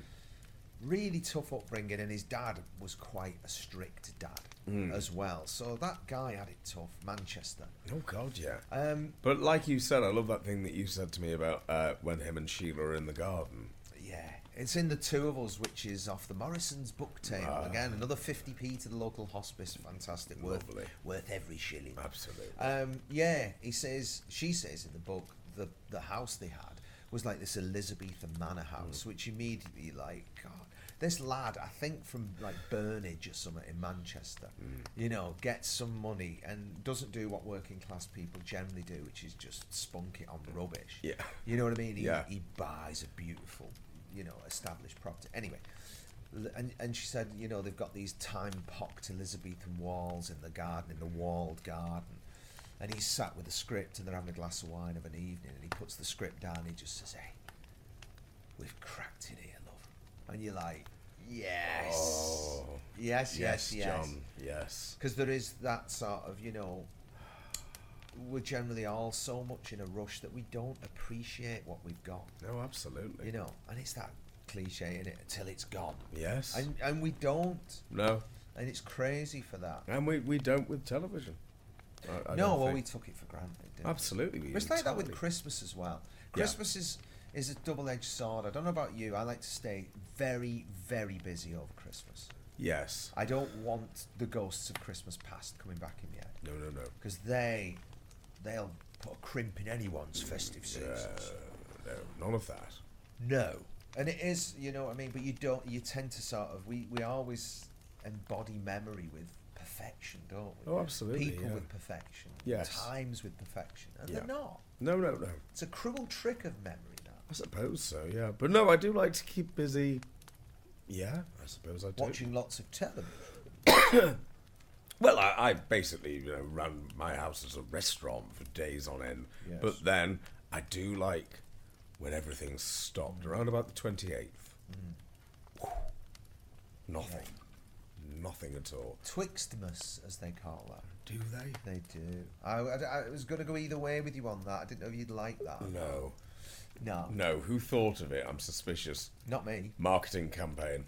Speaker 2: Really tough upbringing, and his dad was quite a strict dad
Speaker 3: Mm.
Speaker 2: as well. So that guy had it tough. Manchester.
Speaker 3: Oh God, yeah.
Speaker 2: Um,
Speaker 3: but like you said, I love that thing that you said to me about uh, when him and Sheila are in the garden.
Speaker 2: Yeah, it's in the two of us, which is off the Morrison's book table
Speaker 3: Ah.
Speaker 2: again. Another fifty p to the local hospice. Fantastic, worth
Speaker 3: Lovely.
Speaker 2: worth every shilling.
Speaker 3: Absolutely.
Speaker 2: Um, yeah, he says. She says in the book the the house they had was like this Elizabethan manor
Speaker 3: Hmm.
Speaker 2: house, which immediately like God. This lad, I think from like Burnage or something in Manchester,
Speaker 3: Hmm.
Speaker 2: you know, gets some money and doesn't do what working class people generally do, which is just spunk it on rubbish.
Speaker 3: Hmm. Yeah.
Speaker 2: You know what I mean? He,
Speaker 3: Yeah.
Speaker 2: he buys a beautiful, you know, established property. Anyway, l- and, and she said, you know, they've got these time pocked Elizabethan walls in the garden, in the walled garden. And he's sat with a script and they're having a glass of wine of an evening and he puts the script down and he just says, hey, we've cracked it here, love. And you're like, yes.
Speaker 3: Oh.
Speaker 2: Yes, yes, yes.
Speaker 3: Yes, John, yes.
Speaker 2: Because there is that sort of, you know, we're generally all so much in a rush that we don't appreciate what we've got.
Speaker 3: No, absolutely.
Speaker 2: You know, and it's that cliche in it until it's gone.
Speaker 3: Yes.
Speaker 2: And and we don't.
Speaker 3: No.
Speaker 2: And it's crazy for that.
Speaker 3: And we, we don't with television. I, I
Speaker 2: no,
Speaker 3: don't
Speaker 2: well,
Speaker 3: think.
Speaker 2: we took it for granted. Didn't we?
Speaker 3: Absolutely, we
Speaker 2: But it's like that with
Speaker 3: entirely-
Speaker 2: Christmas as well.
Speaker 3: Yeah.
Speaker 2: Christmas is is a double-edged sword. I don't know about you. I like to stay very, very busy over Christmas.
Speaker 3: Yes.
Speaker 2: I don't want the ghosts of Christmas past coming back in yet.
Speaker 3: No, no, no.
Speaker 2: Because they, they'll put a crimp in anyone's festive seasons.
Speaker 3: Yeah, no, none of that.
Speaker 2: No, and it is, you know what I mean. But you don't. You tend to sort of we we always embody memory with perfection, don't we?
Speaker 3: Oh, absolutely,
Speaker 2: People
Speaker 3: yeah.
Speaker 2: with perfection.
Speaker 3: Yes.
Speaker 2: Times with perfection, and
Speaker 3: Yeah.
Speaker 2: they're not.
Speaker 3: No, no, no.
Speaker 2: It's a cruel trick of memory. That.
Speaker 3: I suppose so. Yeah, but no, I do like to keep busy. Yeah, I suppose I do.
Speaker 2: Watching lots of television.
Speaker 3: Well, I, I basically you know ran my house as a restaurant for days on end.
Speaker 2: Yes.
Speaker 3: But then I do like when everything
Speaker 2: Mm.
Speaker 3: stopped around about the 28th. Nothing. Nothing at all.
Speaker 2: Twixtmas, as they call that.
Speaker 3: Do they?
Speaker 2: They do. I, I- I was going to go either way with you on that. I didn't know if you'd like that.
Speaker 3: No.
Speaker 2: No.
Speaker 3: No, who thought of it? I'm suspicious.
Speaker 2: Not me.
Speaker 3: Marketing campaign.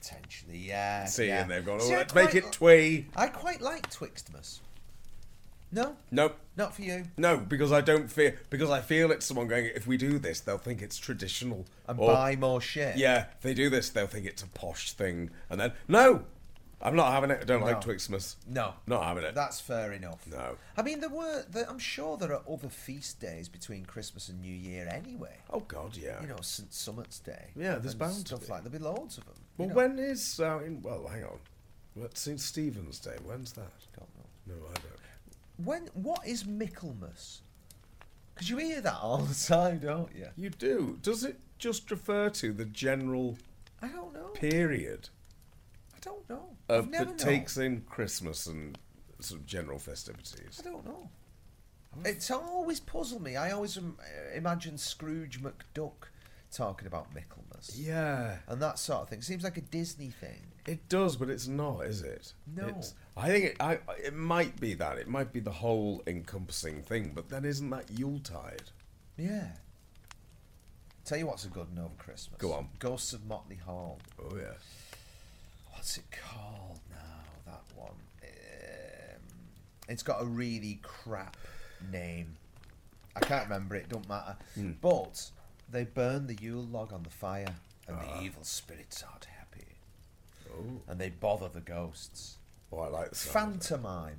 Speaker 2: Potentially, yeah.
Speaker 3: See,
Speaker 2: Uh, yeah.
Speaker 3: and they've gone, oh,
Speaker 2: See, I
Speaker 3: let's make
Speaker 2: quite
Speaker 3: it twee.
Speaker 2: I quite like Twixtmas. No,
Speaker 3: Nope.
Speaker 2: not for you.
Speaker 3: No, because I don't fear. Because I feel it's someone going. If we do this, they'll think it's traditional.
Speaker 2: And
Speaker 3: or-
Speaker 2: buy more shit.
Speaker 3: Yeah, if they do this, they'll think it's a posh thing. And then no, I'm not having it. I don't like
Speaker 2: No.
Speaker 3: Twixmas.
Speaker 2: No.
Speaker 3: not having it.
Speaker 2: That's fair enough.
Speaker 3: no.
Speaker 2: I mean, there were. There, I'm sure there are other feast days between Christmas and New Year anyway.
Speaker 3: Oh God, yeah.
Speaker 2: You know, St. Summit's Day.
Speaker 3: Yeah, there's
Speaker 2: and
Speaker 3: bound to
Speaker 2: stuff
Speaker 3: be.
Speaker 2: like there'll be loads of them.
Speaker 3: well,
Speaker 2: you know.
Speaker 3: when is? Uh, in, well, hang on. What's St Stephen's Day? When's that?
Speaker 2: God, no.
Speaker 3: No, I don't.
Speaker 2: When what is Michaelmas? Because you hear that all the time, don't you?
Speaker 3: You do. Does it just refer to the general
Speaker 2: I don't know.
Speaker 3: period
Speaker 2: I don't know.
Speaker 3: of,
Speaker 2: I've never
Speaker 3: that
Speaker 2: known.
Speaker 3: takes in Christmas and sort of general festivities?
Speaker 2: I don't know. It's always puzzled me. I always um, imagine Scrooge McDuck talking about Michaelmas
Speaker 3: Yeah.
Speaker 2: and that sort of thing. Seems like a Disney thing.
Speaker 3: It does, but it's not, is it?
Speaker 2: No.
Speaker 3: It's, I think it, I, I- it might be that. It might be the whole encompassing thing, but then isn't that Yuletide?
Speaker 2: Yeah. Tell you what's a good one over Christmas.
Speaker 3: Go on.
Speaker 2: Ghosts of Motley Hall.
Speaker 3: Oh, yeah.
Speaker 2: What's it called now? That one. Um, it's got a really crap name. I can't remember it. Don't matter.
Speaker 3: Hmm.
Speaker 2: But they burn the Yule log on the fire, and
Speaker 3: Ah.
Speaker 2: the evil spirits aren't happy,
Speaker 3: Oh,
Speaker 2: and they bother the ghosts.
Speaker 3: oh I like the sound of that.
Speaker 2: Phantomime.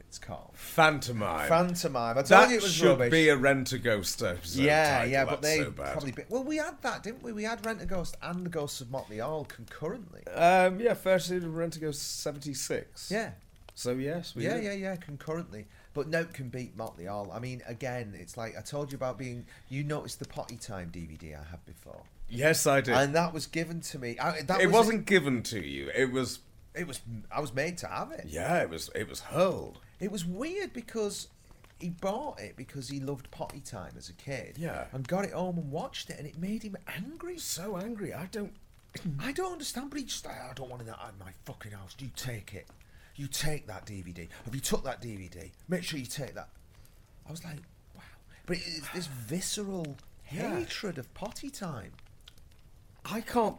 Speaker 2: It's called.
Speaker 3: Phantomime.
Speaker 2: Phantomime. I told
Speaker 3: that
Speaker 2: you it was
Speaker 3: should
Speaker 2: rubbish.
Speaker 3: be a rent a ghost episode.
Speaker 2: Yeah,
Speaker 3: title.
Speaker 2: yeah, but
Speaker 3: That's
Speaker 2: they
Speaker 3: so bad.
Speaker 2: probably. Be, well, we had that, didn't we? We had Rent a Ghost and the Ghosts of Motley All concurrently.
Speaker 3: Um, yeah, first season of Rent a Ghost 76.
Speaker 2: Yeah,
Speaker 3: So, yes, we
Speaker 2: yeah,
Speaker 3: did.
Speaker 2: yeah, yeah, concurrently. But Note can beat Motley All. I mean, again, it's like I told you about being. You noticed the Potty Time DVD I had before,
Speaker 3: Yes, I did.
Speaker 2: and that was given to me. I, that
Speaker 3: it
Speaker 2: was,
Speaker 3: wasn't given to you. It was.
Speaker 2: It was. I was made to have it.
Speaker 3: Yeah, it was. It was hurled.
Speaker 2: It was weird because he bought it because he loved Potty Time as a kid.
Speaker 3: Yeah.
Speaker 2: and got it home and watched it, and it made him angry.
Speaker 3: So angry. I don't.
Speaker 2: I don't understand, but he just, "Ah, I don't want that in my fucking house. You take it. You take that DVD. Have you took that DVD? Make sure you take that. I was like, wow. But it, it's this visceral
Speaker 3: Yeah.
Speaker 2: hatred of potty time.
Speaker 3: I can't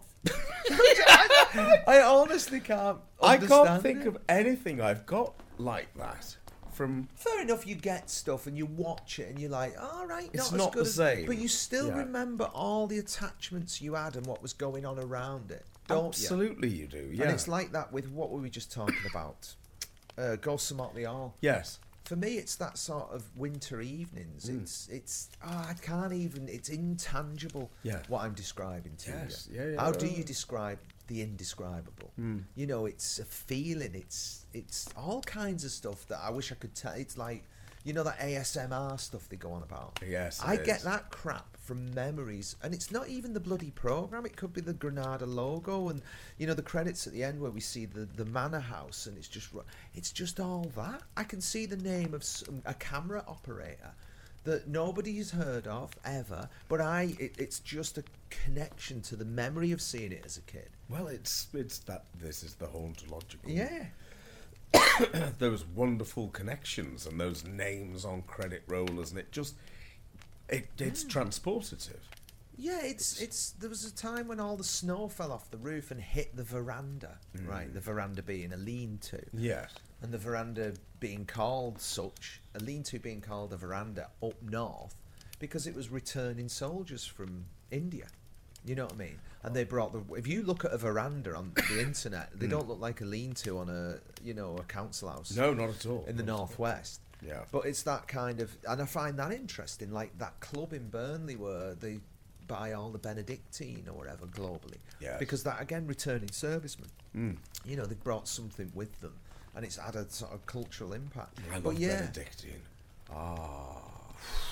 Speaker 2: I honestly can't.
Speaker 3: I can't
Speaker 2: understand
Speaker 3: think
Speaker 2: it.
Speaker 3: of anything I've got like that from.
Speaker 2: Fair enough, you get stuff and you watch it and you're like, all right,
Speaker 3: It's
Speaker 2: not,
Speaker 3: not
Speaker 2: as good
Speaker 3: the
Speaker 2: as,
Speaker 3: same.
Speaker 2: But you still
Speaker 3: Yeah.
Speaker 2: remember all the attachments you had and what was going on around it, don't you?
Speaker 3: Absolutely, you do. Yeah.
Speaker 2: And it's like that with what were we just talking about? Uh, Ghosts of Motley Hall.
Speaker 3: yes.
Speaker 2: For me, it's that sort of winter evenings.
Speaker 3: Hmm.
Speaker 2: It's it's oh, I can't even. It's intangible.
Speaker 3: Yeah.
Speaker 2: What I'm describing to
Speaker 3: Yes,
Speaker 2: you.
Speaker 3: yeah, yeah, Uh, Hmm.
Speaker 2: How do
Speaker 3: yeah.
Speaker 2: you describe the indescribable? You know, it's a feeling. It's it's all kinds of stuff that I wish I could tell. It's like you know that ASMR stuff they go on about.
Speaker 3: Yes, it
Speaker 2: I get
Speaker 3: is.
Speaker 2: that crap from memories, and it's not even the bloody program. It could be the Granada logo, and you know the credits at the end where we see the the manor house, and it's just ru- it's just all that. I can see the name of some, a camera operator that nobody has heard of ever, but I it, it's just a connection to the memory of seeing it as a kid.
Speaker 3: Well, it's it's that this is the hauntological.
Speaker 2: Yeah,
Speaker 3: Those wonderful connections and those names on credit rollers, and it just it it's transportative.
Speaker 2: yeah. It's it's there was a time when all the snow fell off the roof and hit the veranda, right? The veranda being a lean-to.
Speaker 3: Yes.
Speaker 2: and the veranda being called such, a lean-to being called a veranda up north, because it was returning soldiers from India. You know what I mean? And they brought the. If you look at a veranda on the internet, they don't look like a lean-to on a you know a council house
Speaker 3: Hmm. No, not at all. Oh,
Speaker 2: in the northwest.
Speaker 3: Yeah.
Speaker 2: But it's that kind of, and I find that interesting. Like that club in Burnley where they buy all the Benedictine or whatever globally.
Speaker 3: Yes. Hmm.
Speaker 2: Because that again, returning servicemen. You know, they've brought something with them, and it's had a sort of cultural impact.
Speaker 3: I
Speaker 2: but
Speaker 3: love
Speaker 2: yeah,
Speaker 3: Benedictine.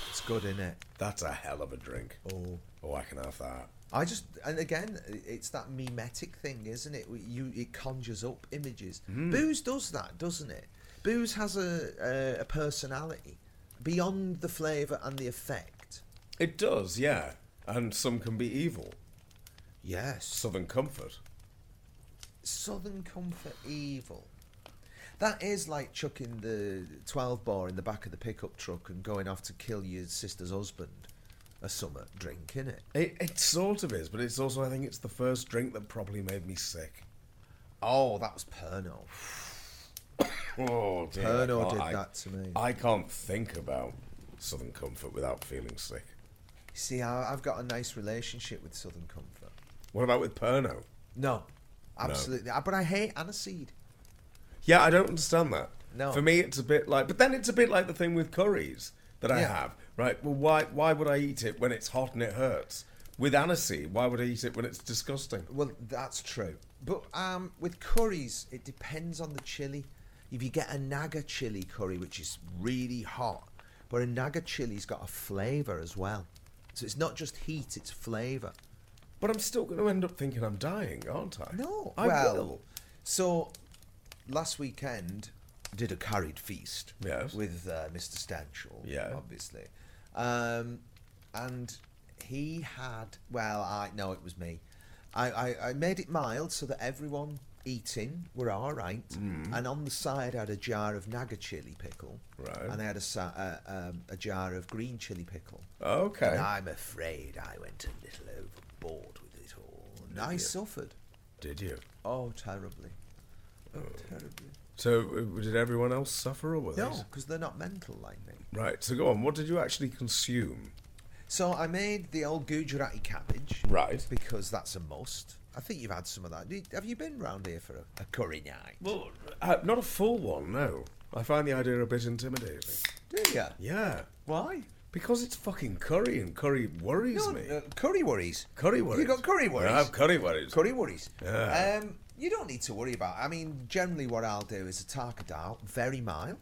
Speaker 2: it's good, isn't it?
Speaker 3: That's a hell of a drink.
Speaker 2: Oh.
Speaker 3: Oh, I can have that.
Speaker 2: I just and again, i- it's that mimetic thing, isn't it? Where You it conjures up images. Booze does that, doesn't it? Booze has a a, a personality beyond the flavour and the effect.
Speaker 3: It does, yeah. And some can be evil.
Speaker 2: Yes.
Speaker 3: Southern Comfort.
Speaker 2: Southern Comfort Evil. That is like chucking the 12 bar in the back of the pickup truck and going off to kill your sister's husband. A summer drink, innit?
Speaker 3: It, it sort of is, but it's also, I think it's the first drink that probably made me sick. Oh, that was Perno. oh, dear. I
Speaker 2: Pernod
Speaker 3: can't-
Speaker 2: did
Speaker 3: I-
Speaker 2: that to me.
Speaker 3: I can't think about Southern Comfort without feeling sick.
Speaker 2: See, I, I've got a nice relationship with Southern Comfort.
Speaker 3: What about with Perno?
Speaker 2: No, absolutely. Ah, But I hate aniseed.
Speaker 3: Yeah, I don't understand that.
Speaker 2: No.
Speaker 3: For me, it's a bit like, but then it's a bit like the thing with curries that I
Speaker 2: Yeah.
Speaker 3: have, right? Well, why why would I eat it when it's hot and it hurts? With aniseed, why would I eat it when it's disgusting?
Speaker 2: Well, that's true. But um, with curries, it depends on the chili. If you get a naga chili curry, which is really hot, but a naga chili's got a flavour as well. So it's not just heat, it's flavour.
Speaker 3: But I'm still going to end up thinking I'm dying, aren't I?
Speaker 2: No,
Speaker 3: I
Speaker 2: well,
Speaker 3: will.
Speaker 2: So last weekend, did a curried feast
Speaker 3: Yes.
Speaker 2: with uh, Mr. Stanchel,
Speaker 3: Yeah.
Speaker 2: obviously. Um, and he had, well, I no, it was me. I, I, I made it mild so that everyone eating were all right.
Speaker 3: Mm.
Speaker 2: And on the side, I had a jar of naga chili pickle.
Speaker 3: Right.
Speaker 2: And I had a, sa- uh, um, a jar of green chili pickle.
Speaker 3: Okay.
Speaker 2: And I'm afraid I went a little overboard with it all. And I
Speaker 3: you?
Speaker 2: suffered.
Speaker 3: Did you?
Speaker 2: Oh, terribly. Oh, terribly.
Speaker 3: So uh, did everyone else suffer or was
Speaker 2: No, because they're not mental like me.
Speaker 3: Right. So go on. What did you actually consume?
Speaker 2: So I made the old Gujarati cabbage.
Speaker 3: Right.
Speaker 2: Because that's a must. I think you've had some of that. Do you- Have you been round here for a, a curry night?
Speaker 3: Well, uh, not a full one. No. I find the idea a bit intimidating.
Speaker 2: Do you?
Speaker 3: Yeah.
Speaker 2: Why?
Speaker 3: Because it's fucking curry, and curry worries
Speaker 2: No,
Speaker 3: me.
Speaker 2: uh, curry worries.
Speaker 3: Curry worries.
Speaker 2: You got curry worries.
Speaker 3: I have curry worries.
Speaker 2: Curry worries.
Speaker 3: Yeah.
Speaker 2: Um, you don't need to worry about. I mean, generally, what I'll do is a taka dal, very mild,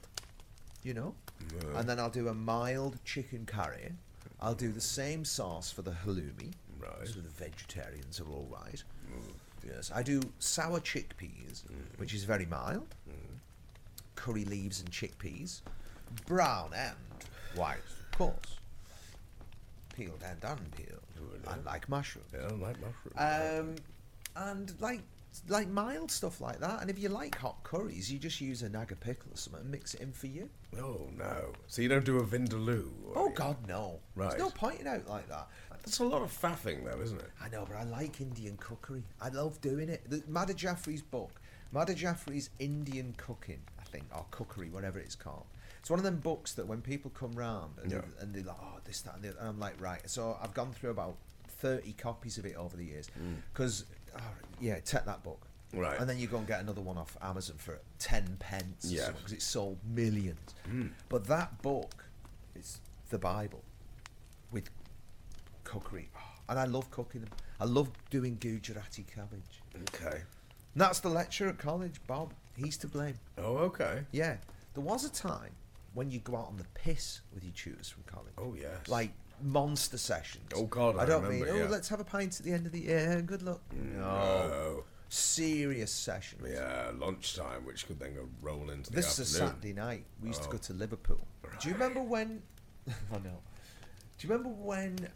Speaker 2: you know, and then I'll do a mild chicken curry. I'll do the same sauce for the halloumi,
Speaker 3: Right.
Speaker 2: so the vegetarians are all right. Yes, I do sour chickpeas,
Speaker 3: Mm.
Speaker 2: which is very mild. Curry leaves and chickpeas, brown and white, of course. Peeled and unpeeled, and like mushrooms.
Speaker 3: Yeah, I don't like mushrooms.
Speaker 2: Um, and like like mild stuff like that. And if you like hot curries, you just use a naga pickle or something and mix it in for you.
Speaker 3: oh no! So you don't do a vindaloo? or
Speaker 2: Oh
Speaker 3: any-
Speaker 2: God, no!
Speaker 3: Right.
Speaker 2: There's no pointing out like that.
Speaker 3: That's a lot of faffing, though, isn't it?
Speaker 2: I know, but I like Indian cookery. I love doing it. The, Mada Jaffrey's book, Mada Jaffrey's Indian Cooking, I think, or Cookery, whatever it's called. It's one of them books that when people come round and,
Speaker 3: Yeah.
Speaker 2: they, and they're like, oh, this, that, and, the other," and I'm like, right. So I've gone through about 30 copies of it over the years. Because, yeah, take that book.
Speaker 3: Mm. Right.
Speaker 2: And then you go and get another one off Amazon for 10 pence.
Speaker 3: Yeah. Hmm.
Speaker 2: Because it sold millions. But that book is the Bible with cookery. And I love cooking them. I love doing Gujarati cabbage.
Speaker 3: Okay.
Speaker 2: And that's the lecturer at college, Bob. He's to blame.
Speaker 3: Oh, okay.
Speaker 2: Yeah. There was a time when you go out on the piss with your tutors from college.
Speaker 3: Oh, yes.
Speaker 2: Like monster sessions.
Speaker 3: Oh, God, I
Speaker 2: don't
Speaker 3: remember,
Speaker 2: mean, oh,
Speaker 3: yeah.
Speaker 2: let's have a pint at the end of the year. Good luck.
Speaker 3: No.
Speaker 2: Serious sessions.
Speaker 3: Oh, Yeah, lunchtime, which could then go roll into the
Speaker 2: This is a
Speaker 3: afternoon.
Speaker 2: Saturday night. We used to go to Liverpool. Do you remember when? I know. Do you remember when?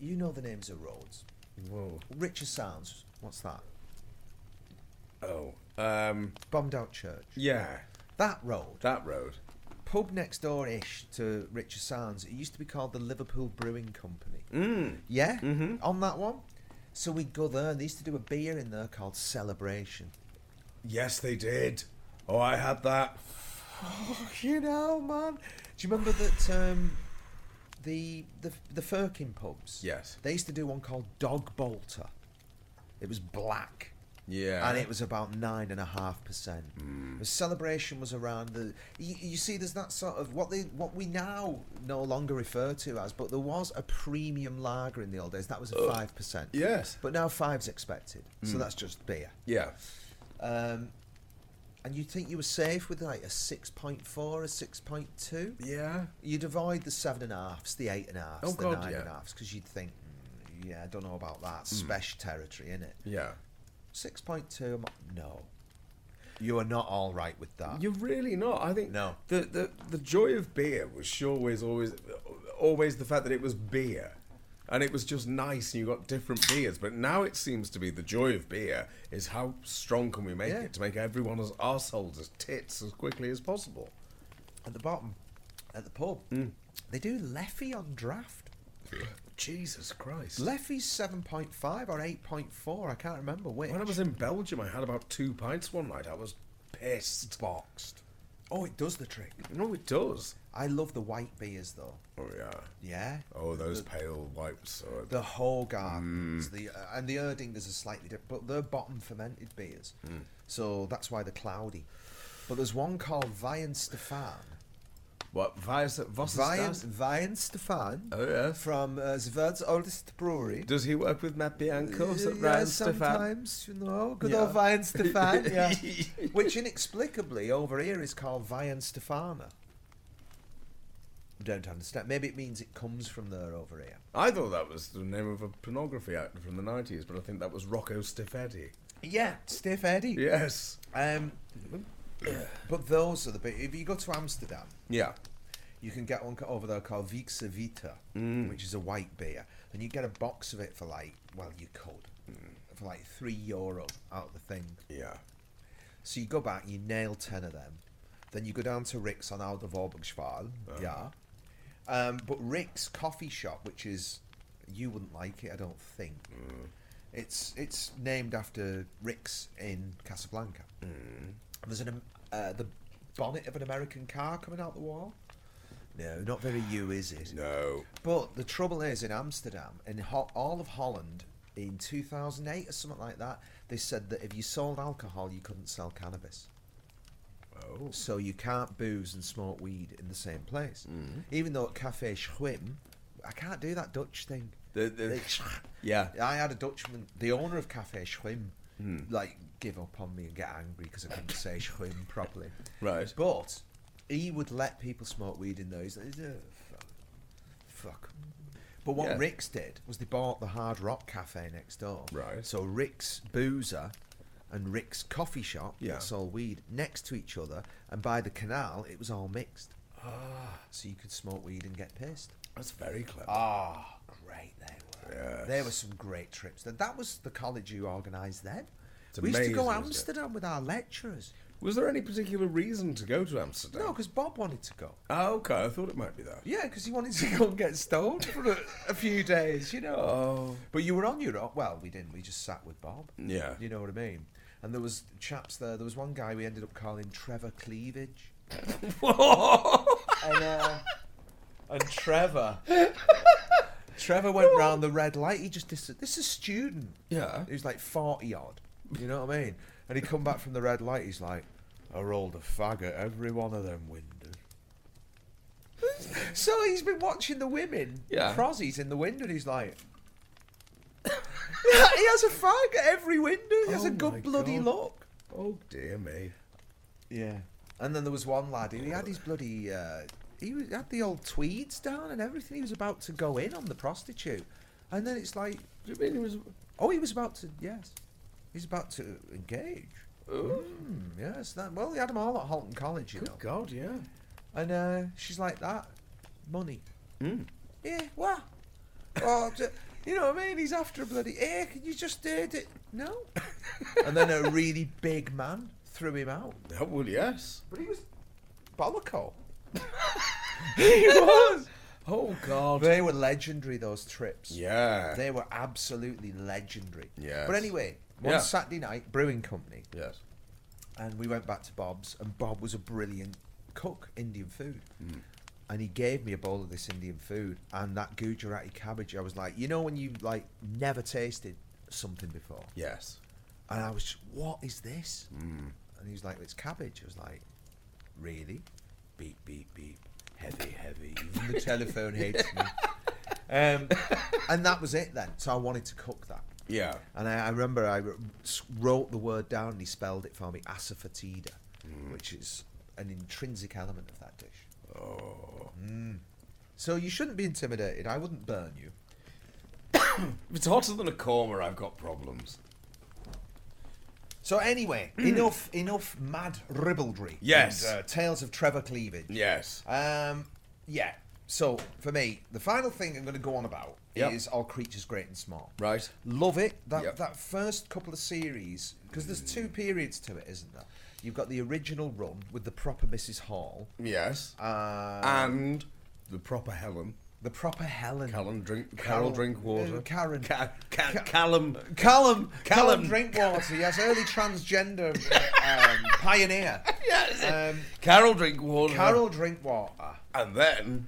Speaker 2: you know the names of roads.
Speaker 3: Whoa.
Speaker 2: Richer sounds. What's that?
Speaker 3: Oh. Um.
Speaker 2: Bombed out church.
Speaker 3: Yeah.
Speaker 2: That road,
Speaker 3: That road.
Speaker 2: pub next door ish to Richer sounds. It used to be called the Liverpool Brewing Company. Mm. Yeah. Mm-hmm. On that one. So we'd go there, and they used to do a beer in there called Celebration.
Speaker 3: Yes, they did. Oh, I had that.
Speaker 2: You know, man. Do you remember that um, the the the Firkin pubs?
Speaker 3: Yes.
Speaker 2: They used to do one called Dog Bolter. It was black.
Speaker 3: Yeah. Mm.
Speaker 2: And it was about nine and a half percent. The celebration was around the. You, you see, there's that sort of what they what we now no longer refer to as, but there was a premium lager in the old days. That was a five percent.
Speaker 3: yes. Mm.
Speaker 2: But now five's expected, so that's just beer.
Speaker 3: Yeah.
Speaker 2: Um, and you'd think you were safe with like a 6.4, a 6.2.
Speaker 3: Yeah.
Speaker 2: You'd avoid the seven and a halfs, the eight and a halfs,
Speaker 3: Oh,
Speaker 2: the
Speaker 3: God,
Speaker 2: nine and a
Speaker 3: yeah. Hmm.
Speaker 2: halfs, because you'd think, "Mm, yeah, I don't know about that. Special territory, innit?
Speaker 3: Yeah.
Speaker 2: 6.2, I'm- no. You are not all right
Speaker 3: Uh,
Speaker 2: with that.
Speaker 3: You're really not. I think
Speaker 2: No.
Speaker 3: The the the joy of beer was sure always always always the fact that it was beer. And it was just nice, and you got different beers. But now it seems to be the joy of beer is how strong can we make
Speaker 2: Yeah.
Speaker 3: it to make everyone as arseholes as tits as quickly as possible.
Speaker 2: At the bottom, at the pub,
Speaker 3: Hmm.
Speaker 2: they do Leffy on draft.
Speaker 3: Jesus Christ.
Speaker 2: Leffy's 7.5 or 8.4, I can't remember which.
Speaker 3: When I was in Belgium, I had about two pints one night. I was pissed. Boxed.
Speaker 2: Oh, it does the trick.
Speaker 3: No, it does.
Speaker 2: I love the white beers though.
Speaker 3: Oh, yeah.
Speaker 2: Yeah.
Speaker 3: Oh, those pale whites. Are...
Speaker 2: The Hogarthens, the uh, and the Erdingers are slightly different, but they're bottom fermented beers, so that's why they're cloudy. But there's one called Vian Stefan.
Speaker 3: What? Vias, Voss
Speaker 2: Vian, Vian Stefan
Speaker 3: Oh, yeah.
Speaker 2: from uh, the world's oldest brewery.
Speaker 3: Does he work with Matt Bianco?
Speaker 2: Uh, yeah, sometimes, you know, good old
Speaker 3: Yeah.
Speaker 2: Vian Stefan, yeah. Which inexplicably over here is called Vian Stefana. I don't understand. Maybe it means it comes from there over here.
Speaker 3: I thought that was the name of a pornography actor from the 90s, but I think that was Rocco Stiffetti.
Speaker 2: Yeah, Stiff Eddie.
Speaker 3: Yes.
Speaker 2: Um, but those are the big. If you go to Amsterdam,
Speaker 3: Yeah.
Speaker 2: you can get one co- over there called Vixa Vita, which is a white beer, and you get a box of it for like, well, you could for like three euro out of the thing.
Speaker 3: Yeah.
Speaker 2: So you go back, you nail ten of them, then you go down to Rick's on Alder Vorburgsfall, yeah. Um, but Rick's coffee shop, which is you wouldn't like it, I don't think. It's it's named after Rick's in Casablanca. There's an Am- uh, the bonnet of an American car coming out the wall. No, not very you, is it?
Speaker 3: No.
Speaker 2: But the trouble is in Amsterdam, in ho- all of Holland, in 2008 or something like that, they said that if you sold alcohol, you couldn't sell cannabis.
Speaker 3: Oh.
Speaker 2: So you can't booze and smoke weed in the same place.
Speaker 3: Mm-hmm.
Speaker 2: Even though at Cafe Schwim, I can't do that Dutch thing.
Speaker 3: The- the-
Speaker 2: They-
Speaker 3: Yeah. Hmm.
Speaker 2: I had a Dutchman, the owner of Cafe Schwim, like give up on me and get angry because I couldn't say Schwim properly.
Speaker 3: Right.
Speaker 2: But he would let people smoke weed in those. fuck. fuck. 'em." But what
Speaker 3: Yeah.
Speaker 2: Rick's did was they bought the Hard Rock Cafe next door.
Speaker 3: Right.
Speaker 2: So Rick's Boozer and Rick's Coffee Shop
Speaker 3: Yeah.
Speaker 2: that sold weed next to each other, and by the canal, it was all mixed. Ah. So you could smoke weed and get pissed.
Speaker 3: That's very clever.
Speaker 2: Ah, great they were.
Speaker 3: Yes.
Speaker 2: There were some great trips. That that was the college who organised them.
Speaker 3: It's
Speaker 2: we used to go
Speaker 3: amazing, isn't it?
Speaker 2: Amsterdam with our lecturers.
Speaker 3: Was there any particular reason to go to Amsterdam?
Speaker 2: No, because Bob wanted to go.
Speaker 3: Oh, okay. I thought it might be that.
Speaker 2: Yeah, because he wanted to go and get stoned for a, a few days, you know.
Speaker 3: Oh.
Speaker 2: But you were on your own. Well, we didn't. We just sat with Bob.
Speaker 3: Yeah.
Speaker 2: You know what I mean? And there was chaps there. There was one guy we ended up calling Trevor Cleavage. and, uh, and Trevor. Trevor went round the red light. He just dis- this is a student.
Speaker 3: Yeah.
Speaker 2: He was like forty odd. You know what I mean? And he come back from the red light. He's like, I rolled a fag at every one of them windows. so he's been watching the women.
Speaker 3: Yeah.
Speaker 2: Frozzies in the window. And he's like. he has a fag at every window. He has
Speaker 3: Oh
Speaker 2: a
Speaker 3: my
Speaker 2: good bloody
Speaker 3: God.
Speaker 2: look.
Speaker 3: Oh, dear me.
Speaker 2: Yeah. And then there was one lad who he had his bloody. Uh, he was, had the old tweeds down and everything. He was about to go in on the prostitute, and then it's like,
Speaker 3: Do you mean it was.
Speaker 2: oh, he was about to. Yes, he's about to engage. Mm, yes, that. Well, he had them all at Halton College, you know.
Speaker 3: God, yeah.
Speaker 2: And uh, she's like that, money.
Speaker 3: Hmm.
Speaker 2: Yeah, what? Oh, d- you know what I mean? He's after a bloody. Eh, can you just uh, d- no? and then a really big man threw him out.
Speaker 3: That would, yes.
Speaker 2: But he was bolloco. he was.
Speaker 3: Oh, God.
Speaker 2: They were legendary. Those trips.
Speaker 3: Yeah.
Speaker 2: They were absolutely legendary.
Speaker 3: Yes.
Speaker 2: But anyway, one
Speaker 3: Yeah.
Speaker 2: Saturday night, brewing company,
Speaker 3: Yes.
Speaker 2: and we went back to Bob's, and Bob was a brilliant cook, Indian food.
Speaker 3: Mm.
Speaker 2: And he gave me a bowl of this Indian food and that Gujarati cabbage. I was like, you know, when you like never tasted something before,
Speaker 3: Yes.
Speaker 2: and I was, just, what is this?
Speaker 3: Mm.
Speaker 2: And he was like, it's cabbage. I was like, really? Beep, beep, beep. Heavy, heavy. Even the telephone hates me. Um, and that was it then. So I wanted to cook that.
Speaker 3: Yeah.
Speaker 2: And I, I remember I wr- s- wrote the word down and he spelled it for me, asafoetida, which is an intrinsic element of that dish. Oh. So you shouldn't be intimidated. I wouldn't burn you.
Speaker 3: If it's hotter than a coma, I've got problems.
Speaker 2: So anyway, enough enough mad ribaldry.
Speaker 3: Yes.
Speaker 2: and, uh, tales of Trevor Cleavage.
Speaker 3: Yes.
Speaker 2: Um, yeah. So for me, the final thing I'm going to go on about
Speaker 3: Yep.
Speaker 2: is All Creatures Great and Small.
Speaker 3: Right.
Speaker 2: Love it. That
Speaker 3: Yep. Mm.
Speaker 2: that first couple of series because there's two periods to it, isn't there? You've got the original run with the proper Mrs. Hall.
Speaker 3: Yes.
Speaker 2: Uh,
Speaker 3: and the proper Helen.
Speaker 2: The proper Helen.
Speaker 3: Callum drink.
Speaker 2: Carol-
Speaker 3: Carol drink
Speaker 2: uh,
Speaker 3: water.
Speaker 2: Karen.
Speaker 3: Ca- Ca- Callum.
Speaker 2: Callum, Callum
Speaker 3: Callum.
Speaker 2: Drinkwater, yes, early transgender um, pioneer.
Speaker 3: Yes.
Speaker 2: Um,
Speaker 3: Carol Drinkwater.
Speaker 2: Carol Drinkwater,
Speaker 3: And then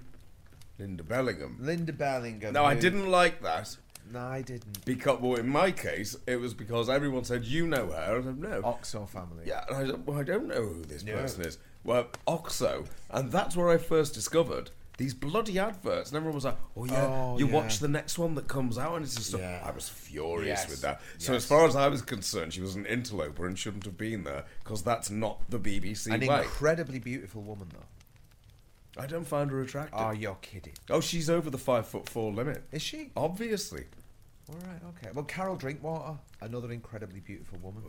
Speaker 3: Linda Bellingham.
Speaker 2: Linda Bellingham.
Speaker 3: Now I
Speaker 2: who-
Speaker 3: didn't like that
Speaker 2: No, I didn't.
Speaker 3: because, well, in my case, it was because everyone said you know her. I said no.
Speaker 2: Oxo family.
Speaker 3: Yeah, and I said, well, I don't know who this person is. Well, Oxo, and that's where I first discovered these bloody adverts. And everyone was like, "Oh yeah,
Speaker 2: Oh,
Speaker 3: you
Speaker 2: yeah.
Speaker 3: watch the next one that comes out," and it's just.
Speaker 2: Yeah.
Speaker 3: I was furious
Speaker 2: Yes,
Speaker 3: with that. So as far as I was concerned, she was an interloper and shouldn't have been there because that's not the BBC
Speaker 2: An
Speaker 3: way.
Speaker 2: incredibly beautiful woman, though.
Speaker 3: I don't find her attractive.
Speaker 2: Oh, you're kidding.
Speaker 3: oh, she's over the five foot four limit.
Speaker 2: Is she?
Speaker 3: Obviously.
Speaker 2: All right, okay. Well, Carol Drinkwater, another incredibly beautiful woman.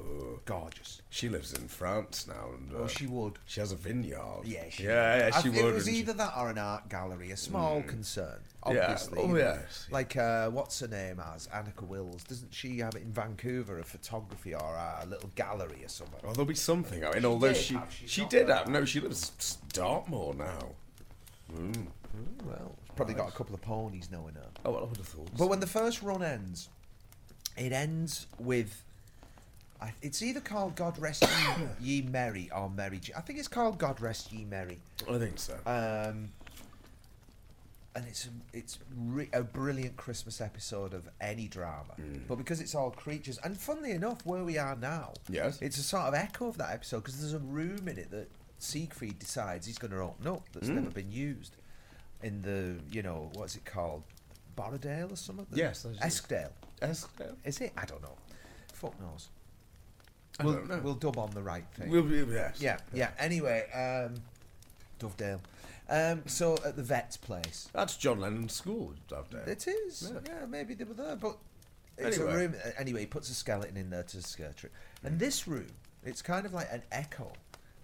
Speaker 2: Gorgeous.
Speaker 3: She lives in France now, and uh,
Speaker 2: Oh, she would.
Speaker 3: she has a vineyard.
Speaker 2: Yeah, she
Speaker 3: yeah, yeah,
Speaker 2: I
Speaker 3: she
Speaker 2: th-
Speaker 3: would.
Speaker 2: It was
Speaker 3: and she- Hmm.
Speaker 2: either that or an art gallery, a small concern,
Speaker 3: Yeah.
Speaker 2: obviously.
Speaker 3: Oh,
Speaker 2: you know.
Speaker 3: yes.
Speaker 2: Like, uh, what's her name as? Annika Wills. Doesn't she have it in Vancouver, a photography or a little gallery or something?
Speaker 3: Well, Oh, there'll be something. I mean, although
Speaker 2: did
Speaker 3: she
Speaker 2: have, she's
Speaker 3: she
Speaker 2: not
Speaker 3: did
Speaker 2: there
Speaker 3: have. No, she lives s- Dartmoor now.
Speaker 2: Well, she's probably got a couple of ponies knowing her.
Speaker 3: Oh, well, I would have thought.
Speaker 2: But when the first run ends, it ends with. I, it's either called God Rest Ye, Ye Merry or Merry. Je- I think it's called God Rest Ye Merry.
Speaker 3: I think so.
Speaker 2: Um, and it's it's re- a brilliant Christmas episode of any drama,
Speaker 3: Mm.
Speaker 2: but because it's all creatures, and funnily enough, where we are now,
Speaker 3: Yes.
Speaker 2: it's a sort of echo of that episode because there's a room in it that Siegfried decides he's going to open up that's
Speaker 3: Mm.
Speaker 2: never been used in the you know what's it called, Borrowdale or something? The-
Speaker 3: Yes, that's it.
Speaker 2: Eskdale.
Speaker 3: Es-
Speaker 2: Is it? I don't know. Fuck knows.
Speaker 3: I
Speaker 2: we'll,
Speaker 3: don't know.
Speaker 2: We'll dub on the right thing.
Speaker 3: We'll be- yes.
Speaker 2: Yeah, yeah. Anyway, um, Dovedale. Um, so at the vet's place.
Speaker 3: That's John Lennon's school, Dovedale.
Speaker 2: It is.
Speaker 3: Yeah.
Speaker 2: Yeah, maybe they were there, but it's a
Speaker 3: Anyway. Mm.
Speaker 2: room. uh, Anyway, he puts a skeleton in there to scare it. And this room, it's kind of like an echo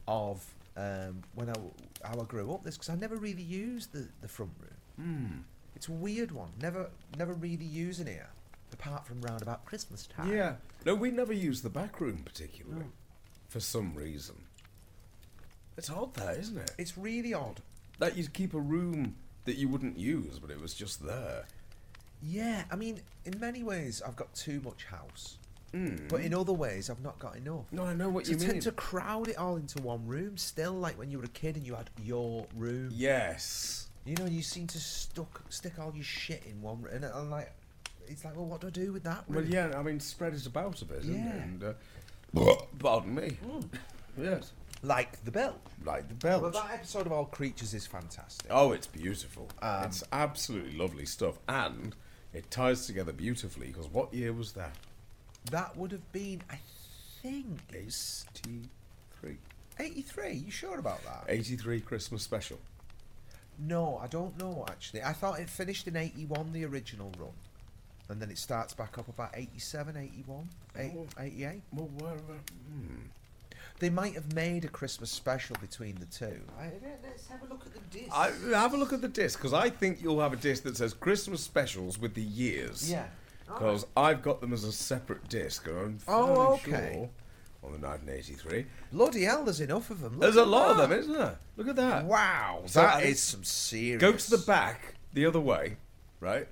Speaker 2: of um, when I w- how I grew up. This because I never really used the the front room.
Speaker 3: Hmm.
Speaker 2: It's a weird one. Never never really using it apart from round about Christmas time.
Speaker 3: Yeah. No, we never used the back room particularly,
Speaker 2: Hmm.
Speaker 3: for some reason. It's odd, that isn't it?
Speaker 2: It's really odd.
Speaker 3: That you'd keep a room that you wouldn't use, but it was just there.
Speaker 2: Yeah, I mean, in many ways, I've got too much house, but in other ways, I've not got enough.
Speaker 3: Hmm. No, I know what
Speaker 2: to
Speaker 3: you
Speaker 2: to-
Speaker 3: mean.
Speaker 2: to crowd it all into one room, still like when you were a kid and you had your room.
Speaker 3: Yes.
Speaker 2: You know, you seem to stuck stick all your shit in one room, and I'm like, it's like, well, what do I do with that?
Speaker 3: Well,
Speaker 2: room?
Speaker 3: yeah, I mean, spread it about a bit, isn't
Speaker 2: Yeah. Hmm.
Speaker 3: it? And, uh, pardon me. Yes.
Speaker 2: like the bell.
Speaker 3: Like the belt.
Speaker 2: Well, that episode of All Creatures is fantastic.
Speaker 3: Oh, it's beautiful.
Speaker 2: Um,
Speaker 3: it's absolutely lovely stuff, and it ties together beautifully. Because what year was that?
Speaker 2: That would have been, I think, it's
Speaker 3: Eighty-three.
Speaker 2: 83. You sure about that?
Speaker 3: Eighty-three Christmas special.
Speaker 2: No, I don't know actually. I thought it finished in 81, the original run. And then it starts back up about 87, 81, eight-
Speaker 3: Oh.
Speaker 2: 88.
Speaker 3: Well, where? uh,
Speaker 2: They might have made a Christmas special between the two. I, let's have a look at the disc.
Speaker 3: I, have a look at the disc because I think you'll have a disc that says Christmas specials with the years.
Speaker 2: Yeah.
Speaker 3: Because I've got them as a separate disc, and I'm
Speaker 2: Oh,
Speaker 3: fairly
Speaker 2: okay.
Speaker 3: sure on the 1983.
Speaker 2: Bloody hell, there's enough of them.
Speaker 3: There's a lot of them, isn't there? Look at that.
Speaker 2: Wow,
Speaker 3: So
Speaker 2: that
Speaker 3: I-
Speaker 2: is some serious.
Speaker 3: Go to the back, the other way, right?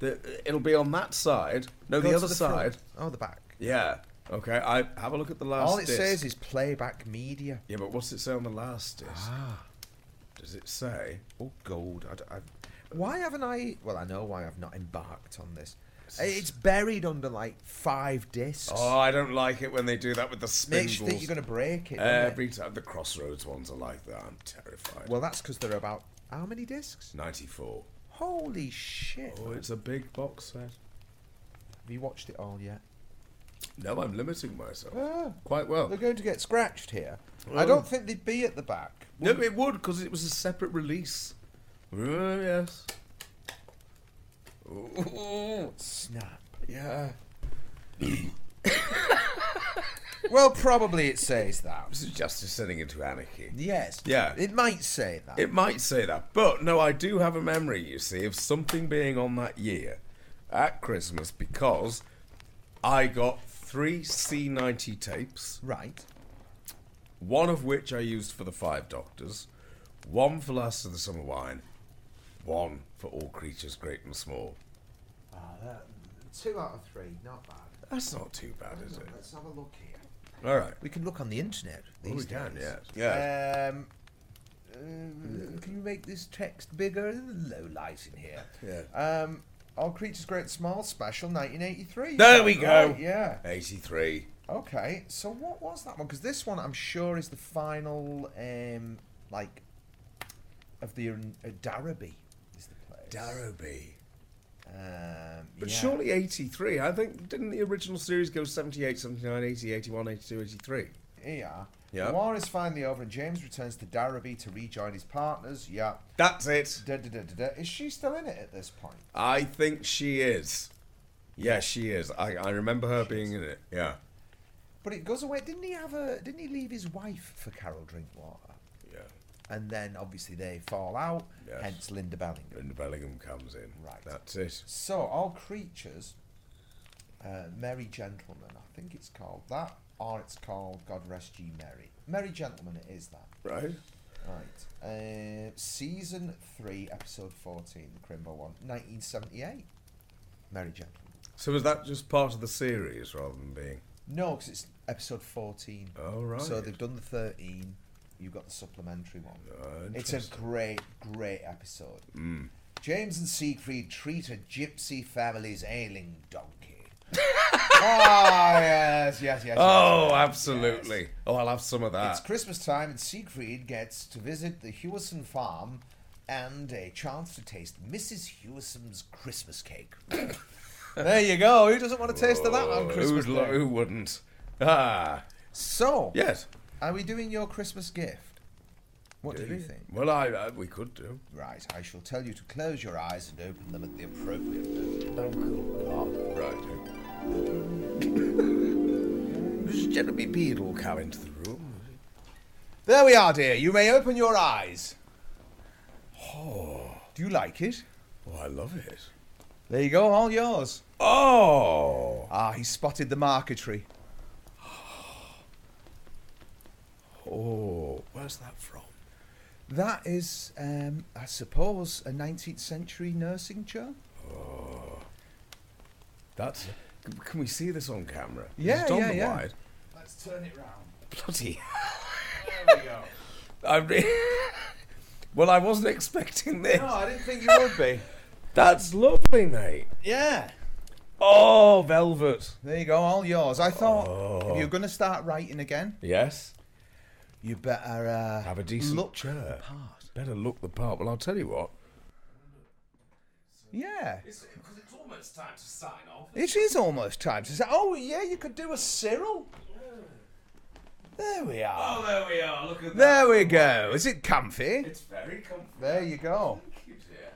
Speaker 3: The, it'll be on that side. No,
Speaker 2: Go
Speaker 3: the
Speaker 2: to
Speaker 3: other
Speaker 2: front.
Speaker 3: side.
Speaker 2: Oh, the back.
Speaker 3: Yeah. Okay. I have a look at the last.
Speaker 2: All it
Speaker 3: disc.
Speaker 2: says is playback media.
Speaker 3: Yeah, but what's it say on the last disc?
Speaker 2: Ah.
Speaker 3: Does it say?
Speaker 2: Oh, gold. I d- I- why haven't I? Well, I know why I've not embarked on this. It's buried under like five discs.
Speaker 3: Oh, I don't like it when they do that with the spindles.
Speaker 2: Makes you think you're going to break it. doesn't it?
Speaker 3: Every time the crossroads ones are like that, I'm terrified.
Speaker 2: Well, that's because they're about how many discs?
Speaker 3: 94.
Speaker 2: Holy shit!
Speaker 3: Oh, it's a big box set.
Speaker 2: Have you watched it all yet?
Speaker 3: No, I'm limiting myself
Speaker 2: Ah.
Speaker 3: quite well.
Speaker 2: They're going to get scratched here.
Speaker 3: Oh.
Speaker 2: I don't think they'd be at the back.
Speaker 3: No, it would because it was a separate release. Oh, yes. Ooh.
Speaker 2: Snap.
Speaker 3: Yeah.
Speaker 2: well, probably it says that.
Speaker 3: This is just descending into anarchy.
Speaker 2: Yes.
Speaker 3: Yeah.
Speaker 2: It might say that.
Speaker 3: It might say that, but no, I do have a memory, you see, of something being on that year at Christmas because I got three C90 tapes.
Speaker 2: Right.
Speaker 3: One of which I used for the Five Doctors, one for Last of the Summer Wine, one for All Creatures Great and Small.
Speaker 6: two out of three, not bad.
Speaker 3: That's not too bad, is it?
Speaker 6: Let's have a look here.
Speaker 3: All right.
Speaker 6: We can look on the internet.
Speaker 3: Well, Oh, we
Speaker 6: these
Speaker 3: can,
Speaker 6: days.
Speaker 3: yeah. Yeah.
Speaker 2: Um, um, can you make this text bigger? There's Low light in here. Yeah. Um, All Creatures Great and Small Special 1983.
Speaker 3: there we go.
Speaker 2: Right, yeah.
Speaker 3: 83.
Speaker 2: Okay, so what was that one? Because this one, I'm sure, is the final, um, like, of the uh, Darby is the place.
Speaker 3: Darrowby.
Speaker 2: Um,
Speaker 3: But
Speaker 2: yeah.
Speaker 3: surely 83. I think, didn't the original series go 78, 79, 80, 81, 82, 83?
Speaker 2: Yeah.
Speaker 3: Yeah.
Speaker 2: The war is finally over, and James returns to Darby to rejoin his partners. Yeah.
Speaker 3: That's it.
Speaker 2: Da, da, da, da, da. Is she still in it at this point?
Speaker 3: I think she is. Yeah, she is. I, I remember her being in it. Yeah.
Speaker 2: But it goes away. Didn't he have a? Didn't he leave his wife for Carol Drinkwater?
Speaker 3: Yeah.
Speaker 2: And then obviously they fall out.
Speaker 3: Yes.
Speaker 2: Hence Linda Bellingham.
Speaker 3: Linda Bellingham comes in.
Speaker 2: Right.
Speaker 3: That's it.
Speaker 2: So all creatures, uh, Merry Gentleman. I think it's called that, or it's called God Rest Ye Merry. Merry Gentleman. It is that.
Speaker 3: Right.
Speaker 2: Right. Uh, season three, episode fourteen, the Crimbo one, nineteen seventy-eight. Merry Gentleman.
Speaker 3: So was that just part of the series rather than being.
Speaker 2: No, because it's episode 14.
Speaker 3: Oh, right.
Speaker 2: So they've done the 13. You've got the supplementary one.
Speaker 3: Oh,
Speaker 2: it's a great, great episode.
Speaker 3: Mm.
Speaker 2: James and Siegfried treat a gypsy family's ailing donkey. Ah, yes, yes, yes, yes.
Speaker 3: Oh, absolutely. Oh, I'll have some of that.
Speaker 2: It's Christmas time, and Siegfried gets to visit the Hewison farm and a chance to taste Mrs. Hewison's Christmas cake. there you go. Who doesn't want a taste of that on
Speaker 3: Who'd
Speaker 2: Christmas?
Speaker 3: lo-
Speaker 2: Day?
Speaker 3: who wouldn't? Ah.
Speaker 2: So,
Speaker 3: Yes.
Speaker 2: Are we doing your Christmas gift? What do you think?
Speaker 3: Well, I, I we could do.
Speaker 2: Right, I shall tell you to close your eyes and open them at the appropriate moment.
Speaker 3: Right. Does Jeremy Beadle come into the room?
Speaker 2: There we are, dear. You may open your eyes. Oh. Do you like it?
Speaker 3: Oh, I love it.
Speaker 2: There you go, all yours.
Speaker 3: Oh.
Speaker 2: Ah, he spotted the marquetry.
Speaker 3: Oh. Where's that from?
Speaker 2: That is, um, I suppose, a 19th century nursing chair.
Speaker 3: That's. c- Can we see this on camera?
Speaker 2: Yeah,
Speaker 3: Is it on
Speaker 2: yeah,
Speaker 3: the
Speaker 2: yeah.
Speaker 3: Wide?
Speaker 1: Let's turn it round.
Speaker 3: Bloody.
Speaker 1: There we go.
Speaker 3: I mean, well, I wasn't expecting this.
Speaker 2: Oh, I didn't think you would be.
Speaker 3: That's lovely, mate.
Speaker 2: Yeah.
Speaker 3: Oh, velvet.
Speaker 2: There you go, all yours. I thought if you're going to start writing again,
Speaker 3: Yes.
Speaker 2: you better uh,
Speaker 3: Have a decent
Speaker 2: look
Speaker 3: chair. Better look the part. Well, I'll tell you what.
Speaker 2: Yeah.
Speaker 3: Because it's almost time to sign off.
Speaker 2: It is almost time to say, oh, yeah, you could do a Cyril. There we are.
Speaker 3: Oh, there we are. Look at
Speaker 2: There we go. Is it comfy?
Speaker 3: It's very comfortable.
Speaker 2: There you go.
Speaker 3: Thank you, dear.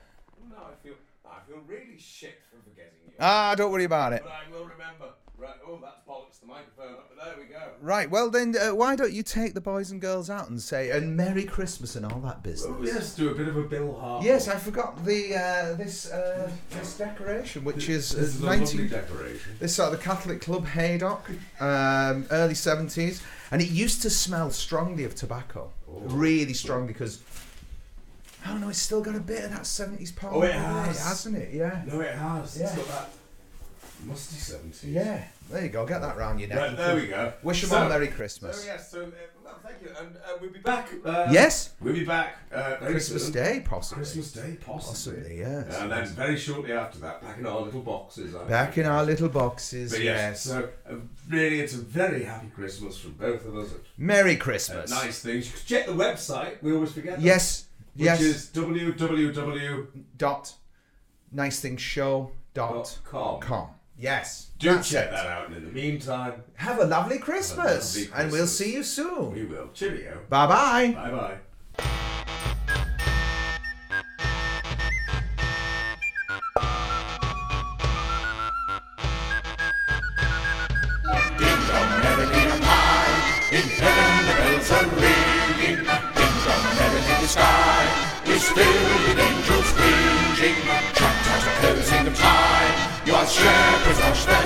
Speaker 3: Now I feel, I feel really shit for forgetting you.
Speaker 2: Ah, don't worry about it.
Speaker 3: but I will remember. Right, oh, that's bollocks, the microphone up, but there we go.
Speaker 2: Right, well then, uh, why don't you take the boys and girls out and say, and Merry Christmas and all that business.
Speaker 3: Let's do a bit of a Bill Hart.
Speaker 2: Yes, I forgot the uh, this uh, this decoration, which is, uh,
Speaker 3: This is a
Speaker 2: 19
Speaker 3: lovely decoration.
Speaker 2: This sort of the Catholic Club Haydock, um, early 70s. And it used to smell strongly of tobacco.
Speaker 3: Oh.
Speaker 2: Really strongly, because, I don't know, it's still got a bit of that 70s power.
Speaker 3: Oh, it has.
Speaker 2: hasn't it? Yeah.
Speaker 3: No, it has. It's
Speaker 2: Yeah.
Speaker 3: got that musty 70s.
Speaker 2: Yeah. There you go. Get that round your neck.
Speaker 3: Right, there we go.
Speaker 2: Wish them
Speaker 3: So-
Speaker 2: all a Merry
Speaker 3: So,
Speaker 2: Christmas.
Speaker 3: yes, so, uh, well, thank you. And uh, we'll be back. Uh,
Speaker 2: Yes?
Speaker 3: We'll be back. Uh, very
Speaker 2: Christmas
Speaker 3: soon.
Speaker 2: Day, possibly.
Speaker 3: Christmas Day, possibly.
Speaker 2: Possibly, yes.
Speaker 3: And then very shortly after that, back in our little boxes. I
Speaker 2: Back in
Speaker 3: think.
Speaker 2: our little boxes.
Speaker 3: But yes, so uh, really, it's a very happy Christmas from both of us.
Speaker 2: Merry
Speaker 3: Uh,
Speaker 2: Christmas.
Speaker 3: nice things. You can check the website. We always forget. that,
Speaker 2: Yes.
Speaker 3: Which
Speaker 2: yes.
Speaker 3: is www.
Speaker 2: dot nice things show dot
Speaker 3: Dot com.
Speaker 2: com. Yes.
Speaker 3: Do
Speaker 2: that's
Speaker 3: check
Speaker 2: it.
Speaker 3: that out. And in the meantime,
Speaker 2: Have a lovely Christmas,
Speaker 3: lovely
Speaker 2: and we'll
Speaker 3: Christmas.
Speaker 2: see you
Speaker 3: we
Speaker 2: soon.
Speaker 3: will. Cheerio.
Speaker 2: Bye bye.
Speaker 3: Bye bye.
Speaker 1: Melody of Pie. building, angels cringing, chapters are closing time. Your shepherds wash their